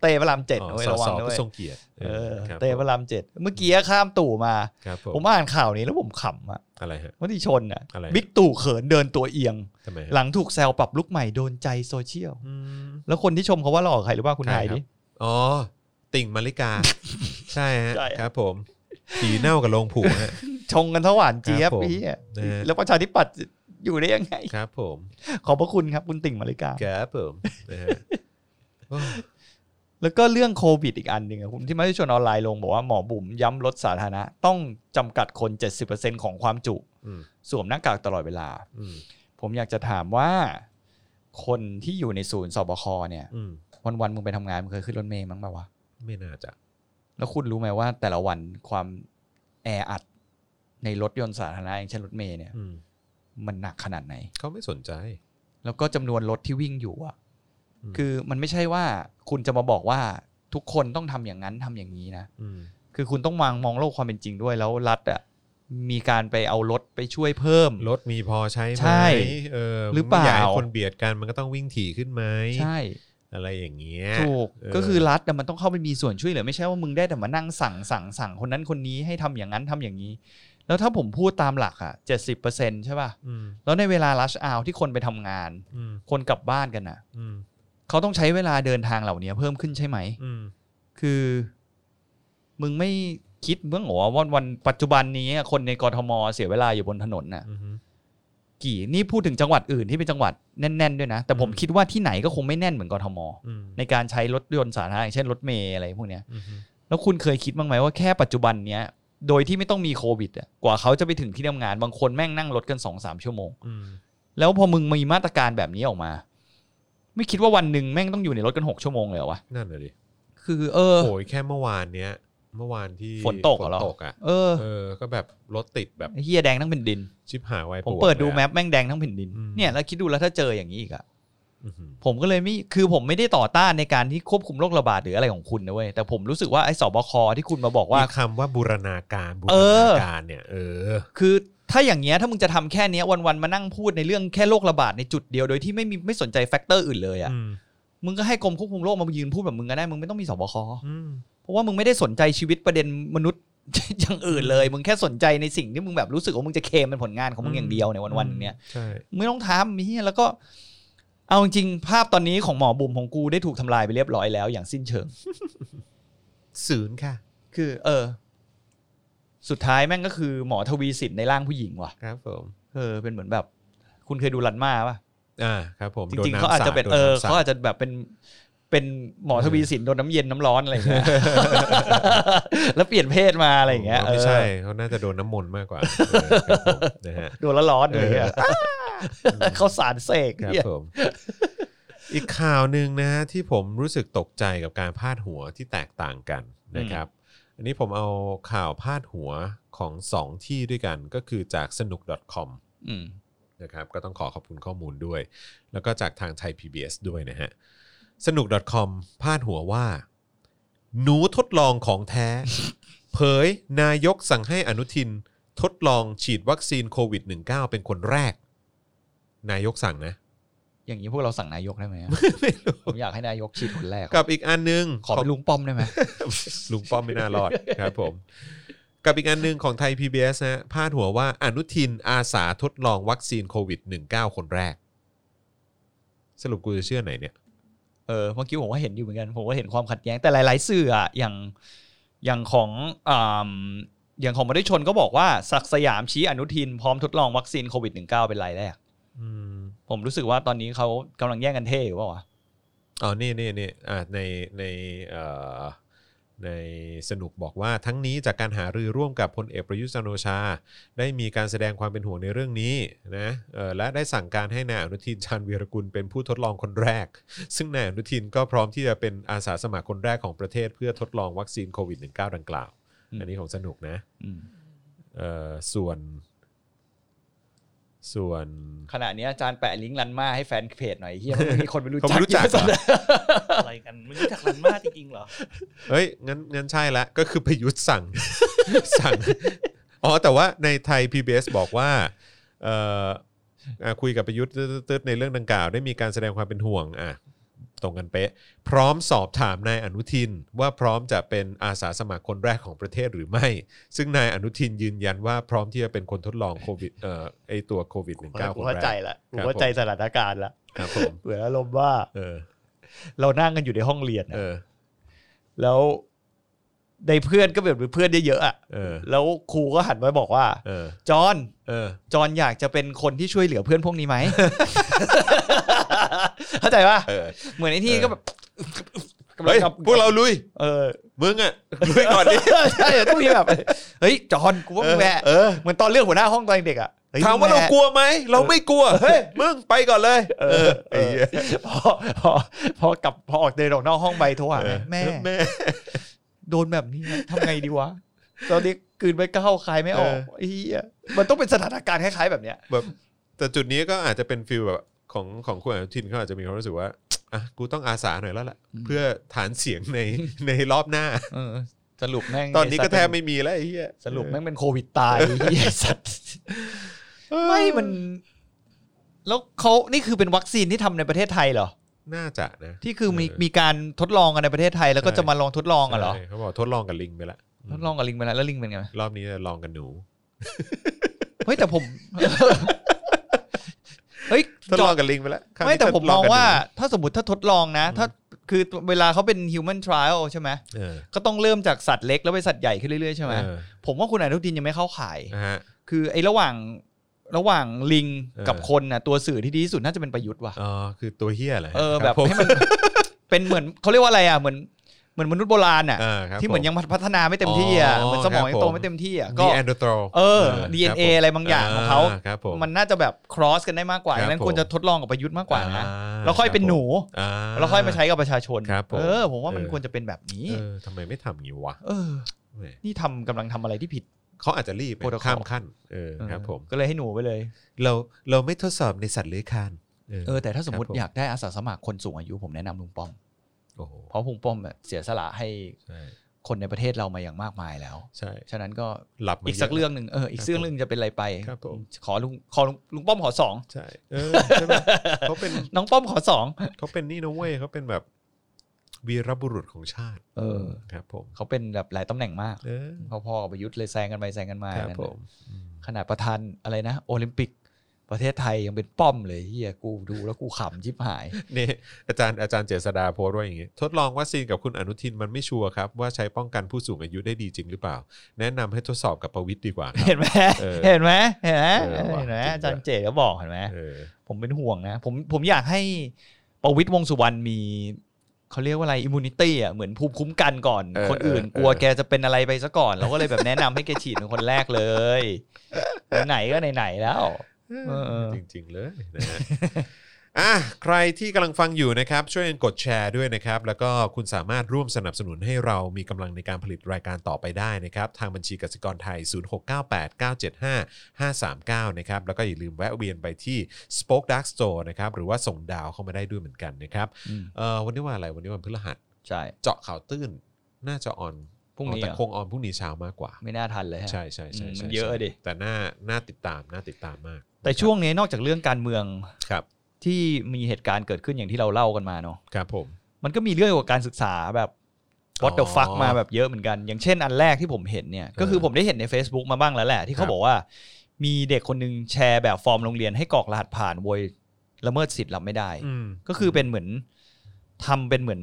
[SPEAKER 2] เต้พระรามเจ็ด
[SPEAKER 1] อ๋อ
[SPEAKER 2] เอาไว้
[SPEAKER 1] สอ
[SPEAKER 2] ระวัง
[SPEAKER 1] สอ
[SPEAKER 2] ด้ว
[SPEAKER 1] ผู้
[SPEAKER 2] ย
[SPEAKER 1] ทรงเกียรติ
[SPEAKER 2] เออ
[SPEAKER 1] ครับ
[SPEAKER 2] เต้พระรามเจ็ดเมื่อกี้ข้ามตู่มา
[SPEAKER 1] ครับผ
[SPEAKER 2] ผม
[SPEAKER 1] ม
[SPEAKER 2] อ่านข่าวนี้แล้วผมขำอะ
[SPEAKER 1] อะไรฮะ
[SPEAKER 2] ว่าที่ชนอะ
[SPEAKER 1] อะไร
[SPEAKER 2] บิ๊กตู่เขินเดินตัวเอียง
[SPEAKER 1] ทำไมฮะ
[SPEAKER 2] หลังถูกแซวปรับลุกใหม่โดนใจโซเชียล
[SPEAKER 1] อืม
[SPEAKER 2] แล้วคนที่ชมเขาว่าหล่อใครหรือว่าคุณ
[SPEAKER 1] ใช่
[SPEAKER 2] ไทย
[SPEAKER 1] ครับ
[SPEAKER 2] ดิ
[SPEAKER 1] อ๋อ ติ่งมาริ กา ใช่ฮะ
[SPEAKER 2] ใช่
[SPEAKER 1] ครับผมผีเน่ากับโรงผู ฮะ
[SPEAKER 2] ชงกันเท่าหวานเจี๊ย
[SPEAKER 1] ค
[SPEAKER 2] บ
[SPEAKER 1] รับผม
[SPEAKER 2] พี่อะ
[SPEAKER 1] นะฮะ
[SPEAKER 2] แล้วประชาธิปัตย์อยู่ได้ยังไง
[SPEAKER 1] ครับ ผม
[SPEAKER 2] ขอบพระคุณครับคุณติ่งมาริกา
[SPEAKER 1] ครับผมนะฮะโอ้
[SPEAKER 2] แล้วก็เรื่องโควิดอีกอันหนึ่งอะผมที่มาที่ชวนออนไลน์ลงบอกว่าหมอบุ๋มย้ำลดสาธารณะ ต้องจำกัดคน 70%ของความจุ
[SPEAKER 1] อืม
[SPEAKER 2] สวมหน้ากากตลอดเวลา
[SPEAKER 1] อืม
[SPEAKER 2] ผมอยากจะถามว่า คนที่อยู่ในศูนย์สบคเนี่ย
[SPEAKER 1] อืม
[SPEAKER 2] วันวันๆมึงไปทำงานมึงเคยขึ้นรถเมล์มั้งปะวะ
[SPEAKER 1] ไม่น่าจะ
[SPEAKER 2] แล้วคุณรู้ไหมว่าแต่ละวันความแออัดในรถยนต์สาธารณะอย่างเช่นรถเมล์เนี่ย
[SPEAKER 1] อืม
[SPEAKER 2] มันหนักขนาดไหน
[SPEAKER 1] เขาไม่สนใจ
[SPEAKER 2] แล้วก็จำนวนรถที่วิ่งอยู่อะ
[SPEAKER 1] อืม
[SPEAKER 2] คือมันไม่ใช่ว่าคุณจะมาบอกว่าทุกคนต้องทำอย่างนั้นทำอย่างนี้นะ
[SPEAKER 1] อืม
[SPEAKER 2] คือคุณต้องมองมองโลกความเป็นจริงด้วยแล้วรัฐอ่ะมีการไปเอารถไปช่วยเพิ่ม
[SPEAKER 1] รถมีพอใช้ไหม
[SPEAKER 2] ใช่
[SPEAKER 1] เออ
[SPEAKER 2] หรือเปล่า
[SPEAKER 1] ยกให้คนเบียดกันมันก็ต้องวิ่งถี่ขึ้นไหม
[SPEAKER 2] ใช่
[SPEAKER 1] อะไรอย่างเงี้ย
[SPEAKER 2] ถูก
[SPEAKER 1] เออ
[SPEAKER 2] ก็คือรัฐน่ะมันต้องเข้าไปมีส่วนช่วยเหลือไม่ใช่ว่ามึงได้แต่มานั่งสั่งสั่งสั่งคนนั้นคนนี้ให้ทำอย่างนั้นทำอย่างนี้ แล้วถ้าผมพูดตามหลักอ่ะเจ็ดสิบเปอร์เซ็นใช่ป่ะ
[SPEAKER 1] อืม
[SPEAKER 2] แล้วในเวลา rush hour ที่คนไปทำงาน
[SPEAKER 1] อืม
[SPEAKER 2] คนกลับบ้านกันน่ะ
[SPEAKER 1] อืม
[SPEAKER 2] เขาต้องใช้เวลาเดินทางเหล่านี้เพิ่มขึ้นใช่ไหม
[SPEAKER 1] อืม
[SPEAKER 2] คือ มึงไม่คิดเบื้องหัวว่าวันปัจจุบันนี้อะคนในกรทมเสียเวลาอยู่บนถนนน่ะ
[SPEAKER 1] อืม
[SPEAKER 2] กี่นี่พูดถึงจังหวัดอื่นที่เป็นจังหวัดแน่น ๆ ด้วยนะ แต่ผม
[SPEAKER 1] อืม
[SPEAKER 2] คิดว่าที่ไหนก็คงไม่แน่นเหมือนกทม
[SPEAKER 1] อืม
[SPEAKER 2] ในการใช้รถยนต์สาธารณะอย่างเช่นรถเมย์อะไรพวกเนี้ย
[SPEAKER 1] อืม
[SPEAKER 2] แล้วคุณเคยคิดบ้างไหมว่าแค่ปัจจุบันเนี้ยโดยที่ไม่ต้องมีโควิดอะกว่าเขาจะไปถึงที่ทำงานบางคนแม่งนั่งรถกัน2อสามชั่วโมง
[SPEAKER 1] อืม
[SPEAKER 2] แล้วพอมึงมีมาตรการแบบนี้ออกมา ไม่คิดว่าวันหนึ่งแม่งต้องอยู่ในรถกัน6ชั่วโมงเลยเหรอวะ
[SPEAKER 1] นั่นเลยดิ
[SPEAKER 2] คือเออ
[SPEAKER 1] โอ้ยแค่เมื่อวานเนี้ย เมื่อวานที่
[SPEAKER 2] ฝนตก
[SPEAKER 1] ฝน
[SPEAKER 2] เหรอ
[SPEAKER 1] ตกอ่ะ
[SPEAKER 2] เออ
[SPEAKER 1] เออ ก็แบบรถติดแบบ
[SPEAKER 2] ไอ้เฮียแดงทั้งแผ่นดิน
[SPEAKER 1] ชิบหายวาย
[SPEAKER 2] ผม
[SPEAKER 1] ป่วน
[SPEAKER 2] เปิดดู
[SPEAKER 1] ลยอะ
[SPEAKER 2] แมปแม่งแดงทั้งแผ่นดิน
[SPEAKER 1] อืม
[SPEAKER 2] เนี่ยแล้วคิดดูแล้วถ้าเจออย่างนี้อีกอะ
[SPEAKER 1] อื้อหือ
[SPEAKER 2] ผมก็เลยไม่ คือผมไม่ได้ต่อต้านในการที่ควบคุมโรคระบาดหรืออะไรของคุณนะเว้ย แต่ผมรู้สึกว่าไอ้สบคที่คุณมาบอกว่า
[SPEAKER 1] มีคำว่าบูรณาการบูร
[SPEAKER 2] เออ
[SPEAKER 1] ณาการเนี่ย เออ
[SPEAKER 2] คือถ้าอย่างเงี้ย ถ้ามึงจะทำแค่เนี้ยวันๆ มานั่งพูดในเรื่องแค่โรคระบาดในจุดเดียว โดยที่ไม่มีไม่สนใจแฟกเตอร์อื่นเลยอะ่ะ
[SPEAKER 1] อืม
[SPEAKER 2] มึงก็ให้กรมควบคุมโรคมายืนพูดแบบมึงก็ได้ มึงไม่ต้องมีสบค
[SPEAKER 1] อืม
[SPEAKER 2] เพราะว่ามึงไม่ได้สนใจชีวิตประเด็นมนุษย์ อย่างอื่นเลย มึงแค่สนใจในสิ่งที่มึงแบบรู้สึกว่ามึงจะเคลมเป็นผลงานของมึงอย่างเดียวในวันๆเนี้ย
[SPEAKER 1] ใช่
[SPEAKER 2] ไม่ต้องทำเฮียแล้วก็เอาจริงๆภาพตอนนี้ของหมอบุ๋มของกูได้ถูกทำลายไปเรียบร้อยแล้วอย่างสิ้นเชิง
[SPEAKER 1] ศูนย์ค่ะ
[SPEAKER 2] คือ เออ สุดท้ายแม่งก็คือหมอทวีสินในร่างผู้หญิงว่ะ
[SPEAKER 1] ครับผม
[SPEAKER 2] เออเป็นเหมือนแบบ คุณเคยดูลันมาป่ะ
[SPEAKER 1] อ่าครับผม
[SPEAKER 2] จ
[SPEAKER 1] โดน
[SPEAKER 2] ริงๆ
[SPEAKER 1] น้ำ
[SPEAKER 2] เขาอาจจะเป็น
[SPEAKER 1] สด
[SPEAKER 2] เออ
[SPEAKER 1] โดนน้ำสด
[SPEAKER 2] เขาอาจจะแบบเป็นเป็นหมอทวีสินโดนน้ำเย็นน้ำร้อนอะไรอย่างเงี้ย แล้วเปลี่ยนเพศมาอะไรอย่างเงี้ย
[SPEAKER 1] ไม่ใช่
[SPEAKER 2] เออ
[SPEAKER 1] เขาน่าจะโดนน้ำมนต์มาก กว่าเออครับผมนะฮะ
[SPEAKER 2] โดนแล้วร้อนเลยอะ เขาสารเสก
[SPEAKER 1] ครับ
[SPEAKER 2] เหี้ย
[SPEAKER 1] ผม อีกข่าวหนึ่งนะฮะที่ผมรู้สึกตกใจกับการพาดหัวที่แตกต่างกันนะครับ อันนี้ผมเอาข่าวพาดหัวของสองที่ด้วยกันก็คือจากสนุก .com
[SPEAKER 2] อืม
[SPEAKER 1] นะครับก็ต้องขอขอบคุณข้อมูลด้วย แล้วก็จากทางไทย PBS ด้วยนะฮะ สนุก .com พาดหัวว่า หนูทดลองของแท้ เผยนายกสั่งให้อนุทิน ทดลองฉีดวัคซีนโควิด -19 เป็นคนแรก นายกสั่งนะ
[SPEAKER 2] อย่างนี้พวกเราสั่งนายกได้ไหมอะ
[SPEAKER 1] ไม่รู้
[SPEAKER 2] ผมอยากให้นายกฉีดคนแรก
[SPEAKER 1] กับอีกอันหนึง
[SPEAKER 2] ขอเป็นลุงป้อมได้ไหม
[SPEAKER 1] ของ ลุงป้อมไม่น่ารอด ครับผม กับอีกอันหนึงของไทย PBS นะฮะพาดหัวว่าอนุทินอาสาทดลองวัคซีนโควิด -19 คนแรก สรุปกูจะเชื่อไหนเนี่ย
[SPEAKER 2] เออเมื่อกี้ผมก็เห็นอยู่เหมือนกัน ผมก็เห็นความขัดแย้งแต่หลาย ๆ สื่ออะอย่างอย่างของอ่ำอย่างของมติชนก็บอกว่าศักดิ์สยามชี้อนุทินพร้อมทดลองวัคซีนโควิด -19 เป็นรายแรก
[SPEAKER 1] อืม
[SPEAKER 2] ผมรู้สึกว่าตอนนี้เขากำลังแย่งกันเท่อยู่เปล่าวะ
[SPEAKER 1] อ๋อนี่นี่นี่อ่าในในเอ่อในสนุกบอกว่าทั้งนี้จากการหารือร่วมกับพลเอกประยุทธ์จันทร์โอชา ได้มีการแสดงความเป็นห่วงในเรื่องนี้นะเอ่อและได้สั่งการให้นายอนุทินชาญวีรกุลเป็นผู้ทดลองคนแรก ซึ่งนายอนุทินก็พร้อมที่จะเป็นอาสาสมัครคนแรกของประเทศเพื่อทดลองวัคซีนโควิด -19 ดังกล่าว อันนี้ของสนุกนะ
[SPEAKER 2] อืม
[SPEAKER 1] เอ่อส่วน ส่วน
[SPEAKER 2] ขณะเนี้ยอาจารย์แปะลิงก์รันมาให้แฟนเพจหน่อยเฮียมันมีคนไม่รู้
[SPEAKER 1] คน
[SPEAKER 2] จั
[SPEAKER 1] ไม่
[SPEAKER 2] ก
[SPEAKER 1] รู้จัก
[SPEAKER 2] เยอะสุด
[SPEAKER 1] เหรอ
[SPEAKER 3] อะไรกันไม่รู้จักรันมาจริงๆเหรอ
[SPEAKER 1] เฮ้ยงั้นงั้นใช่ละก็คือประยุทธ์สั่ง สั่งอ๋อแต่ว่าในไทย PBS บอกว่าเอ่ออ่ะคุยกับประยุทธ์ตืดๆในเรื่องดังกล่าว ได้มีการแสดงความเป็นห่วงอ่ะตรงกันเป๊ะ พร้อมสอบถามนายอนุทิน ว่าพร้อมจะเป็นอาสาสมัครคนแรกของประเทศหรือไม่ ซึ่งนายอนุทินยืนยันว่าพร้อมที่จะเป็นคนทดลองโควิดเอ่อไอตัวโควิด -19 คนแรก
[SPEAKER 2] กูเข้าใจละกู
[SPEAKER 1] ครับ
[SPEAKER 2] เข้าใจสถานการณ์ละ
[SPEAKER 1] ครับผม
[SPEAKER 2] เหมือนอารมณ์ว่า
[SPEAKER 1] เออ
[SPEAKER 2] เรานั่งกันอยู่ในห้องเรียน
[SPEAKER 1] เอ
[SPEAKER 2] อะ
[SPEAKER 1] อ
[SPEAKER 2] แล้วในเพื่อนก็แบบเป็นเพื่อนเยอะๆอะ
[SPEAKER 1] เออ
[SPEAKER 2] แล้วครูก็หันมาบอกว่า
[SPEAKER 1] เออ
[SPEAKER 2] จอห์น
[SPEAKER 1] เออ
[SPEAKER 2] จอห์นอยากจะเป็นคนที่ช่วยเหลือเพื่อนพวกนี้ไหม เข้าใจปะ
[SPEAKER 1] เออ
[SPEAKER 2] เหมือนไอ้ที่
[SPEAKER 1] เออ
[SPEAKER 2] ก็แบบกำลั
[SPEAKER 1] เฮ้
[SPEAKER 2] ง
[SPEAKER 1] ย
[SPEAKER 2] ทำ
[SPEAKER 1] พวกเราลุย
[SPEAKER 2] เออ
[SPEAKER 1] มึงอ่ะลุยก่อนดิ
[SPEAKER 2] ใช่ต้องมีแบบเฮ้ยจอห์นกูว่ามึงแหละ
[SPEAKER 1] เออ
[SPEAKER 2] เหมือนตอนเรื่องหัวหน้าห้องตอนเด็กๆอ่ะฮ้ย
[SPEAKER 1] ถามว่าเรากลัวไหม เราไม่กลัวเฮ้ยมึงไปก่อนเลย
[SPEAKER 2] เออเออพอพอพอกลับพอออกเดินออกนอกห้องไปโทรหาแม่
[SPEAKER 1] แม่
[SPEAKER 2] โดนแบบนี้อะทำไงดีวะ ตอนนี้กลืนไปก็เข้าคายไม่ออก
[SPEAKER 1] เออ
[SPEAKER 2] ไอ้เฮียมันต้องเป็นสถานการณ์คล้ายๆแบบเนี้ย
[SPEAKER 1] แบบแต่จุดนี้ก็อาจจะเป็นฟิลแบบของของคุณอนุทินเขาอาจจะมีความรู้สึกว่าอ่ะกูต้องอาสาหน่อยแล้วล่ะ
[SPEAKER 2] อืม
[SPEAKER 1] เพื่อฐานเสียงในในรอบหน้า
[SPEAKER 2] เออสรุปแม่ง
[SPEAKER 1] ตอนนี้ก็แทบไม่มีแล้วไอ้เหี้ย
[SPEAKER 2] สรุปแม่งเป็นโควิดตายไอ้เหี้ยสัตว์
[SPEAKER 1] เออ
[SPEAKER 2] ไม่มัน แล้วเขานี่คือเป็นวัคซีนที่ทำในประเทศไทยเหรอ
[SPEAKER 1] น่าจะนะ
[SPEAKER 2] ที่คือมี
[SPEAKER 1] เ
[SPEAKER 2] มีการทดลองกันในประเทศไทย แล้วก็จะมาลองทดลองกันเหรอ
[SPEAKER 1] ใช่เขาบอกทดลองกับลิงไปละ
[SPEAKER 2] ทดลองกับลิงไปแล้วแล้วลิงเป็นไงวะ
[SPEAKER 1] รอบนี้จะลองกับหนู
[SPEAKER 2] เฮ้ยแต่ ผม เฮ้ย
[SPEAKER 1] ทดลองกับลิงไปละครั้ง
[SPEAKER 2] ไม่
[SPEAKER 1] นี้
[SPEAKER 2] แต่ผม
[SPEAKER 1] ทดล
[SPEAKER 2] มอง
[SPEAKER 1] กับหนู
[SPEAKER 2] ว่า ถ้าสมมติถ้าทดลองนะ ถ้าคือเวลาเขาเป็น human trial ใช่ไหม
[SPEAKER 1] เออ
[SPEAKER 2] ก็ต้องเริ่มจากสัตว์เล็กแล้วไปสัตว์ใหญ่ขึ้นเรื่อยๆใช่ไหม
[SPEAKER 1] เออ
[SPEAKER 2] ผมว่าคุณอนุทินยังไม่เข้าข่าย
[SPEAKER 1] นะฮะ
[SPEAKER 2] คือไอ้ระหว่างระหว่างลิงกับ
[SPEAKER 1] เออ
[SPEAKER 2] คนน่ะตัวสื่อที่ดีที่สุดน่าจะเป็นประยุทธ์ว่ะ
[SPEAKER 1] อ๋อคือตัวเหี้ยเหรอฮะ
[SPEAKER 2] เออ
[SPEAKER 1] ค
[SPEAKER 2] แบ
[SPEAKER 1] รั
[SPEAKER 2] บ
[SPEAKER 1] ผม
[SPEAKER 2] ให้มัน เป็นเหมือนเขาเรียกว่าอะไรอ่ะเหมือนเหมือนมนุษย์โบราณอ่ะ
[SPEAKER 1] อ่าครับ
[SPEAKER 2] ที่เหมือน
[SPEAKER 1] ผ
[SPEAKER 2] ยังพัฒนาไม่เต็มที่อ่ะ
[SPEAKER 1] อ๋อ
[SPEAKER 2] เหมือนสมอ
[SPEAKER 1] ค
[SPEAKER 2] ง
[SPEAKER 1] รับ
[SPEAKER 2] ยังโต
[SPEAKER 1] ผม
[SPEAKER 2] ไม่เต็มที่อ่ะ
[SPEAKER 1] ก็
[SPEAKER 2] ก็
[SPEAKER 1] แอนโดร
[SPEAKER 2] เออ DNA อะไรบางอย่างของเขา
[SPEAKER 1] ครับผม
[SPEAKER 2] มันน่าจะแบบครอสกันได้มากกว่า
[SPEAKER 1] ครั
[SPEAKER 2] ดั
[SPEAKER 1] บ
[SPEAKER 2] งนั้น
[SPEAKER 1] ผม
[SPEAKER 2] ควรจะทดลองกับประยุทธ์มากกว่านะ
[SPEAKER 1] อ่
[SPEAKER 2] แล้วค่อยเป็นหนู
[SPEAKER 1] อ่า
[SPEAKER 2] แล้วค่อยมาใช้กับประชาชน
[SPEAKER 1] ครับผม
[SPEAKER 2] เออ ผมว่ามัน
[SPEAKER 1] เออ
[SPEAKER 2] ควรจะเป็นแบบนี้
[SPEAKER 1] เออทำไมไม่ทำอย่างนี้วะ
[SPEAKER 2] เออ
[SPEAKER 1] แหม
[SPEAKER 2] นี่ทำกำลังทำอะไรที่ผิด
[SPEAKER 1] เขาอาจจะรีบไง
[SPEAKER 2] Protocol
[SPEAKER 1] ข้ามขั้นเออครับผม
[SPEAKER 2] ก็เลยให้หนูไปเลย
[SPEAKER 1] เราเราไม่ทดสอบในสัตว์เลื้อยคลาน
[SPEAKER 2] เออแต่ถ้าสมมติ
[SPEAKER 1] ครับ
[SPEAKER 2] อยากได้อาสาสมัครคนสูงอายุผมแนะนำลุงป้อม
[SPEAKER 1] โอ้โห
[SPEAKER 2] เพราะลุงป้อมอะเสียสละให้
[SPEAKER 1] ใช่
[SPEAKER 2] คนในประเทศเรามาอย่างมากมายแล้ว
[SPEAKER 1] ใช่
[SPEAKER 2] ฉะนั้นก็
[SPEAKER 1] หลับมา
[SPEAKER 2] อีกสัก
[SPEAKER 1] ยะ
[SPEAKER 2] เรื่องหนึ่งเอออีกเรื่องหนึ่งจะเป็นอะไรไป
[SPEAKER 1] ครับผม
[SPEAKER 2] ขอลุงขอลุงลุงป้อมขอสอง
[SPEAKER 1] ใช่เออใช่ไหมเขาเป็น
[SPEAKER 2] น้องป้อมขอสอง
[SPEAKER 1] เขาเป็นนี่นะเว้ยเขาเป็นแบบวีรบุรุษของชาติ
[SPEAKER 2] เออ
[SPEAKER 1] ครับผม
[SPEAKER 2] เขาเป็นแบบหลายตำแหน่งมาก
[SPEAKER 1] เออ
[SPEAKER 2] พอๆกับประยุทธ์เลยแซงกันไปแซงกันมา
[SPEAKER 1] ครับ
[SPEAKER 2] นั่น
[SPEAKER 1] ผ
[SPEAKER 2] น่ะ
[SPEAKER 1] มอืม
[SPEAKER 2] ขนาดประธานอะไรนะ โอลิมปิก ประเทศไทยยังเป็นป้อมเลยเฮียกูดูแล้วกูขำชิบหาย
[SPEAKER 1] นี่ อาจารย์อาจารย์เจษดาโพสต์ว่าอย่างงี้ ทดลองวัคซีนกับคุณอนุทินมันไม่ชัวร์ครับ ว่าใช้ป้องกันผู้สูงอายุได้ดีจริงหรือเปล่า แนะนำให้ทดสอบกับประวิตรดีกว่าครับ
[SPEAKER 2] เห็นไหม
[SPEAKER 1] เออ
[SPEAKER 2] เห็นไหมเห็นไหม
[SPEAKER 1] เออว่ะ
[SPEAKER 2] เห็นไหม
[SPEAKER 1] จริงด้วย
[SPEAKER 2] อาจารย์เจก็บอกเห็นไหม
[SPEAKER 1] เออ
[SPEAKER 2] ผมเป็นห่วงนะ ผมผมอยากให้ประวิตยวงษ์สุวรรณมีเขาเรียกว่าอะไรอิมมูนิตี้อ่ะเหมือนภูมิคุ้มกันก่อน
[SPEAKER 1] เออ
[SPEAKER 2] คนอื่น
[SPEAKER 1] เออ
[SPEAKER 2] กลัวแกจะเป็นอะไรไปซะก่อน เราก็เลยแบบแนะนำให้แก ฉีดเป็นคนแรกเลย ไหนๆก็ไหนๆแล้ว เออเออ
[SPEAKER 1] จริงๆเลยนะฮะ อ่ะใครที่กำลังฟังอยู่นะครับ ช่วยกันกดแชร์ด้วยนะครับ แล้วก็คุณสามารถร่วมสนับสนุนให้เรามีกำลังในการผลิตรายการต่อไปได้นะครับ ทางบัญชีกสิกรไทย 0698975539 นะครับ แล้วก็อย่าลืมแวะเวียนไปที่ Spoke Dark Store นะครับ หรือว่าส่งดาวเข้ามาได้ด้วยเหมือนกันนะครับ
[SPEAKER 2] อืม
[SPEAKER 1] เอ่อวันนี้วันอะไรวันนี้วันพฤหัส
[SPEAKER 2] ใช่
[SPEAKER 1] เจาะข่าวตื้น น่าจะออน
[SPEAKER 2] พรุ่ง
[SPEAKER 1] อ๋อ
[SPEAKER 2] นี้
[SPEAKER 1] แต่
[SPEAKER 2] เหรอ
[SPEAKER 1] คงออนพรุ่งนี้เช้ามากกว่า
[SPEAKER 2] ไม่น่าทันเลยฮะ
[SPEAKER 1] ใช่ใช่ใช่
[SPEAKER 2] อืม
[SPEAKER 1] ใช่
[SPEAKER 2] มันเยอะอะดิ
[SPEAKER 1] แต่น่าน่าติดตามน่าติดตามมาก
[SPEAKER 2] แต่ช่วงนี้นอกจากเรื่องการเมือง
[SPEAKER 1] ครับ
[SPEAKER 2] ที่มีเหตุการณ์เกิดขึ้นอย่างที่เราเล่ากันมาเนาะ
[SPEAKER 1] ครับผม
[SPEAKER 2] มันก็มีเรื่องเกี่ยวกับการศึกษาแบบ what the
[SPEAKER 1] อ๋อ
[SPEAKER 2] fuck มาแบบเยอะเหมือนกัน อย่างเช่นอันแรกที่ผมเห็นเนี่ย ก็คือผมได้เห็นใน Facebook มาบ้างแล้วแหละ ที่เขา
[SPEAKER 1] ครับ
[SPEAKER 2] บอกว่า มีเด็กคนหนึงแชร์แบบฟอร์มโรงเรียนให้กรอกรหัสผ่านโวยละเมิดสิทธิ์รับไม่ได้
[SPEAKER 1] อืม
[SPEAKER 2] ก็คือเป็นเหมือนทำเป็นเหมือน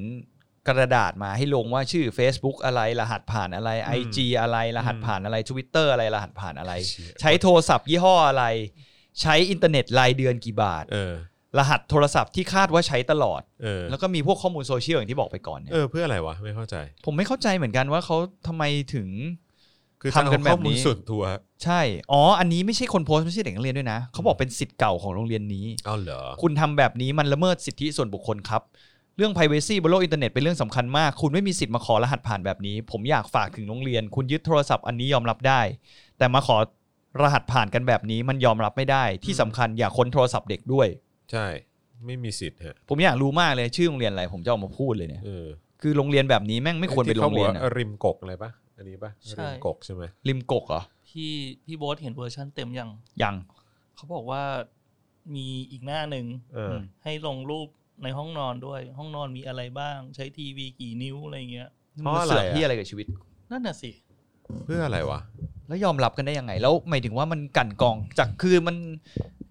[SPEAKER 2] กระดาษมาให้ลงว่าชื่อ Facebook อะไรรหัสผ่านอะไร
[SPEAKER 1] อืม
[SPEAKER 2] IG อะไรรหัสผ่านอะไร Twitter อะไรรหัสผ่านอะไร
[SPEAKER 1] เชี่ย
[SPEAKER 2] ใช้โทรศัพท์ยี่ห้ออะไร ใช้อินเทอร์เน็ตรายเดือนกี่บาท
[SPEAKER 1] เออ
[SPEAKER 2] รหัสโทรศัพท์ที่คาดว่าใช้ตลอด
[SPEAKER 1] เออ
[SPEAKER 2] แล้วก็มีพวกข้อมูลโซเชียลอย่างที่บอกไปก่อนเนี่ย
[SPEAKER 1] เออเพื่ออะไรวะไม่เข้าใจ
[SPEAKER 2] ผมไม่เข้าใจเหมือนกันว่าเขาทำไมถึง
[SPEAKER 1] คือ
[SPEAKER 2] ทำกัน
[SPEAKER 1] จะเอาข้อ
[SPEAKER 2] แบบนี้
[SPEAKER 1] มูลส่วนตัว
[SPEAKER 2] ใช่ อ๋อ อันนี้ไม่ใช่คนโพสต์ไม่ใช่เด็กนักเรียนด้วยนะ เขาบอกเป็นสิทธิ์เก่าของโรงเรียนนี้
[SPEAKER 1] เอาเหรอ
[SPEAKER 2] คุณทำแบบนี้มันละเมิดสิทธิส่วนบุคคลครับ เรื่อง p r i เวซีบนโลกอินเทอร์เน็ตเป็นเรื่องสำคัญมาก คุณไม่มีสิทธิ์มาขอรหัสผ่านแบบนี้ ผมอยากฝากถึงโรงเรียน คุณยึดโทรศัพท์อันนี้ยอมรับได้ แต่มาขอ รหัสผ่านกันแบบนี้มันยอมรับไม่ได้ที่สำคัญอย่าค้นโทรศัพท์เด็กด้วย
[SPEAKER 1] ใช่ ไม่มีสิทธิ์ฮะ
[SPEAKER 2] ผมอยากรู้มากเลยชื่อโรงเรียนอะไรผมจะออกมาพูดเลยเนี่ย
[SPEAKER 1] เออ
[SPEAKER 2] คือโรงเรียนแบบนี้แม่งไม่ควรเป็นโรงเรียน
[SPEAKER 1] ที่ขาบอก
[SPEAKER 2] อะ
[SPEAKER 1] ว่าริมกกอะไรปะอันนี้ปะ
[SPEAKER 3] ใช่
[SPEAKER 1] ริมกกใช่ไหม
[SPEAKER 2] ริมกกเหรอ
[SPEAKER 3] พี่พี่โบ๊ทเห็นเวอร์ชันเต็มยัง
[SPEAKER 2] ยัง
[SPEAKER 3] เขาบอกว่ามีอีกหน้าหนึ่ง
[SPEAKER 1] เอออ
[SPEAKER 2] ม
[SPEAKER 3] ให้ลงรูปในห้องนอนด้วย ห้องนอนมีอะไรบ้าง ใช้ทีวีกี่นิ้วอะไรเงี้ย
[SPEAKER 1] เพราะ
[SPEAKER 2] มัน
[SPEAKER 1] อะไร
[SPEAKER 2] เสือกที่
[SPEAKER 1] อะ
[SPEAKER 2] อะไรกับชีวิต
[SPEAKER 3] นั่นน่ะสิ
[SPEAKER 1] เพื่ออะไรวะ
[SPEAKER 2] แล้วยอมรับกันได้ยังไง แล้วหมายถึงว่ามันกลั่นกรองจากคือมัน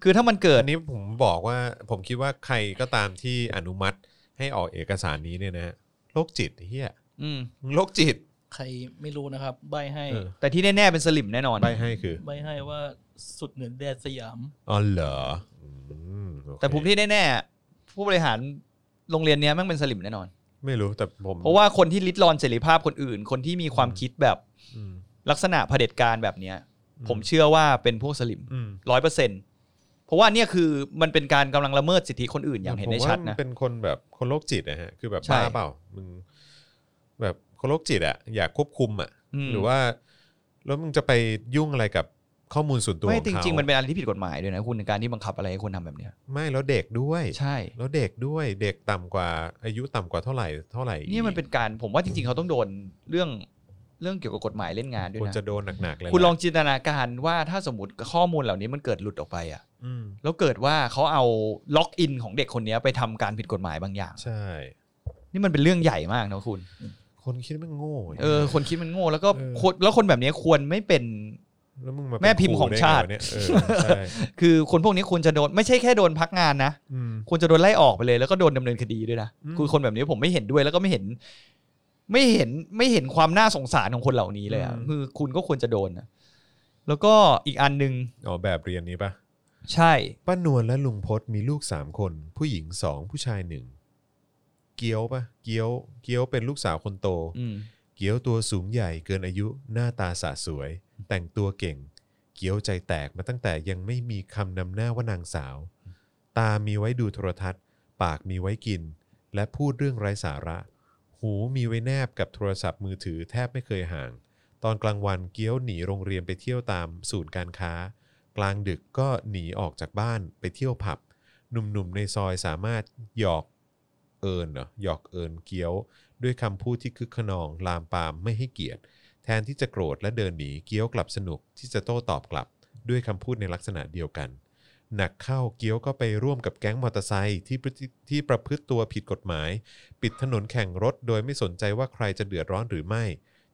[SPEAKER 2] คือถ้ามันเกิด
[SPEAKER 1] อันนี้ผมบอกว่าผมคิดว่าใครก็ตามที่อนุมัติให้ออกเอกสารนี้เนี่ยนะฮะโรคจิตเฮีย
[SPEAKER 2] อืม
[SPEAKER 1] มึงโรคจิต
[SPEAKER 3] ใครไม่รู้นะครับ ใบให้
[SPEAKER 1] เออ
[SPEAKER 2] แต่ที่แน่ๆเป็นสลิมแน่นอน
[SPEAKER 1] ใบให้คือ
[SPEAKER 3] ใบให้ว่าสุดเหนือแดนสยาม
[SPEAKER 1] อ๋อเหรออืมโอเค
[SPEAKER 2] แต่ผมที่แน่ๆผู้บริหารโรงเรียนเนี้ยแม่งเป็นสลิมแน่นอน
[SPEAKER 1] ไม่รู้แต่ผม
[SPEAKER 2] เพราะว่าคนที่ลิดรอนเสรีภาพคนอื่น คนที่มีความคิดแบบ
[SPEAKER 1] อืม
[SPEAKER 2] ลักษณะเผด็จการแบบเนี้ย
[SPEAKER 1] อืม
[SPEAKER 2] ผมเชื่อว่าเป็นพวกสลิม
[SPEAKER 1] อืม
[SPEAKER 2] ร้อยเปอร์เซ็นต์เพราะว่าเนี่ยคือมันเป็นการกำลังละเมิดสิทธิคนอื่นอย่างเห็น
[SPEAKER 1] ผ
[SPEAKER 2] ได้
[SPEAKER 1] มว่
[SPEAKER 2] ชัด
[SPEAKER 1] มั
[SPEAKER 2] นะ
[SPEAKER 1] เป็นคนแบบคนโรคจิตนะฮะ คือแบบ
[SPEAKER 2] ใช่
[SPEAKER 1] บ้าเปล่ามึงแบบคนโรคจิตอะอยากควบคุมอะ
[SPEAKER 2] ม
[SPEAKER 1] หรือว่า แล้วมึงจะไปยุ่งอะไรกับข้อมูลส่วนตัวข
[SPEAKER 2] ไม่
[SPEAKER 1] อง
[SPEAKER 2] จ
[SPEAKER 1] เขา
[SPEAKER 2] ริงๆมันเป็นอะไรที่ผิดกฎหมายด้วยนะคุณในการที่บังคับอะไรให้คนทำแบบเนี้ย
[SPEAKER 1] ไม่แล้วเด็กด้วย
[SPEAKER 2] ใช่
[SPEAKER 1] แล้วเด็กด้วยเด็กต่ำกว่า อายุต่ำกว่าเท่าไหร่เท่าไหร่
[SPEAKER 2] นี่มันเป็นการผมว่าจริงๆเขาต้องโดนเรื่องเรื่องเกี่ยวกับกฎหมายเล่นงานด้วย
[SPEAKER 1] ควร
[SPEAKER 2] นะ
[SPEAKER 1] จะโดนหนักๆเลยนะ
[SPEAKER 2] คุณลองจินตนาการว่าถ้าสมมติข้อมูลเหล่านี้มันเกิดหลุดออกไปอ่ะ
[SPEAKER 1] อืม
[SPEAKER 2] แล้วเกิดว่าเขาเอาล็อกอินของเด็กคนเนี้ยไปทำการผิดกฎหมายบางอย่าง
[SPEAKER 1] ใช่
[SPEAKER 2] นี่มันเป็นเรื่องใหญ่มากนะคุณ
[SPEAKER 1] คนคิดมันโง่
[SPEAKER 2] เออ คนคิดมันโง่แล้วก็
[SPEAKER 1] เออ
[SPEAKER 2] คนแล้วคนแบบนี้ควรไม่เป็น
[SPEAKER 1] แล้วมึงมาเป็น
[SPEAKER 2] แม่พิม
[SPEAKER 1] ค
[SPEAKER 2] พ์
[SPEAKER 1] รู
[SPEAKER 2] ของ
[SPEAKER 1] ได้ไ
[SPEAKER 2] ชาติ
[SPEAKER 1] วะเนี่ยเออใช่
[SPEAKER 2] คือคนพวกนี้ควรจะโดนไม่ใช่แค่โดนพักงานนะ
[SPEAKER 1] อืม
[SPEAKER 2] ควรจะโดนไล่ออกไปเลย แล้วก็โดนดำเนินคดีด้วยนะ
[SPEAKER 1] อืม
[SPEAKER 2] คือคนแบบนี้ผมไม่เห็นด้วยแล้วก็ไม่เห็น ไม่เห็นไม่เห็นความน่าสงสารของคนเหล่านี้เลยอะคือคุณก็ควรจะโดนนะแล้วก็อีกอันหนึ่ง
[SPEAKER 1] อ๋อแบบเรียนนี้ปะ
[SPEAKER 2] ใช่
[SPEAKER 1] ป้านวลและลุงพศมีลูก 3 คน ผู้หญิง 2 ผู้ชาย 1 เกี้ยวปะเกี้ยว เกี้ยวเป็นลูกสาวคนโต
[SPEAKER 2] อืม
[SPEAKER 1] เกี้ยวตัวสูงใหญ่เกินอายุหน้าตาสะสวย แต่งตัวเก่ง เกี้ยวใจแตกมาตั้งแต่ยังไม่มีคำนำหน้าว่านางสาว ตามีไว้ดูโทรทัศน์ ปากมีไว้กิน และพูดเรื่องไร้สาระ หูมีไว้แนบกับโทรศัพท์มือถือแทบไม่เคยห่าง ตอนกลางวันเกี้ยวหนีโรงเรียนไปเที่ยวตามศูนย์การค้า กลางดึกก็หนีออกจากบ้านไปเที่ยวผับ หนุ่มๆในซอยสามารถหยอกเอิญเหรอหยอกเอิญเกี้ยว ด้วยคำพูดที่คึกขนอง ลามปามไม่ให้เกียรติ แทนที่จะโกรธและเดินหนีเกี้ยวกลับสนุกที่จะโต้ตอบกลับ ด้วยคำพูดในลักษณะเดียวกัน หนักเข้าเกี้ยวก็ไปร่วมกับแก๊งมอเตอร์ไซค์ที่ประที่ประพฤติตัวผิดกฎหมาย ปิดถนนแข่งรถโดยไม่สนใจว่าใครจะเดือดร้อนหรือไม่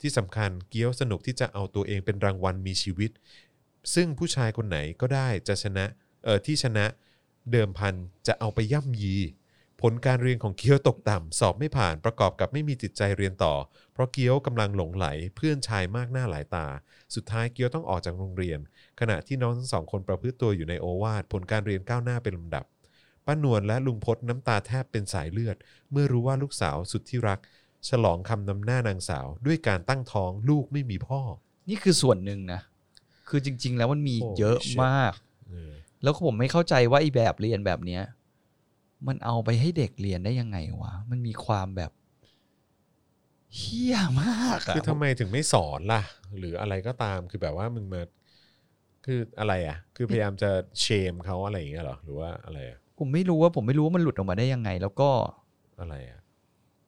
[SPEAKER 1] ที่สำคัญเกี้ยวสนุกที่จะเอาตัวเองเป็นรางวัลมีชีวิต ซึ่งผู้ชายคนไหนก็ได้จะชนะเออที่ชนะเดิมพันจะเอาไปย่ำยี ผลการเรียนของเกี้ยวตกต่ำ สอบไม่ผ่านประกอบกับไม่มีจิตใจเรียนต่อ เพราะเกี้ยวกำลังหลงไหลเพื่อนชายมากหน้าหลายตา สุดท้ายเกี้ยวต้องออกจากโรงเรียน ขณะที่น้องทั้งสองคนประพฤติตัวอยู่ในโอวาทผลการเรียนก้าวหน้าเป็นลำดับป้านวลและลุงพศน้ำตาแทบเป็นสายเลือด เมื่อรู้ว่าลูกสาวสุดที่รัก ฉลองคำนำหน้านางสาว ด้วยการตั้งท้องลูกไม่มีพ่อ
[SPEAKER 2] นี่คือส่วนหนึ่งนะคือจริง ๆ แล้วมันมี
[SPEAKER 1] โอ้
[SPEAKER 2] เยอะ
[SPEAKER 1] shit
[SPEAKER 2] มาก แล้วก็ผมไม่เข้าใจว่าไอ้แบบเรียนแบบเนี้ยมันเอาไปให้เด็กเรียนได้ยังไงวะ มันมีความแบบเฮี้ยมากอะ
[SPEAKER 1] คือทำไมถึงไม่สอนล่ะ หรืออะไรก็ตามคือแบบว่ามึงมาคืออะไรอ่ะ คือพยายามจะเชมเขาอะไรอย่างเงี้ยเหรอหรือว่าอะไรอะ
[SPEAKER 2] ผมไม่รู้ว่าผมไม่รู้ว่ามันหลุดออกมาได้ยังไง แล้วก็
[SPEAKER 1] อะไรอ่ะ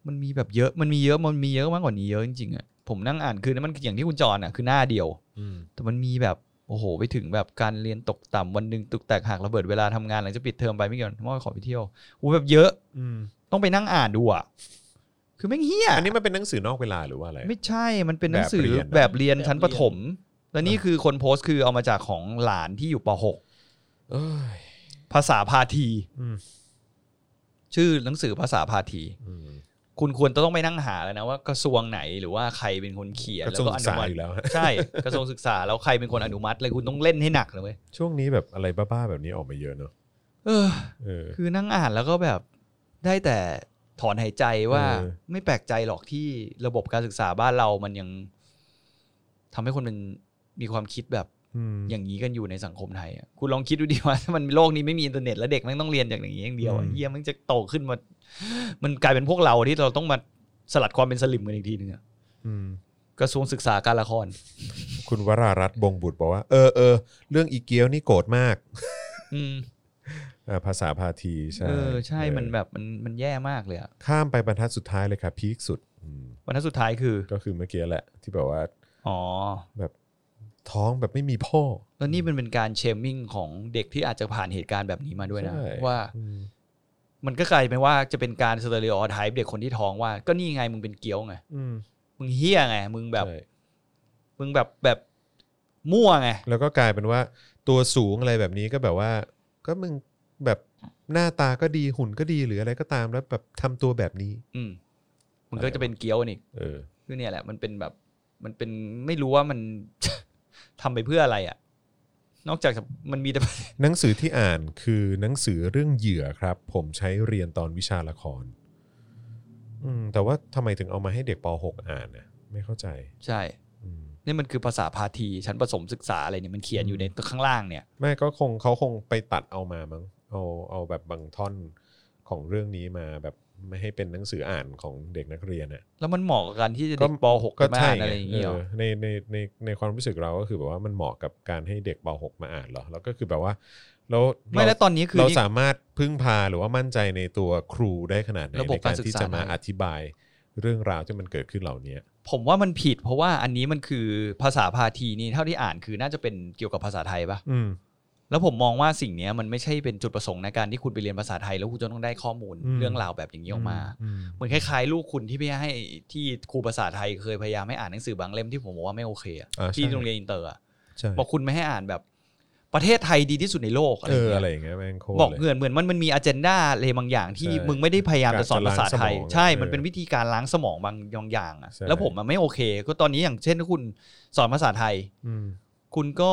[SPEAKER 2] มันมีแบบเยอะมันมีเยอะมันมีเยอะมากกว่านี้เยอะจริงๆอะผมนั่งอ่านคือมันอย่างที่คุณจรอ่ะคือหน้าเดียว
[SPEAKER 1] อืม
[SPEAKER 2] แต่มันมีแบบโอ้โห ไปถึงแบบการเรียนตกต่ำวันหนึ่งตุกแตกหักระเบิดเวลาทำงานหลังจากปิดเทอมไปไม่กี่วันพ่อขอไปเที่ยวโอ้โหแบบเยอะ
[SPEAKER 1] อืม
[SPEAKER 2] ต้องไปนั่งอ่านดูอ่ะคือแม่งเฮี้ย
[SPEAKER 1] อันนี้มันเป็นหนังสือนอกเวลาหรือว่าอะไรอะ
[SPEAKER 2] ไม่ใช่ มันเป็นหนังสือ
[SPEAKER 1] แบบเรียนอะ
[SPEAKER 2] แบบเรียนชั้น
[SPEAKER 3] แบบ
[SPEAKER 2] ป
[SPEAKER 3] เรียน
[SPEAKER 2] ฐม แล้วนี่คือคนโพสต์คือเอามาจากของหลานที่อยู่ป
[SPEAKER 1] เอ้ย
[SPEAKER 2] .6 ภาษาพาที
[SPEAKER 1] อืม
[SPEAKER 2] ชื่อหนังสือภาษาพาที
[SPEAKER 1] อืม
[SPEAKER 2] คุณควรจะต้องไปนั่งหาแล้วนะว่ากระทรวงไหนหรือว่าใครเป็นคนเขียน
[SPEAKER 1] กระ
[SPEAKER 2] แล้
[SPEAKER 1] ทรว
[SPEAKER 2] ว
[SPEAKER 1] ง
[SPEAKER 2] ก็
[SPEAKER 1] ศึ
[SPEAKER 2] อก นุ
[SPEAKER 1] ษา
[SPEAKER 2] มัติ
[SPEAKER 1] อยู่แล้ว
[SPEAKER 2] ใช่ กระทรวงศึกษาแล้วใครเป็นคนอนุมัติเลยคุณต้องเล่นให้หนักเลยเว้ย
[SPEAKER 1] ช่วงนี้แบบอะไรบ้าๆแบบนี้ออกมาเยอะเนอะ
[SPEAKER 2] เออ
[SPEAKER 1] เออ
[SPEAKER 2] คือนั่งอ่านแล้วก็แบบได้แต่ถอนหายใจว่า
[SPEAKER 1] เออ
[SPEAKER 2] ไม่แปลกใจหรอกที่ระบบการศึกษาบ้านเรามันยังทำให้คนมันมีความคิดแบบ
[SPEAKER 1] ม
[SPEAKER 2] อย่างนี้กันอยู่ในสังคมไทยอะคุณลองคิดดูดีว่า ถ้ามันโลกนี้ไม่มีอินเทอร์เน็ตแล้วเด็กแม่งต้องเรียนจากอย่างนี้อย่างเดียวอะเฮียแมันจะโตขึ้นมา มันกลายเป็นพวกเราที่เราต้องมาสลัดความเป็นสลิมกันอีกทีหนึงอะ
[SPEAKER 1] อืม
[SPEAKER 2] กระทรวงศึกษาการละคร
[SPEAKER 1] คุณวรารัตน์บงบุตรบอกว่า เออเออเรื่องอีเกียวนี่โกรธมาก
[SPEAKER 2] อืม
[SPEAKER 1] เออภาษาพาทีใช่
[SPEAKER 2] เออใช่
[SPEAKER 1] เออ
[SPEAKER 2] มันแบบมันมันแย่มากเลยอะ
[SPEAKER 1] ข้ามไปบรรทัดสุดท้ายเลยครับพีคสุดอืม
[SPEAKER 2] บรรทัดสุดท้ายคือ
[SPEAKER 1] ก็คือเมื่อกี้แหละ ที่แบบว่า
[SPEAKER 2] อ๋อ
[SPEAKER 1] แบบท้องแบบไม่มีพ่อ
[SPEAKER 2] แล้วนี่มันเป็นการเชมมิ่งของเด็กที่อาจจะผ่านเหตุการณ์แบบนี้มาด้วยนะ
[SPEAKER 1] ใช่
[SPEAKER 2] ว่า
[SPEAKER 1] อืม
[SPEAKER 2] มันก็กลายเป็นว่าจะเป็นการสเตอริโอไทป์เด็กคนที่ท้องว่า ก็นี่ไงมึงเป็นเกี้ยวไง
[SPEAKER 1] อืม
[SPEAKER 2] มึงเฮี้ยไง มึงแบบ
[SPEAKER 1] ใช่
[SPEAKER 2] มึงแบบแบบมั่วไง
[SPEAKER 1] แล้วก็กลายเป็นว่าตัวสูงอะไรแบบนี้ก็แบบว่า ก็มึงแบบหน้าตาก็ดีหุ่นก็ดีหรืออะไรก็ตามแล้วแบบทำตัวแบบนี้
[SPEAKER 2] อืมมันก็จะเป็นเกี้ยวนี่
[SPEAKER 1] เออ
[SPEAKER 2] คือเนี่ยแหละ มันเป็นแบบ มันเป็นไม่รู้ว่ามัน ทำไปเพื่ออะไรอ่ะ นอกจากมันมีแต่
[SPEAKER 1] หนังสือที่อ่านคือหนังสือเรื่องเหยื่อครับ ผมใช้เรียนตอนวิชาละคร อืม แต่ว่าทำไมถึงเอามาให้เด็กป .6 อ่านนะไม่เข้าใจ
[SPEAKER 2] ใช่
[SPEAKER 1] อืม
[SPEAKER 2] นี่มันคือภาษาพาทีชั้นประสมศึกษาอะไรเนี่ยมันเขียนอยู่ในตัวข้างล่างเนี่ย
[SPEAKER 1] ไม่ก็คงเขาคงไปตัดเอามามั้งเอาเอาแบบบางท่อนของเรื่องนี้มาแบบไม่ให้เป็นหนังสืออ่านของเด็กนักเรียนอ่ะ
[SPEAKER 2] แล้วมันเหมาะกับการที่จะ
[SPEAKER 1] ก็
[SPEAKER 2] เด็กป .6
[SPEAKER 1] ก็
[SPEAKER 2] มา
[SPEAKER 1] ใช่
[SPEAKER 2] อ่าน
[SPEAKER 1] ไง
[SPEAKER 2] อะไรอย่าง
[SPEAKER 1] เอ
[SPEAKER 2] เงี้ยหร
[SPEAKER 1] อ
[SPEAKER 2] อ
[SPEAKER 1] ในในในในความรู้สึกเราก็คือแบบว่ามันเหมาะกับการให้เด็กป .6 มาอ่านเหรอแล้วก็คือแบบว่าแล้ว
[SPEAKER 2] ไม่แล้วตอนนี้คือ
[SPEAKER 1] เรา
[SPEAKER 2] นี่
[SPEAKER 1] สามารถพึ่งพาหรือว่ามั่นใจในตัวครูได้ขนาดไหน
[SPEAKER 2] ระบบ
[SPEAKER 1] ในการ
[SPEAKER 2] การศึก
[SPEAKER 1] ที่
[SPEAKER 2] ษา
[SPEAKER 1] จะมา
[SPEAKER 2] ได้
[SPEAKER 1] อธิบายเรื่องราวที่มันเกิดขึ้นเหล่านี้
[SPEAKER 2] ผมว่ามันผิดเพราะว่าอันนี้มันคือภาษาพาทีนี่เท่าที่อ่านคือน่าจะเป็นเกี่ยวกับภาษาไทยปะ
[SPEAKER 1] อืม
[SPEAKER 2] แล้วผมมองว่าสิ่งเนี้ยมันไม่ใช่เป็นจุดประสงค์ในการที่คุณไปเรียนภาษาไทย แล้วคุณจะต้องได้ข้อมูลเรื่องราวแบบอย่างนี้ออกมา
[SPEAKER 1] อืม
[SPEAKER 2] เหมือนคล้ายๆ ลูกคุณที่พี่ให้ที่ครูภาษาไทยเคยพยายามให้อ่านหนังสือบางเล่มที่ผมบอกว่าไม่โอเคอะ
[SPEAKER 1] อ่า
[SPEAKER 2] ที่
[SPEAKER 1] ใช่
[SPEAKER 2] โรงเรียนอินเตอร์อะ
[SPEAKER 1] ใช่
[SPEAKER 2] บอกคุณไม่ให้อ่านแบบประเทศไทยดีที่สุดในโลกอะไร
[SPEAKER 1] เอ
[SPEAKER 2] อย่า
[SPEAKER 1] ออะ
[SPEAKER 2] งเงี้ย
[SPEAKER 1] ไรอย่างเงี้ยแม่งโคตร
[SPEAKER 2] บอก
[SPEAKER 1] เลย
[SPEAKER 2] เหมือนเหมือนมันมันมีอเจนดาอะไรบางอย่างที่
[SPEAKER 1] ใช่
[SPEAKER 2] มึงไม่ได้พยายามจะสอนภาษาไทย
[SPEAKER 1] การจะล้างสมอง
[SPEAKER 2] ใช่
[SPEAKER 1] เออ
[SPEAKER 2] มันเป็นวิธีการล้างสมองบางบางอย่างอะ
[SPEAKER 1] ใช่
[SPEAKER 2] แล้วผมมันไม่โอเค ก็ตอนนี้อย่างเช่นถ้าคุณสอนภาษาไทย
[SPEAKER 1] อืม
[SPEAKER 2] คุณก็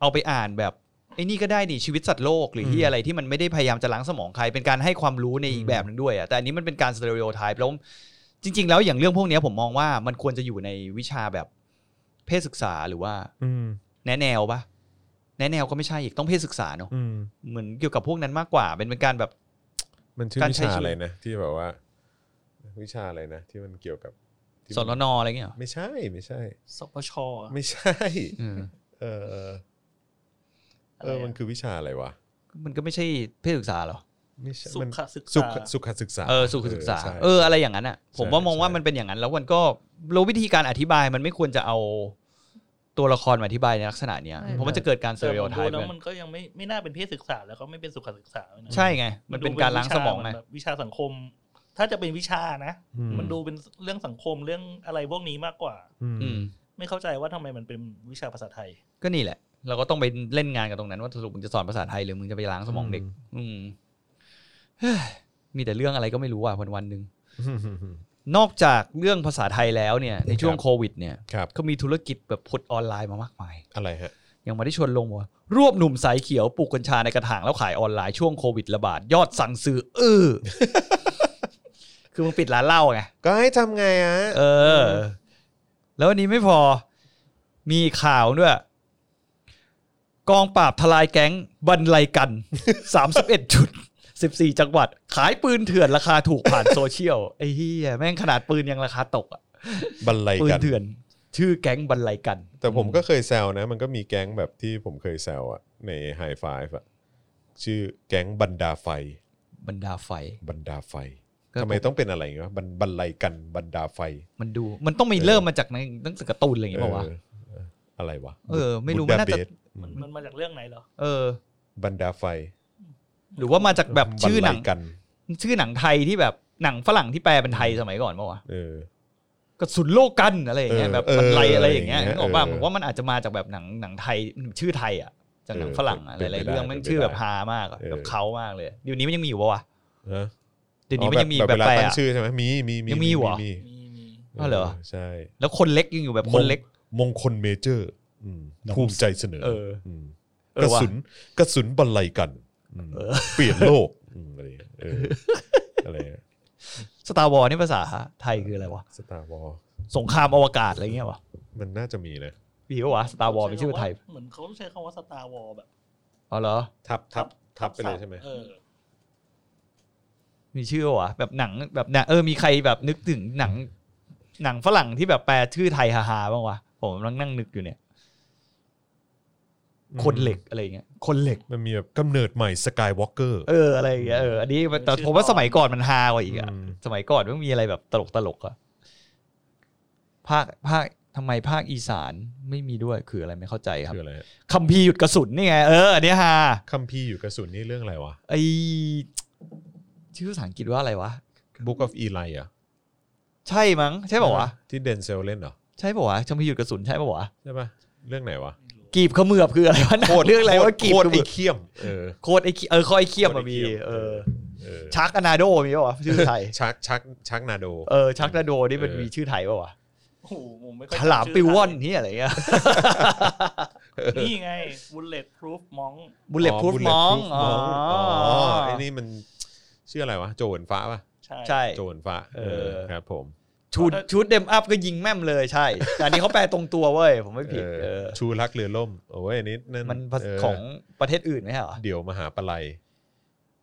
[SPEAKER 2] เอาไปอ่านแบบไอ้นี่ก็ได้นี่ชีวิตสัตว์โลกหรือ
[SPEAKER 1] อืม
[SPEAKER 2] ที่อะไรที่มันไม่ได้พยายามจะล้างสมองใคร เป็นการให้ความรู้ในอี
[SPEAKER 1] อื
[SPEAKER 2] ก
[SPEAKER 1] ม
[SPEAKER 2] แบบหนึ่งด้วยอะแต่อันนี้มันเป็นการสเตอริโอไทป์แล้วจริง ๆ แล้วอย่างเรื่องพวกเนี้ยผมมองว่ามันควรจะอยู่ในวิชาแบบเพศศึกษาหรือว่า
[SPEAKER 1] อืม
[SPEAKER 2] แนะแนวปะแนะแนวก็ไม่ใช่อีกต้องเพศศึกษาเนอะ
[SPEAKER 1] อืม
[SPEAKER 2] เหมือนเกี่ยวกับพวกนั้นมากกว่าเป็นเป็นการแบบ
[SPEAKER 1] มันชื่อ
[SPEAKER 2] การ
[SPEAKER 1] วิ
[SPEAKER 2] ใช้
[SPEAKER 1] ชา
[SPEAKER 2] ชีวิต
[SPEAKER 1] อะไรนะที่แบบว่า วิชาอะไรนะที่มันเกี่ยวกับที่
[SPEAKER 2] สน
[SPEAKER 1] มัน
[SPEAKER 2] นอะไรเงี้ยเหรอ
[SPEAKER 1] ไม่ใช่ไม่ใช่
[SPEAKER 3] สปชอะ
[SPEAKER 1] ไม่ใช่
[SPEAKER 2] เออ
[SPEAKER 1] เออเออ
[SPEAKER 3] อะ
[SPEAKER 1] เอ
[SPEAKER 3] ไร
[SPEAKER 1] อ
[SPEAKER 3] อะ
[SPEAKER 1] มันคือวิชาอะไรวะ
[SPEAKER 2] มันก็ไม่ใช่เพศศึกษาเหรอ
[SPEAKER 1] ไม่ใช่
[SPEAKER 3] สุ
[SPEAKER 1] มัน
[SPEAKER 3] ขศึก
[SPEAKER 1] สุ
[SPEAKER 3] ษา
[SPEAKER 1] ขสุขศึกษา
[SPEAKER 2] เออสุขศึกษา
[SPEAKER 1] ใช่
[SPEAKER 2] เอออะไรอย่างนั้นอ่ะ ผมว่ามองว่า
[SPEAKER 1] ใช่
[SPEAKER 2] มันเป็นอย่างนั้น แล้วมันก็รู้วิธีการอธิบายมันไม่ควรจะเอาตัวละครมาอธิบายในลักษณะเนี้ยเพราะมันจะเกิดการเซ
[SPEAKER 3] แต่
[SPEAKER 2] อร์เรี
[SPEAKER 3] ผ
[SPEAKER 2] ยล
[SPEAKER 3] ม
[SPEAKER 2] ไท
[SPEAKER 3] ดู
[SPEAKER 2] ป์
[SPEAKER 3] แล้วมันก็ยังไม่ไม่น่าเป็นเพศศึกษา แล้วก็ไม่เป็นสุขศึกษาด้วยนะ
[SPEAKER 2] ใช่ไง มันเป็นการล้างสมอง
[SPEAKER 3] น
[SPEAKER 2] ไง
[SPEAKER 3] ดูเป็นวิชาเหนแบบวิชาสังคม ถ้าจะเป็นวิชานะ
[SPEAKER 1] อืม
[SPEAKER 3] มันดูเป็นเรื่องสังคมเรื่องอะไรพวกนี้มากกว่า
[SPEAKER 1] อืม
[SPEAKER 2] อืม
[SPEAKER 3] ไม่เข้าใจว่าทำไมมันเป็นวิชาภาษาไทย
[SPEAKER 2] ก็นี่แหละ เราก็ต้องไปเล่นงานกับตรงนั้นว่าสรุปมึงจะสอนภาษาไทยหรือมึงจะไปล้างสมองเด็ก อืมเฮ้ยมีแต่เรื่องอะไรก็ไม่รู้อ่ะวันวันๆหนึ่งนอกจากเรื่องภาษาไทยแล้วเนี่ย ในช่วงโควิด เนี่ย
[SPEAKER 1] ครับ
[SPEAKER 2] ก็มีธุรกิจแบบพดออนไลน์มามากมาย
[SPEAKER 1] อะไรฮะ
[SPEAKER 2] ยังไม่ได้ชวนลงว่ารวบหนุ่มสายเขียวปลูกกัญชาในกระถางแล้วขายออนไลน์ช่วงโควิดระบาด ยอดสั่งซื้อเออ คือมึงปิดร้านเหล้าไง
[SPEAKER 1] ก็ให้ทำไงอ่ะ
[SPEAKER 2] เออ แล้ววันนี้ไม่พอมีข่าวด้วย กองปราบทลายแก๊งบรรลัยกัน 31 จุด 14 จังหวัด ขายปืนเถื่อนราคาถูกผ่านโซเชียล ไอ้เหี้ยแม่งขนาดปืนยังราคาตกอะ
[SPEAKER 1] บันไล
[SPEAKER 2] ปืน
[SPEAKER 1] กัน
[SPEAKER 2] เถื่อน ชื่อแก๊งบรรลัยกัน
[SPEAKER 1] แต่ผมก็เคยแซวนะ มันก็มีแก๊งแบบที่ผมเคยแซวอะในไฮไฟฟ์อะชื่อแก๊งบรรดาไฟ
[SPEAKER 2] บรรดาไฟ
[SPEAKER 1] บรรดาไฟ
[SPEAKER 2] ก็ผม
[SPEAKER 1] ทำไมต้องเป็นอะไรอย่างเงี้ยบันบันไลกันบรรดาไฟ
[SPEAKER 2] มันดู มันต้องมีเริ่มมาจากในหนังสือการ์ตูนอะไรอย่างเงี้ยเปล่าวะ
[SPEAKER 1] เออเอออะไรวะ
[SPEAKER 2] เออไม่รู้
[SPEAKER 1] บูด
[SPEAKER 2] มันน่าจะ
[SPEAKER 1] เบส
[SPEAKER 3] มันมันมาจากเรื่องไหนเหรอ
[SPEAKER 2] เออ
[SPEAKER 1] บรรดาไฟ
[SPEAKER 2] หรือว่ามาจากแบบชื่อหนัง
[SPEAKER 1] บัไลกัน
[SPEAKER 2] ชื่อหนังไทยที่แบบหนังฝรั่งที่แปลเป็นไทยสมัยก่อนเปล่าวะ
[SPEAKER 1] เออ
[SPEAKER 2] กระสุนโลกันอะไรอย่างเงี้ย
[SPEAKER 1] เออ
[SPEAKER 2] แบบมันไล
[SPEAKER 1] เออ
[SPEAKER 2] อะไรอย่างเงี้ย
[SPEAKER 1] เออ
[SPEAKER 2] นึกออกป่ะ
[SPEAKER 1] เออ
[SPEAKER 2] ผมว่ามันอาจจะมาจากแบบหนังหนังไทยชื่อไทยอ่ะจากหนัง
[SPEAKER 1] เออ
[SPEAKER 2] ฝรั่งอะห
[SPEAKER 1] เป็น
[SPEAKER 2] ลาย
[SPEAKER 1] ไป
[SPEAKER 2] ๆ
[SPEAKER 1] ได้
[SPEAKER 2] เรื่องแมันชื่อแบบฮามากอะ
[SPEAKER 1] เออ
[SPEAKER 2] แบบเขามากเลยเดี๋ยวนี้มันยังมีอยู่ปะวะ
[SPEAKER 1] ฮะ
[SPEAKER 2] เดี๋ยวนี้มันยังมีแบบ
[SPEAKER 1] เวลา
[SPEAKER 2] แปล
[SPEAKER 1] ตั้ง
[SPEAKER 2] อะ
[SPEAKER 1] ชื่อใช่ไหมมีมีมี
[SPEAKER 2] ยังมีเหรอ
[SPEAKER 1] มี
[SPEAKER 3] มีมี
[SPEAKER 2] อ้าวเหรอ
[SPEAKER 1] ใช่
[SPEAKER 2] แล้วคนเล็กยังอยู่แบบคนเล็ก
[SPEAKER 1] มงคลเมเจอร์อืมภูมิใจเสนอ
[SPEAKER 2] เออ
[SPEAKER 1] ม
[SPEAKER 2] เอก อ
[SPEAKER 1] ระ
[SPEAKER 2] ว่ะ
[SPEAKER 1] สุนกระสุนบรรลัยกันอืมเปลี่ยนโลกอืมอะไรอย่างเงี้ยเอออะไร
[SPEAKER 2] สตาร์วอลนี่ภาษาไทยคืออะไรวะ
[SPEAKER 1] สตาร์วอล
[SPEAKER 2] สงครามอวกาศอะไรเงี้ยวะ
[SPEAKER 1] มันน่าจะมีนะ
[SPEAKER 2] มีปะวะสตาร์วอลเป็นชื่อไทย
[SPEAKER 3] เหมือนเขาใช้คำว่าสตาร์วอลแบบ
[SPEAKER 2] อ๋อเหรอ
[SPEAKER 1] ทับทับทับไปเลยใช่ไหม
[SPEAKER 3] เออ
[SPEAKER 2] มีชื่อปะวะแบบหนังแบบหนังเออมีใครแบบนึกถึงหนัง หนังฝรั่งที่แบบแปลชื่อไทยฮาๆบ้างวะผมกำลังนั่งนึกอยู่เนี่ย คนเหล็กอะไรอย่างเงี้ยคนเหล็ก
[SPEAKER 1] มันมีแบบกำเนิดใหม่สกายวอล์กเกอร์
[SPEAKER 2] เอออะไรอย่างเงี้ยเอออันนี้
[SPEAKER 3] เป็น
[SPEAKER 2] แต่
[SPEAKER 3] ชื่อ
[SPEAKER 2] ผมว่า
[SPEAKER 3] ตอน
[SPEAKER 2] สมัยก่อนมันฮากว่าอีกอะ
[SPEAKER 1] อืม
[SPEAKER 2] สมัยก่อนมันมีอะไรแบบตลกตลกๆอะภาคภาคทำไมภาคอีสานไม่มีด้วยคืออะไรไม่เข้าใจครับ
[SPEAKER 1] คืออะไรฮะ
[SPEAKER 2] คัมภีร์หยุดกระสุนนี่ไงเอออันเนี้ยฮา
[SPEAKER 1] คัมภีร์อยู่กระสุนนี่เรื่องอะไรวะ
[SPEAKER 2] ไอชื่อภาษาอังกฤษว่าอะไรวะ
[SPEAKER 1] Book of Eli อ่ะ
[SPEAKER 2] ใช่มั้งใช่ป่าวะ
[SPEAKER 1] ที่เดนเซลเล่นเหรอ
[SPEAKER 2] ใช่ป่าวะคัมภีร์หยุดกระสุนใช่ป่าวะ
[SPEAKER 1] ใช่ปะเรื่องไหนวะ
[SPEAKER 2] กีบเขมือบคืออะไรวะหนังเรื่องอะไรวะกีบ
[SPEAKER 1] โคตร
[SPEAKER 2] เขมื
[SPEAKER 1] ไอ้
[SPEAKER 2] อบ
[SPEAKER 1] เขี้ยมเออ
[SPEAKER 2] โคตรไอ้เขี้ยเออคอยเขี้ยม
[SPEAKER 1] โคตร
[SPEAKER 2] อะมี
[SPEAKER 1] ไขี้ย
[SPEAKER 2] เออ
[SPEAKER 1] เออ
[SPEAKER 2] ชักอนาโดมีป่าวะชื่อไทย
[SPEAKER 1] ชักชักชักนาโด
[SPEAKER 2] เออชักอนาโดนี่มัน
[SPEAKER 1] เออ
[SPEAKER 2] มีชื่อไทยป่าวะ
[SPEAKER 3] โอ้โหผมไม่ค่อย
[SPEAKER 2] ฉลามปิววอนนี่อะไรเงี้ย
[SPEAKER 3] นี่ไงบุลเลตพรูฟมอง
[SPEAKER 2] บุลเลตพูดมอง
[SPEAKER 1] Bulletproof
[SPEAKER 2] อ๋อ
[SPEAKER 1] Monk ไอ้นี่มันชื่ออะไรวะ โจวนฟ้าปะ
[SPEAKER 3] ใช่
[SPEAKER 2] ใช่
[SPEAKER 1] โจวนฟ้า
[SPEAKER 2] เออ
[SPEAKER 1] ครับผม
[SPEAKER 2] ชุดชุดเดมอัพก็ยิงแม่มเลยใช่ แต่อันนี้เขาแปลตรงตัวเว้ย ผมไม่ผิด
[SPEAKER 1] เออ
[SPEAKER 2] เออ
[SPEAKER 1] ชูรักเรือล่มโอ้ยอันนี้นั่น
[SPEAKER 2] มัน
[SPEAKER 1] เ
[SPEAKER 2] ของประเทศอื่นไหมเหรอ
[SPEAKER 1] เดี๋ยวมหาปลัย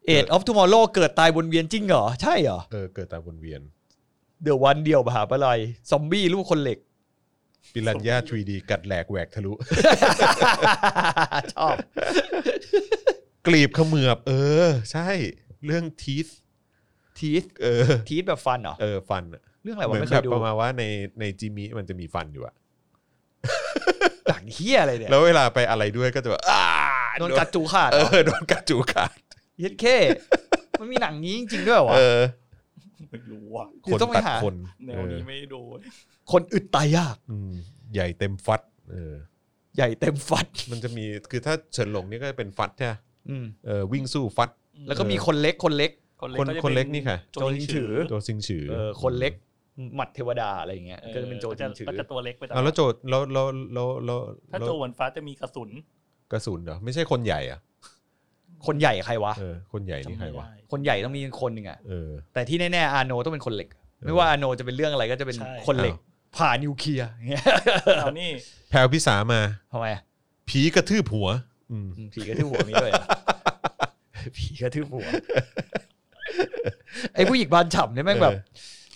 [SPEAKER 2] เอ็ดออฟทูมอร์โลเกิดตายบนเวียนจริงเหรอ ใช่เหรอ
[SPEAKER 1] เออเกิดตามวนเวียน
[SPEAKER 2] เดี๋ยววันเดียวมหาปะไรซอมบี้ลูกคนเหล็ก
[SPEAKER 1] ปิรันย่า 3D กัดแหลกแหวกทะลุ
[SPEAKER 2] ชอบ
[SPEAKER 1] กลีบเขมือบ เออ ใช่ เรื่องทีส
[SPEAKER 2] ทีส
[SPEAKER 1] เออ
[SPEAKER 2] ทีสแบบฟันเหรอ
[SPEAKER 1] เออ ฟันอะ
[SPEAKER 2] เรื่องอะไร
[SPEAKER 1] เห
[SPEAKER 2] วะ
[SPEAKER 1] มือน
[SPEAKER 2] ไม่เค
[SPEAKER 1] แบ
[SPEAKER 2] ย
[SPEAKER 1] บ
[SPEAKER 2] ดู
[SPEAKER 1] ประมาณว่าในในจิมิมันจะมีฟันอยู่อะ
[SPEAKER 2] หนังเฮียอะไรเนี่ย
[SPEAKER 1] แล้วเวลาไปอะไรด้วยก็จะแบบอ่า
[SPEAKER 2] โดนกัดจูขาด
[SPEAKER 1] เอ
[SPEAKER 2] เหรอ
[SPEAKER 1] อโดนกัดจูขาด
[SPEAKER 2] เย็ดเค มันมีหนังนี้จริงๆด้วยวะ
[SPEAKER 1] เออ
[SPEAKER 3] ไม่รู้ว่ะ
[SPEAKER 1] คน
[SPEAKER 2] ต้องไป
[SPEAKER 1] ตัด
[SPEAKER 2] หา
[SPEAKER 1] คน
[SPEAKER 3] แน
[SPEAKER 1] เออ
[SPEAKER 3] วนี้ไม่ดูเว้ย
[SPEAKER 2] คนอึดตายยาก
[SPEAKER 1] อืมใหญ่เต็มฟัดเออ
[SPEAKER 2] ใหญ่เต็มฟัด
[SPEAKER 1] มันจะมีคือถ้าเฉินหลงนี่ก็จะเป็นฟัดใช่ไหม
[SPEAKER 2] อืม
[SPEAKER 1] เออวิ่งสู้ฟัด
[SPEAKER 2] แล้วก็มีคนเล็กคนเล็ก
[SPEAKER 1] คนคนเล็กนี่ค่ะ
[SPEAKER 3] โจยิงถือ
[SPEAKER 1] โจซิงฉือ
[SPEAKER 2] เออคนเล็กหมัดเทวดาอะไรอย่างเงี้ยก็จะเป็นโจรจิงถือ
[SPEAKER 3] ก็จะตัวเล็กไปตาม
[SPEAKER 1] เอาแล้วโจทย์แล้วแล้วแล้วแล้ว
[SPEAKER 3] ถ้า
[SPEAKER 1] แล้ว
[SPEAKER 3] โจหวนฟ้าจะมีกระสุน
[SPEAKER 1] กระสุนเหรอไม่ใช่คนใหญ่อะ
[SPEAKER 2] คนใหญ่ใครวะ
[SPEAKER 1] เออคนใหญ่นี่ใครวะ
[SPEAKER 3] จำไม่ได้
[SPEAKER 2] คนใหญ่ต้องมีคนหนึ่งอะ
[SPEAKER 1] เออ
[SPEAKER 2] แต่ที่แน่ๆอาโนต้องเป็นคนเหล็ก ไม่ว่าอาโนจะเป็นเรื่องอะไรก็จะเป็น
[SPEAKER 3] ใช่
[SPEAKER 2] คนเหล็ก
[SPEAKER 1] อ้าว
[SPEAKER 2] ผ่านิวเคลียร์ อย่างเงี้ย
[SPEAKER 3] เอานี่
[SPEAKER 1] แพลวพิสามา
[SPEAKER 2] ทำไมอะ
[SPEAKER 1] ผีกระทืบหัว อืม
[SPEAKER 2] อืมผีกระทืบหัวมีด้วยเหรอ ผีกระทืบหัวไอ้ผู้หญิงบานฉ่ำเนี่ยแม่งแบบ
[SPEAKER 1] เออ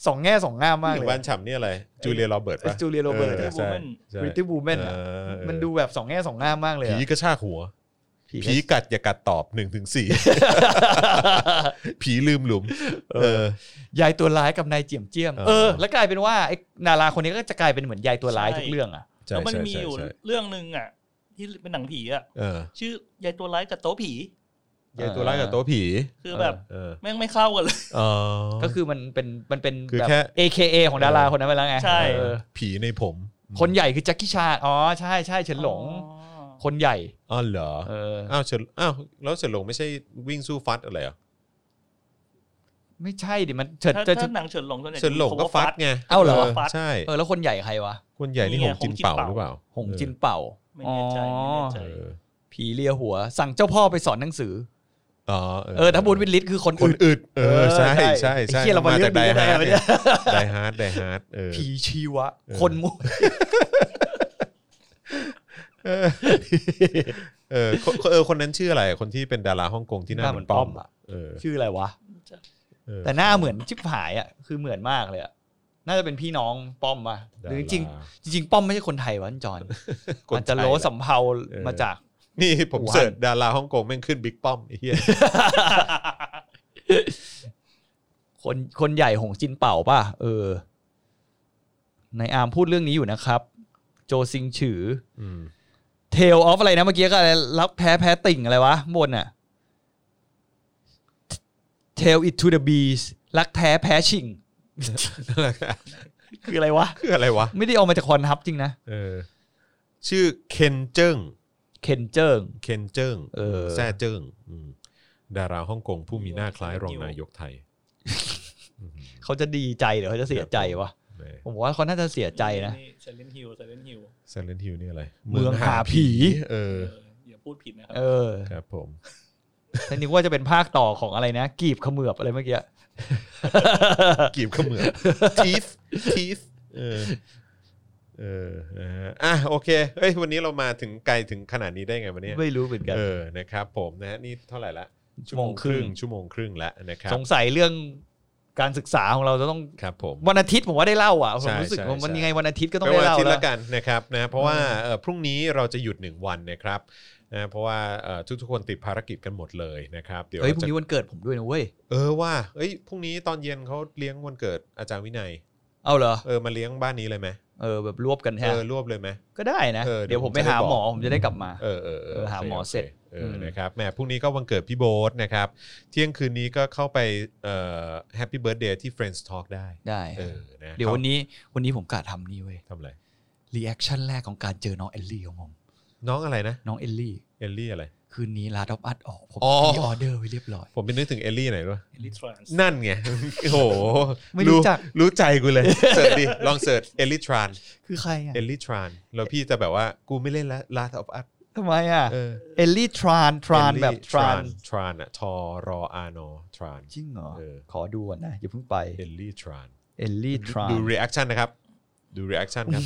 [SPEAKER 2] สองแง่สองงามมาก
[SPEAKER 1] ห
[SPEAKER 2] เล
[SPEAKER 1] รื
[SPEAKER 2] ย
[SPEAKER 1] อบ้านฉ่ำนี่อะไร จูเลียโรเบิร์ต
[SPEAKER 2] ไอ้
[SPEAKER 1] ปะ
[SPEAKER 2] จูเลียโรเบิร์ต
[SPEAKER 1] ใช่ใช่
[SPEAKER 2] บริติบูแมน
[SPEAKER 1] เออเออ
[SPEAKER 2] มันดูแบบสองแง่สองงามมากเลย
[SPEAKER 1] ผี
[SPEAKER 2] อะ
[SPEAKER 1] กระชากหัว
[SPEAKER 2] ก
[SPEAKER 1] ผี
[SPEAKER 2] ระ
[SPEAKER 1] กัดอย่ากัดตอบหนึ่งถึง สี่ ผีลืมหลุม เออ
[SPEAKER 2] ยายตัวร้ายกับนายเจียมเจียม
[SPEAKER 1] เออ
[SPEAKER 2] เออ แล้วกลายเป็นว่าไอ้ดาราคนนี้ก็จะกลายเป็นเหมือนยายตัวร้ายทุกเรื่องอ่ะ
[SPEAKER 1] ใช่
[SPEAKER 3] แล้วมัน
[SPEAKER 1] ใช่
[SPEAKER 3] มี
[SPEAKER 1] ใช่
[SPEAKER 3] อยู่
[SPEAKER 1] ใช่
[SPEAKER 3] เรื่องหนึ่งอ่ะ ที่เป็นหนังผีอ่ะ
[SPEAKER 1] เออ
[SPEAKER 3] ชื่อยายตัวร้ายกับโต๊ะผี
[SPEAKER 1] ยายตัวร้ายกับโต๊ะผี
[SPEAKER 3] คือแบบ
[SPEAKER 1] เออ
[SPEAKER 3] แม่งไม่เข้ากันเลย
[SPEAKER 1] อ๋อ
[SPEAKER 2] ก็คือมันเป็นมันเป็น
[SPEAKER 1] คือ
[SPEAKER 2] แบบ
[SPEAKER 1] แค่
[SPEAKER 2] AKA ของดาราคนนั้นไปแล้วไง
[SPEAKER 3] ใช่
[SPEAKER 2] เออ
[SPEAKER 1] ผีในผม
[SPEAKER 2] คนใหญ่คือแจ็คกี้ชาญอ๋อใช่ใช่เฉินหลง
[SPEAKER 3] อ๋อ
[SPEAKER 2] คนใหญ่
[SPEAKER 1] อ๋อเหรอ
[SPEAKER 2] เออ
[SPEAKER 1] อ้าวเฉินอ้าวแล้วเฉินหลงไม่ใช่วิ่งสู้ฟัดอะไรเหรอ่ะ
[SPEAKER 2] ไม่ใช่ดิมันเฉิน
[SPEAKER 3] ถ้า
[SPEAKER 2] เฉิน
[SPEAKER 3] ถ้าหนังเฉินหลงตัวไหน
[SPEAKER 1] เฉินหลงก็
[SPEAKER 3] จะมีคำว่า
[SPEAKER 1] ฟัดไง
[SPEAKER 2] เอ้าเหรอ
[SPEAKER 1] ฟัดใช่
[SPEAKER 2] เออแล้วคนใหญ่ใครวะ
[SPEAKER 1] คนใหญ่นี่
[SPEAKER 3] นี่
[SPEAKER 1] ห
[SPEAKER 3] ไง
[SPEAKER 1] งจิน
[SPEAKER 3] หงจิน
[SPEAKER 1] เป่า
[SPEAKER 3] เป่า
[SPEAKER 1] หรือเปล่า
[SPEAKER 2] หงจินเป่า
[SPEAKER 3] ไม่แน่ใจไม่แน่ใจ
[SPEAKER 1] เออ
[SPEAKER 2] ผีเลียหัว สั่งเจ้าพ่อไปสอนหนังสือ
[SPEAKER 1] อ๋อ
[SPEAKER 2] เออถ้าบูนวินลิทคือคน
[SPEAKER 1] คน
[SPEAKER 2] อื่น
[SPEAKER 1] อึดเออใช่
[SPEAKER 2] เออใช่
[SPEAKER 1] ใช่ใช่
[SPEAKER 2] ไอ้เหี้ยเรามาเรื่อง
[SPEAKER 1] ได
[SPEAKER 2] นี้ได้
[SPEAKER 1] ฮาร์ด
[SPEAKER 2] ไหมเนี่
[SPEAKER 1] เนี่ย ไดฮาร์ดไดฮาร์ดเออ
[SPEAKER 2] ผีชีวะ
[SPEAKER 1] เออ
[SPEAKER 2] คนมุ
[SPEAKER 1] เออคนเออคนนั้นชื่ออะไรคนที่เป็นดาราฮ่องกงที่หน้า
[SPEAKER 2] หน้า
[SPEAKER 1] เห
[SPEAKER 2] เหมื
[SPEAKER 1] มือป้
[SPEAKER 2] อน น
[SPEAKER 1] อม
[SPEAKER 2] ป้อมอะ
[SPEAKER 1] เออ
[SPEAKER 2] ชื่ออะไรวะ
[SPEAKER 1] เออ
[SPEAKER 2] แต่หน้าเหมือนชิบหายอ่ะคือเหมือนมากเลยอ่ะน่าจะเป็นพี่น้องป้อมมาหรือจริงๆจริงๆป้อมไม่ใช่คนไทยวะจอน
[SPEAKER 1] คนไทย
[SPEAKER 2] มันจะโลสำเภา
[SPEAKER 1] เออ
[SPEAKER 2] มาจาก
[SPEAKER 1] นี่ผม
[SPEAKER 2] หวาน
[SPEAKER 1] เสิร์ชดาราฮ่องกงแม่งขึ้นบิ๊กป้อมไอ้เหี้ ย
[SPEAKER 2] คนคนใหญ่หงจินเป่าป่ะเออ ในอาร์มพูดเรื่องนี้อยู่นะครับ โจซิงฉือ
[SPEAKER 1] อืม
[SPEAKER 2] เทลออฟอะไรนะเมื่อกี้ก็อะไรรักแพ้แพ้ติ่งอะไรวะข้างบนอ่ะ Tell it to the bees รักแท้แพ้ชิง คืออะไรวะ
[SPEAKER 1] คืออะไรวะ
[SPEAKER 2] ไม่ได้เอามาจากคอนทับจริงนะ
[SPEAKER 1] เออชื่อเคนเจิ้ง
[SPEAKER 2] เคนเจิง
[SPEAKER 1] เคนเจิ้ง
[SPEAKER 2] เออ
[SPEAKER 1] แซ่เจิ้งอืมดาราฮ่องกงผู้มีหน้าคล้ายรองนายก ไทย
[SPEAKER 2] เขาจะดีใจหรือเขาจะเสียใจวะ ผมว่าเขาน่าจะเสียใจนะ
[SPEAKER 3] เซเลนฮิลเซเลนฮิล
[SPEAKER 1] เซเลนฮิลนี่อะไร
[SPEAKER 2] เมืองหาผี
[SPEAKER 1] เออ
[SPEAKER 3] อย่าพูดผิดนะครับ
[SPEAKER 2] เออ
[SPEAKER 1] ครับผม
[SPEAKER 2] ฉันนึกว่าจะเป็นภาคต่อของอะไรนะ กีบเขมือบอะไรเมื่อกี้
[SPEAKER 1] กีบเขมือบทีฟทีฟเออเออนะฮะอ่ะโอเคเอ้ยวันนี้เรามาถึงไกลถึงขนาดนี้ได้ไงวันนี้
[SPEAKER 2] ไม่รู้เหมือนกัน
[SPEAKER 1] เออนะครับผมนะนี่เท่าไหร่ละ
[SPEAKER 2] ชั่วโมงครึ่ง
[SPEAKER 1] ชั่วโมงครึ่งแล้วนะครับ
[SPEAKER 2] สงสัยเรื่อง การศึกษาของเราจะต้อง
[SPEAKER 1] ครับผม
[SPEAKER 2] วันอาทิตย์ผมว่าได้เล่าอ่ะผม
[SPEAKER 1] ใช่
[SPEAKER 2] รู้สึก
[SPEAKER 1] ใช่
[SPEAKER 2] ว่ามัน
[SPEAKER 1] ใช่
[SPEAKER 2] ยังไงวันอาทิตย์ก็ต้อง
[SPEAKER 1] ก็
[SPEAKER 2] ได้
[SPEAKER 1] วันอา
[SPEAKER 2] เล่า
[SPEAKER 1] ทิตย์
[SPEAKER 2] แล้
[SPEAKER 1] ละ
[SPEAKER 2] ว
[SPEAKER 1] กันนะครับนะเพราะว่าเอ่อพรุ่งนี้เราจะหยุด 1 วันนะครับนะเพราะว่าเอ่อทุกๆคนติดภารกิจกันหมดเลยนะครับเดี๋ยว
[SPEAKER 2] เฮ้ยพ
[SPEAKER 1] เรา
[SPEAKER 2] รุ่ง
[SPEAKER 1] จะ
[SPEAKER 2] นี้วันเกิดผมด้วยนะเว้ย
[SPEAKER 1] เออว่าเอ้ยพรุ่งนี้ตอนเย็นเขาเลี้ยงวันเกิดอาจารย์วินัย
[SPEAKER 2] เอาเหรอ
[SPEAKER 1] เออมาเลี้ยงบ้านนี้เลยไหม
[SPEAKER 2] เออแบบรวบกันแท
[SPEAKER 1] เอน อรวบเลยไหม
[SPEAKER 2] ก็ได้นะ
[SPEAKER 1] เออเดี๋
[SPEAKER 2] เดี๋
[SPEAKER 1] ย
[SPEAKER 2] ยว ว
[SPEAKER 1] ผ
[SPEAKER 2] ผม ม
[SPEAKER 1] จะ
[SPEAKER 2] ไป
[SPEAKER 1] ได้
[SPEAKER 2] หา
[SPEAKER 1] บอก
[SPEAKER 2] หมอผมจะได้กลับมา
[SPEAKER 1] เออเออเออ
[SPEAKER 2] เออหา
[SPEAKER 1] โค
[SPEAKER 2] หมอเสร็จ
[SPEAKER 1] โคเอออ
[SPEAKER 2] ม
[SPEAKER 1] นะครับแหมพรุ่งนี้ก็วันเกิดพี่โบ๊ทนะครับ เที่ยงคืนนี้ก็เข้าไปเอ่อแฮปปี้เบิร์ดเดย์ที่ Friends Talk ได้
[SPEAKER 2] ได้
[SPEAKER 1] เออนะ
[SPEAKER 2] เดี๋ยววันนี้วันนี้ผมกะทำนี่เว้ย
[SPEAKER 1] ทำอะไร
[SPEAKER 2] รีแอคชั่นแรกของการเจอน้องเอลลี่ของผม
[SPEAKER 1] น้องอะไรนะ
[SPEAKER 2] น้องเอลลี่
[SPEAKER 1] เอลลี่อะไร
[SPEAKER 2] คืนนี้ลาดอปอัดออก ผม
[SPEAKER 1] อ๋อ
[SPEAKER 2] มีออเดอร์ไว้เรียบร้อย
[SPEAKER 1] ผมไปนึกถึงเอลลี่ไหนรู้ปะ
[SPEAKER 3] ลิทรานส์
[SPEAKER 1] นั่นไง โอ้โห
[SPEAKER 2] ไม่รู้จัก
[SPEAKER 1] รู้ใจกู เลยเสิร์ชดิ ลองเสิร์ชเอลลี่ทราน
[SPEAKER 2] คือใครอ่ะ
[SPEAKER 1] เอลลี่ทรานแล้วพี่จะแบบว่ากูไม่เล่นละลาทอปอัพ
[SPEAKER 2] ทำไมอ่ะ
[SPEAKER 1] เออ
[SPEAKER 2] เอลลี่ทรานทรานแบบทราน
[SPEAKER 1] ทรานอะทอรออานอทราน
[SPEAKER 2] จริงเหรอ
[SPEAKER 1] เออ
[SPEAKER 2] ขอดูก่อนนะ อย่าเพิ่งไป
[SPEAKER 1] เอลลี่ทราน
[SPEAKER 2] เอลลี่ทราน
[SPEAKER 1] ดู reaction นะครับ ดู reaction ครับ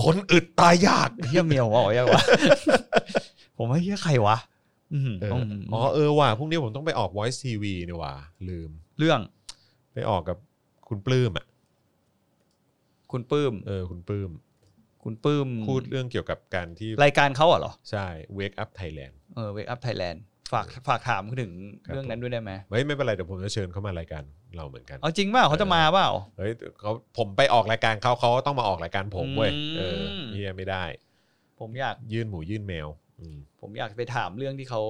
[SPEAKER 1] คนอึดตายยาก
[SPEAKER 2] เฮียเมียวว่าออกยัง วะ ผมว่าเฮียใครวะ อืม
[SPEAKER 1] เอออ๋อเออว่ะพรุ่งนี้ผมต้องไปออก voice tv นี่ว่ะลืม
[SPEAKER 2] เรื่อง
[SPEAKER 1] ไปออกกับคุณปลื้มอ่ะ
[SPEAKER 2] คุณปื้ม
[SPEAKER 1] เออคุณปลื้ม
[SPEAKER 2] คุณปื้ม
[SPEAKER 1] พูดเรื่องเกี่ยวกับการที่
[SPEAKER 2] รายการเขาอ่ะเหรอ
[SPEAKER 1] ใช่ wake up Thailand
[SPEAKER 2] เออเวกอัพไทยแลนด์ฝากฝากถามถึงเรื่องนั้นด้วยได้ไหม
[SPEAKER 1] เฮ้ยไม่เป็นไร เดี๋ยวผมจะเชิญเข้ามารายการเราเหมือนกัน
[SPEAKER 2] เอาจริงเปล่าเขาจะมาเปล่า
[SPEAKER 1] เฮ้ยเขาผมไปออกรายการเขาเขาต้องมาออกรายการผมเว้ย
[SPEAKER 2] อืม
[SPEAKER 1] เออเฮียไม่ได้
[SPEAKER 2] ผมอยาก
[SPEAKER 1] ยื่นหมูยื่นแมวอืม
[SPEAKER 2] ผมอยากไปถามเรื่องที่เขา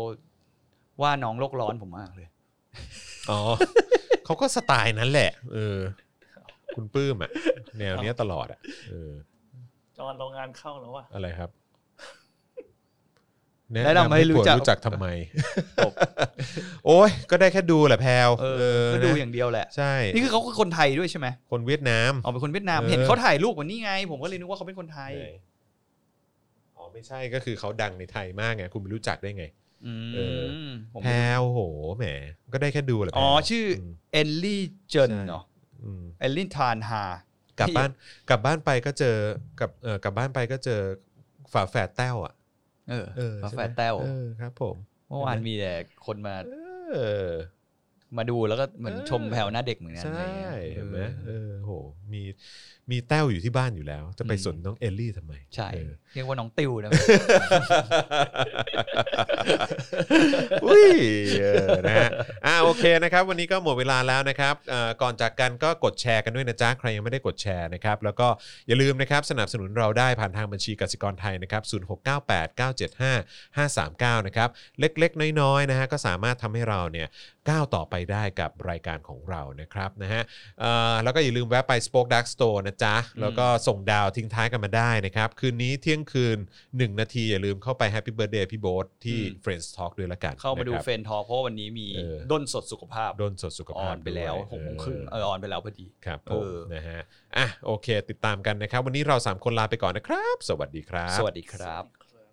[SPEAKER 2] ว่าน้องโลกร้อนผมมากเลย
[SPEAKER 1] อ๋อ เขาก็สไตล์นั้นแหละ เออ คุณปลื้มอ่ะ แนวเนี้ยตลอดอ่ะเออ
[SPEAKER 3] จอนโรงงานเข้าแล้วว่ะ
[SPEAKER 1] อะไรครับ
[SPEAKER 2] แนะนำให้รู้จัก
[SPEAKER 1] รู้จักทำไม โอ้ยก็ได้แค่ดูแหละแพลว
[SPEAKER 2] เออ
[SPEAKER 1] เออ
[SPEAKER 2] ก็ดู
[SPEAKER 1] นะ
[SPEAKER 2] อย่างเดียวแหละ
[SPEAKER 1] ใช่
[SPEAKER 2] นี่คือเขาคือคนไทยด้วยใช่ไหม
[SPEAKER 1] คนเวียดนาม
[SPEAKER 2] อ๋อเป็นคนเวียดนาม
[SPEAKER 1] เออ
[SPEAKER 2] เห็นเขาถ่ายรูปวันนี้ไง ผมก็เลยนึกว่าเขาเป็นคนไทย
[SPEAKER 1] อ๋อไม่ใช่ก็คือเขาดังในไทยมากไงคุณไม่รู้จักได้ไง
[SPEAKER 2] อื
[SPEAKER 1] เอ
[SPEAKER 2] มผม
[SPEAKER 1] แพลวโหแหม ก็ได้แค่ดูแหละแพรว
[SPEAKER 2] อ๋อชื่อ
[SPEAKER 1] ม
[SPEAKER 2] เอลลี่เจน
[SPEAKER 1] ใช่
[SPEAKER 2] เนาะ
[SPEAKER 1] ม
[SPEAKER 2] เอลลี่ทานฮา
[SPEAKER 1] กลับบ้านกลับบ้านไปก็เจอกับเออกลับบ้านไปก็เจอฝาแฝดแต้วอ่ะ
[SPEAKER 2] เออ
[SPEAKER 1] เออ
[SPEAKER 2] ฝา
[SPEAKER 1] ใช่ไห
[SPEAKER 2] แฝ
[SPEAKER 1] ม
[SPEAKER 2] ดแต้ว
[SPEAKER 1] เออครับ ผม
[SPEAKER 2] เมื่อวานมีแต่คนมา
[SPEAKER 1] เออ
[SPEAKER 2] มาดูแล้วก็เหมือน
[SPEAKER 1] เออ
[SPEAKER 2] ชมแผ่วหน้าเด็กเหมือนกัน
[SPEAKER 1] ใช่
[SPEAKER 2] อะไรเงี้ย
[SPEAKER 1] เห็นไหม
[SPEAKER 2] เอ
[SPEAKER 1] เอ
[SPEAKER 2] อ
[SPEAKER 1] อโหมีมีแต้วอยู่ที่บ้านอยู่แล้ว จะไป
[SPEAKER 2] อืม
[SPEAKER 1] สนน้องเอลลี่ทำไม
[SPEAKER 2] ใช่
[SPEAKER 1] เออ
[SPEAKER 2] เรียกว่าน้องติวนะ
[SPEAKER 1] อุ้ยเออนะฮะอ่าโอเคนะครับ วันนี้ก็หมดเวลาแล้วนะครับเอ่อก่อนจากกันก็กดแชร์กันด้วยนะจ๊ะใครยังไม่ได้กดแชร์นะครับ แล้วก็อย่าลืมนะครับสนับสนุนเราได้ผ่านทางบัญชีกสิกรไทยนะครับ0698 975 539นะครับเล็กๆ น้อยๆนะฮะก็สามารถทำให้เราเนี่ยก้าวต่อไปได้กับรายการของเรานะครับนะฮะ เอ่อแล้วก็อย่าลืมแวะไป Spoke Dark Store นะจ๊ะ แล้วก็ส่งดาวทิ้งท้ายกันมาได้นะครับ คืนนี้เที่ยงคืน 1 นาที อย่าลืมเข้าไป Happy Birthday พี่โบ๊ทที่
[SPEAKER 2] อืม
[SPEAKER 1] Friends Talk ด้วยละกัน
[SPEAKER 2] เข้ามาดู
[SPEAKER 1] นะครับ
[SPEAKER 2] เฟรนทอเพราะวันนี้มี
[SPEAKER 1] เออ
[SPEAKER 2] ด้นสดสุขภาพ
[SPEAKER 1] โดนสดสุข
[SPEAKER 2] อ่
[SPEAKER 1] ภาพ
[SPEAKER 2] อนไปแล้ว
[SPEAKER 1] ด้วย
[SPEAKER 2] หกโมงครึ่งเอ
[SPEAKER 1] เอ
[SPEAKER 2] อ
[SPEAKER 1] อ
[SPEAKER 2] อ่อนไปแล้วพอดี
[SPEAKER 1] ครับผม
[SPEAKER 2] เออ
[SPEAKER 1] นะฮะอ่ะโอเค ติดตามกันนะครับ วันนี้เรา 3 คนลาไปก่อนนะครับ สวัสดีครับ
[SPEAKER 2] สวัสดีครับ
[SPEAKER 3] ครับ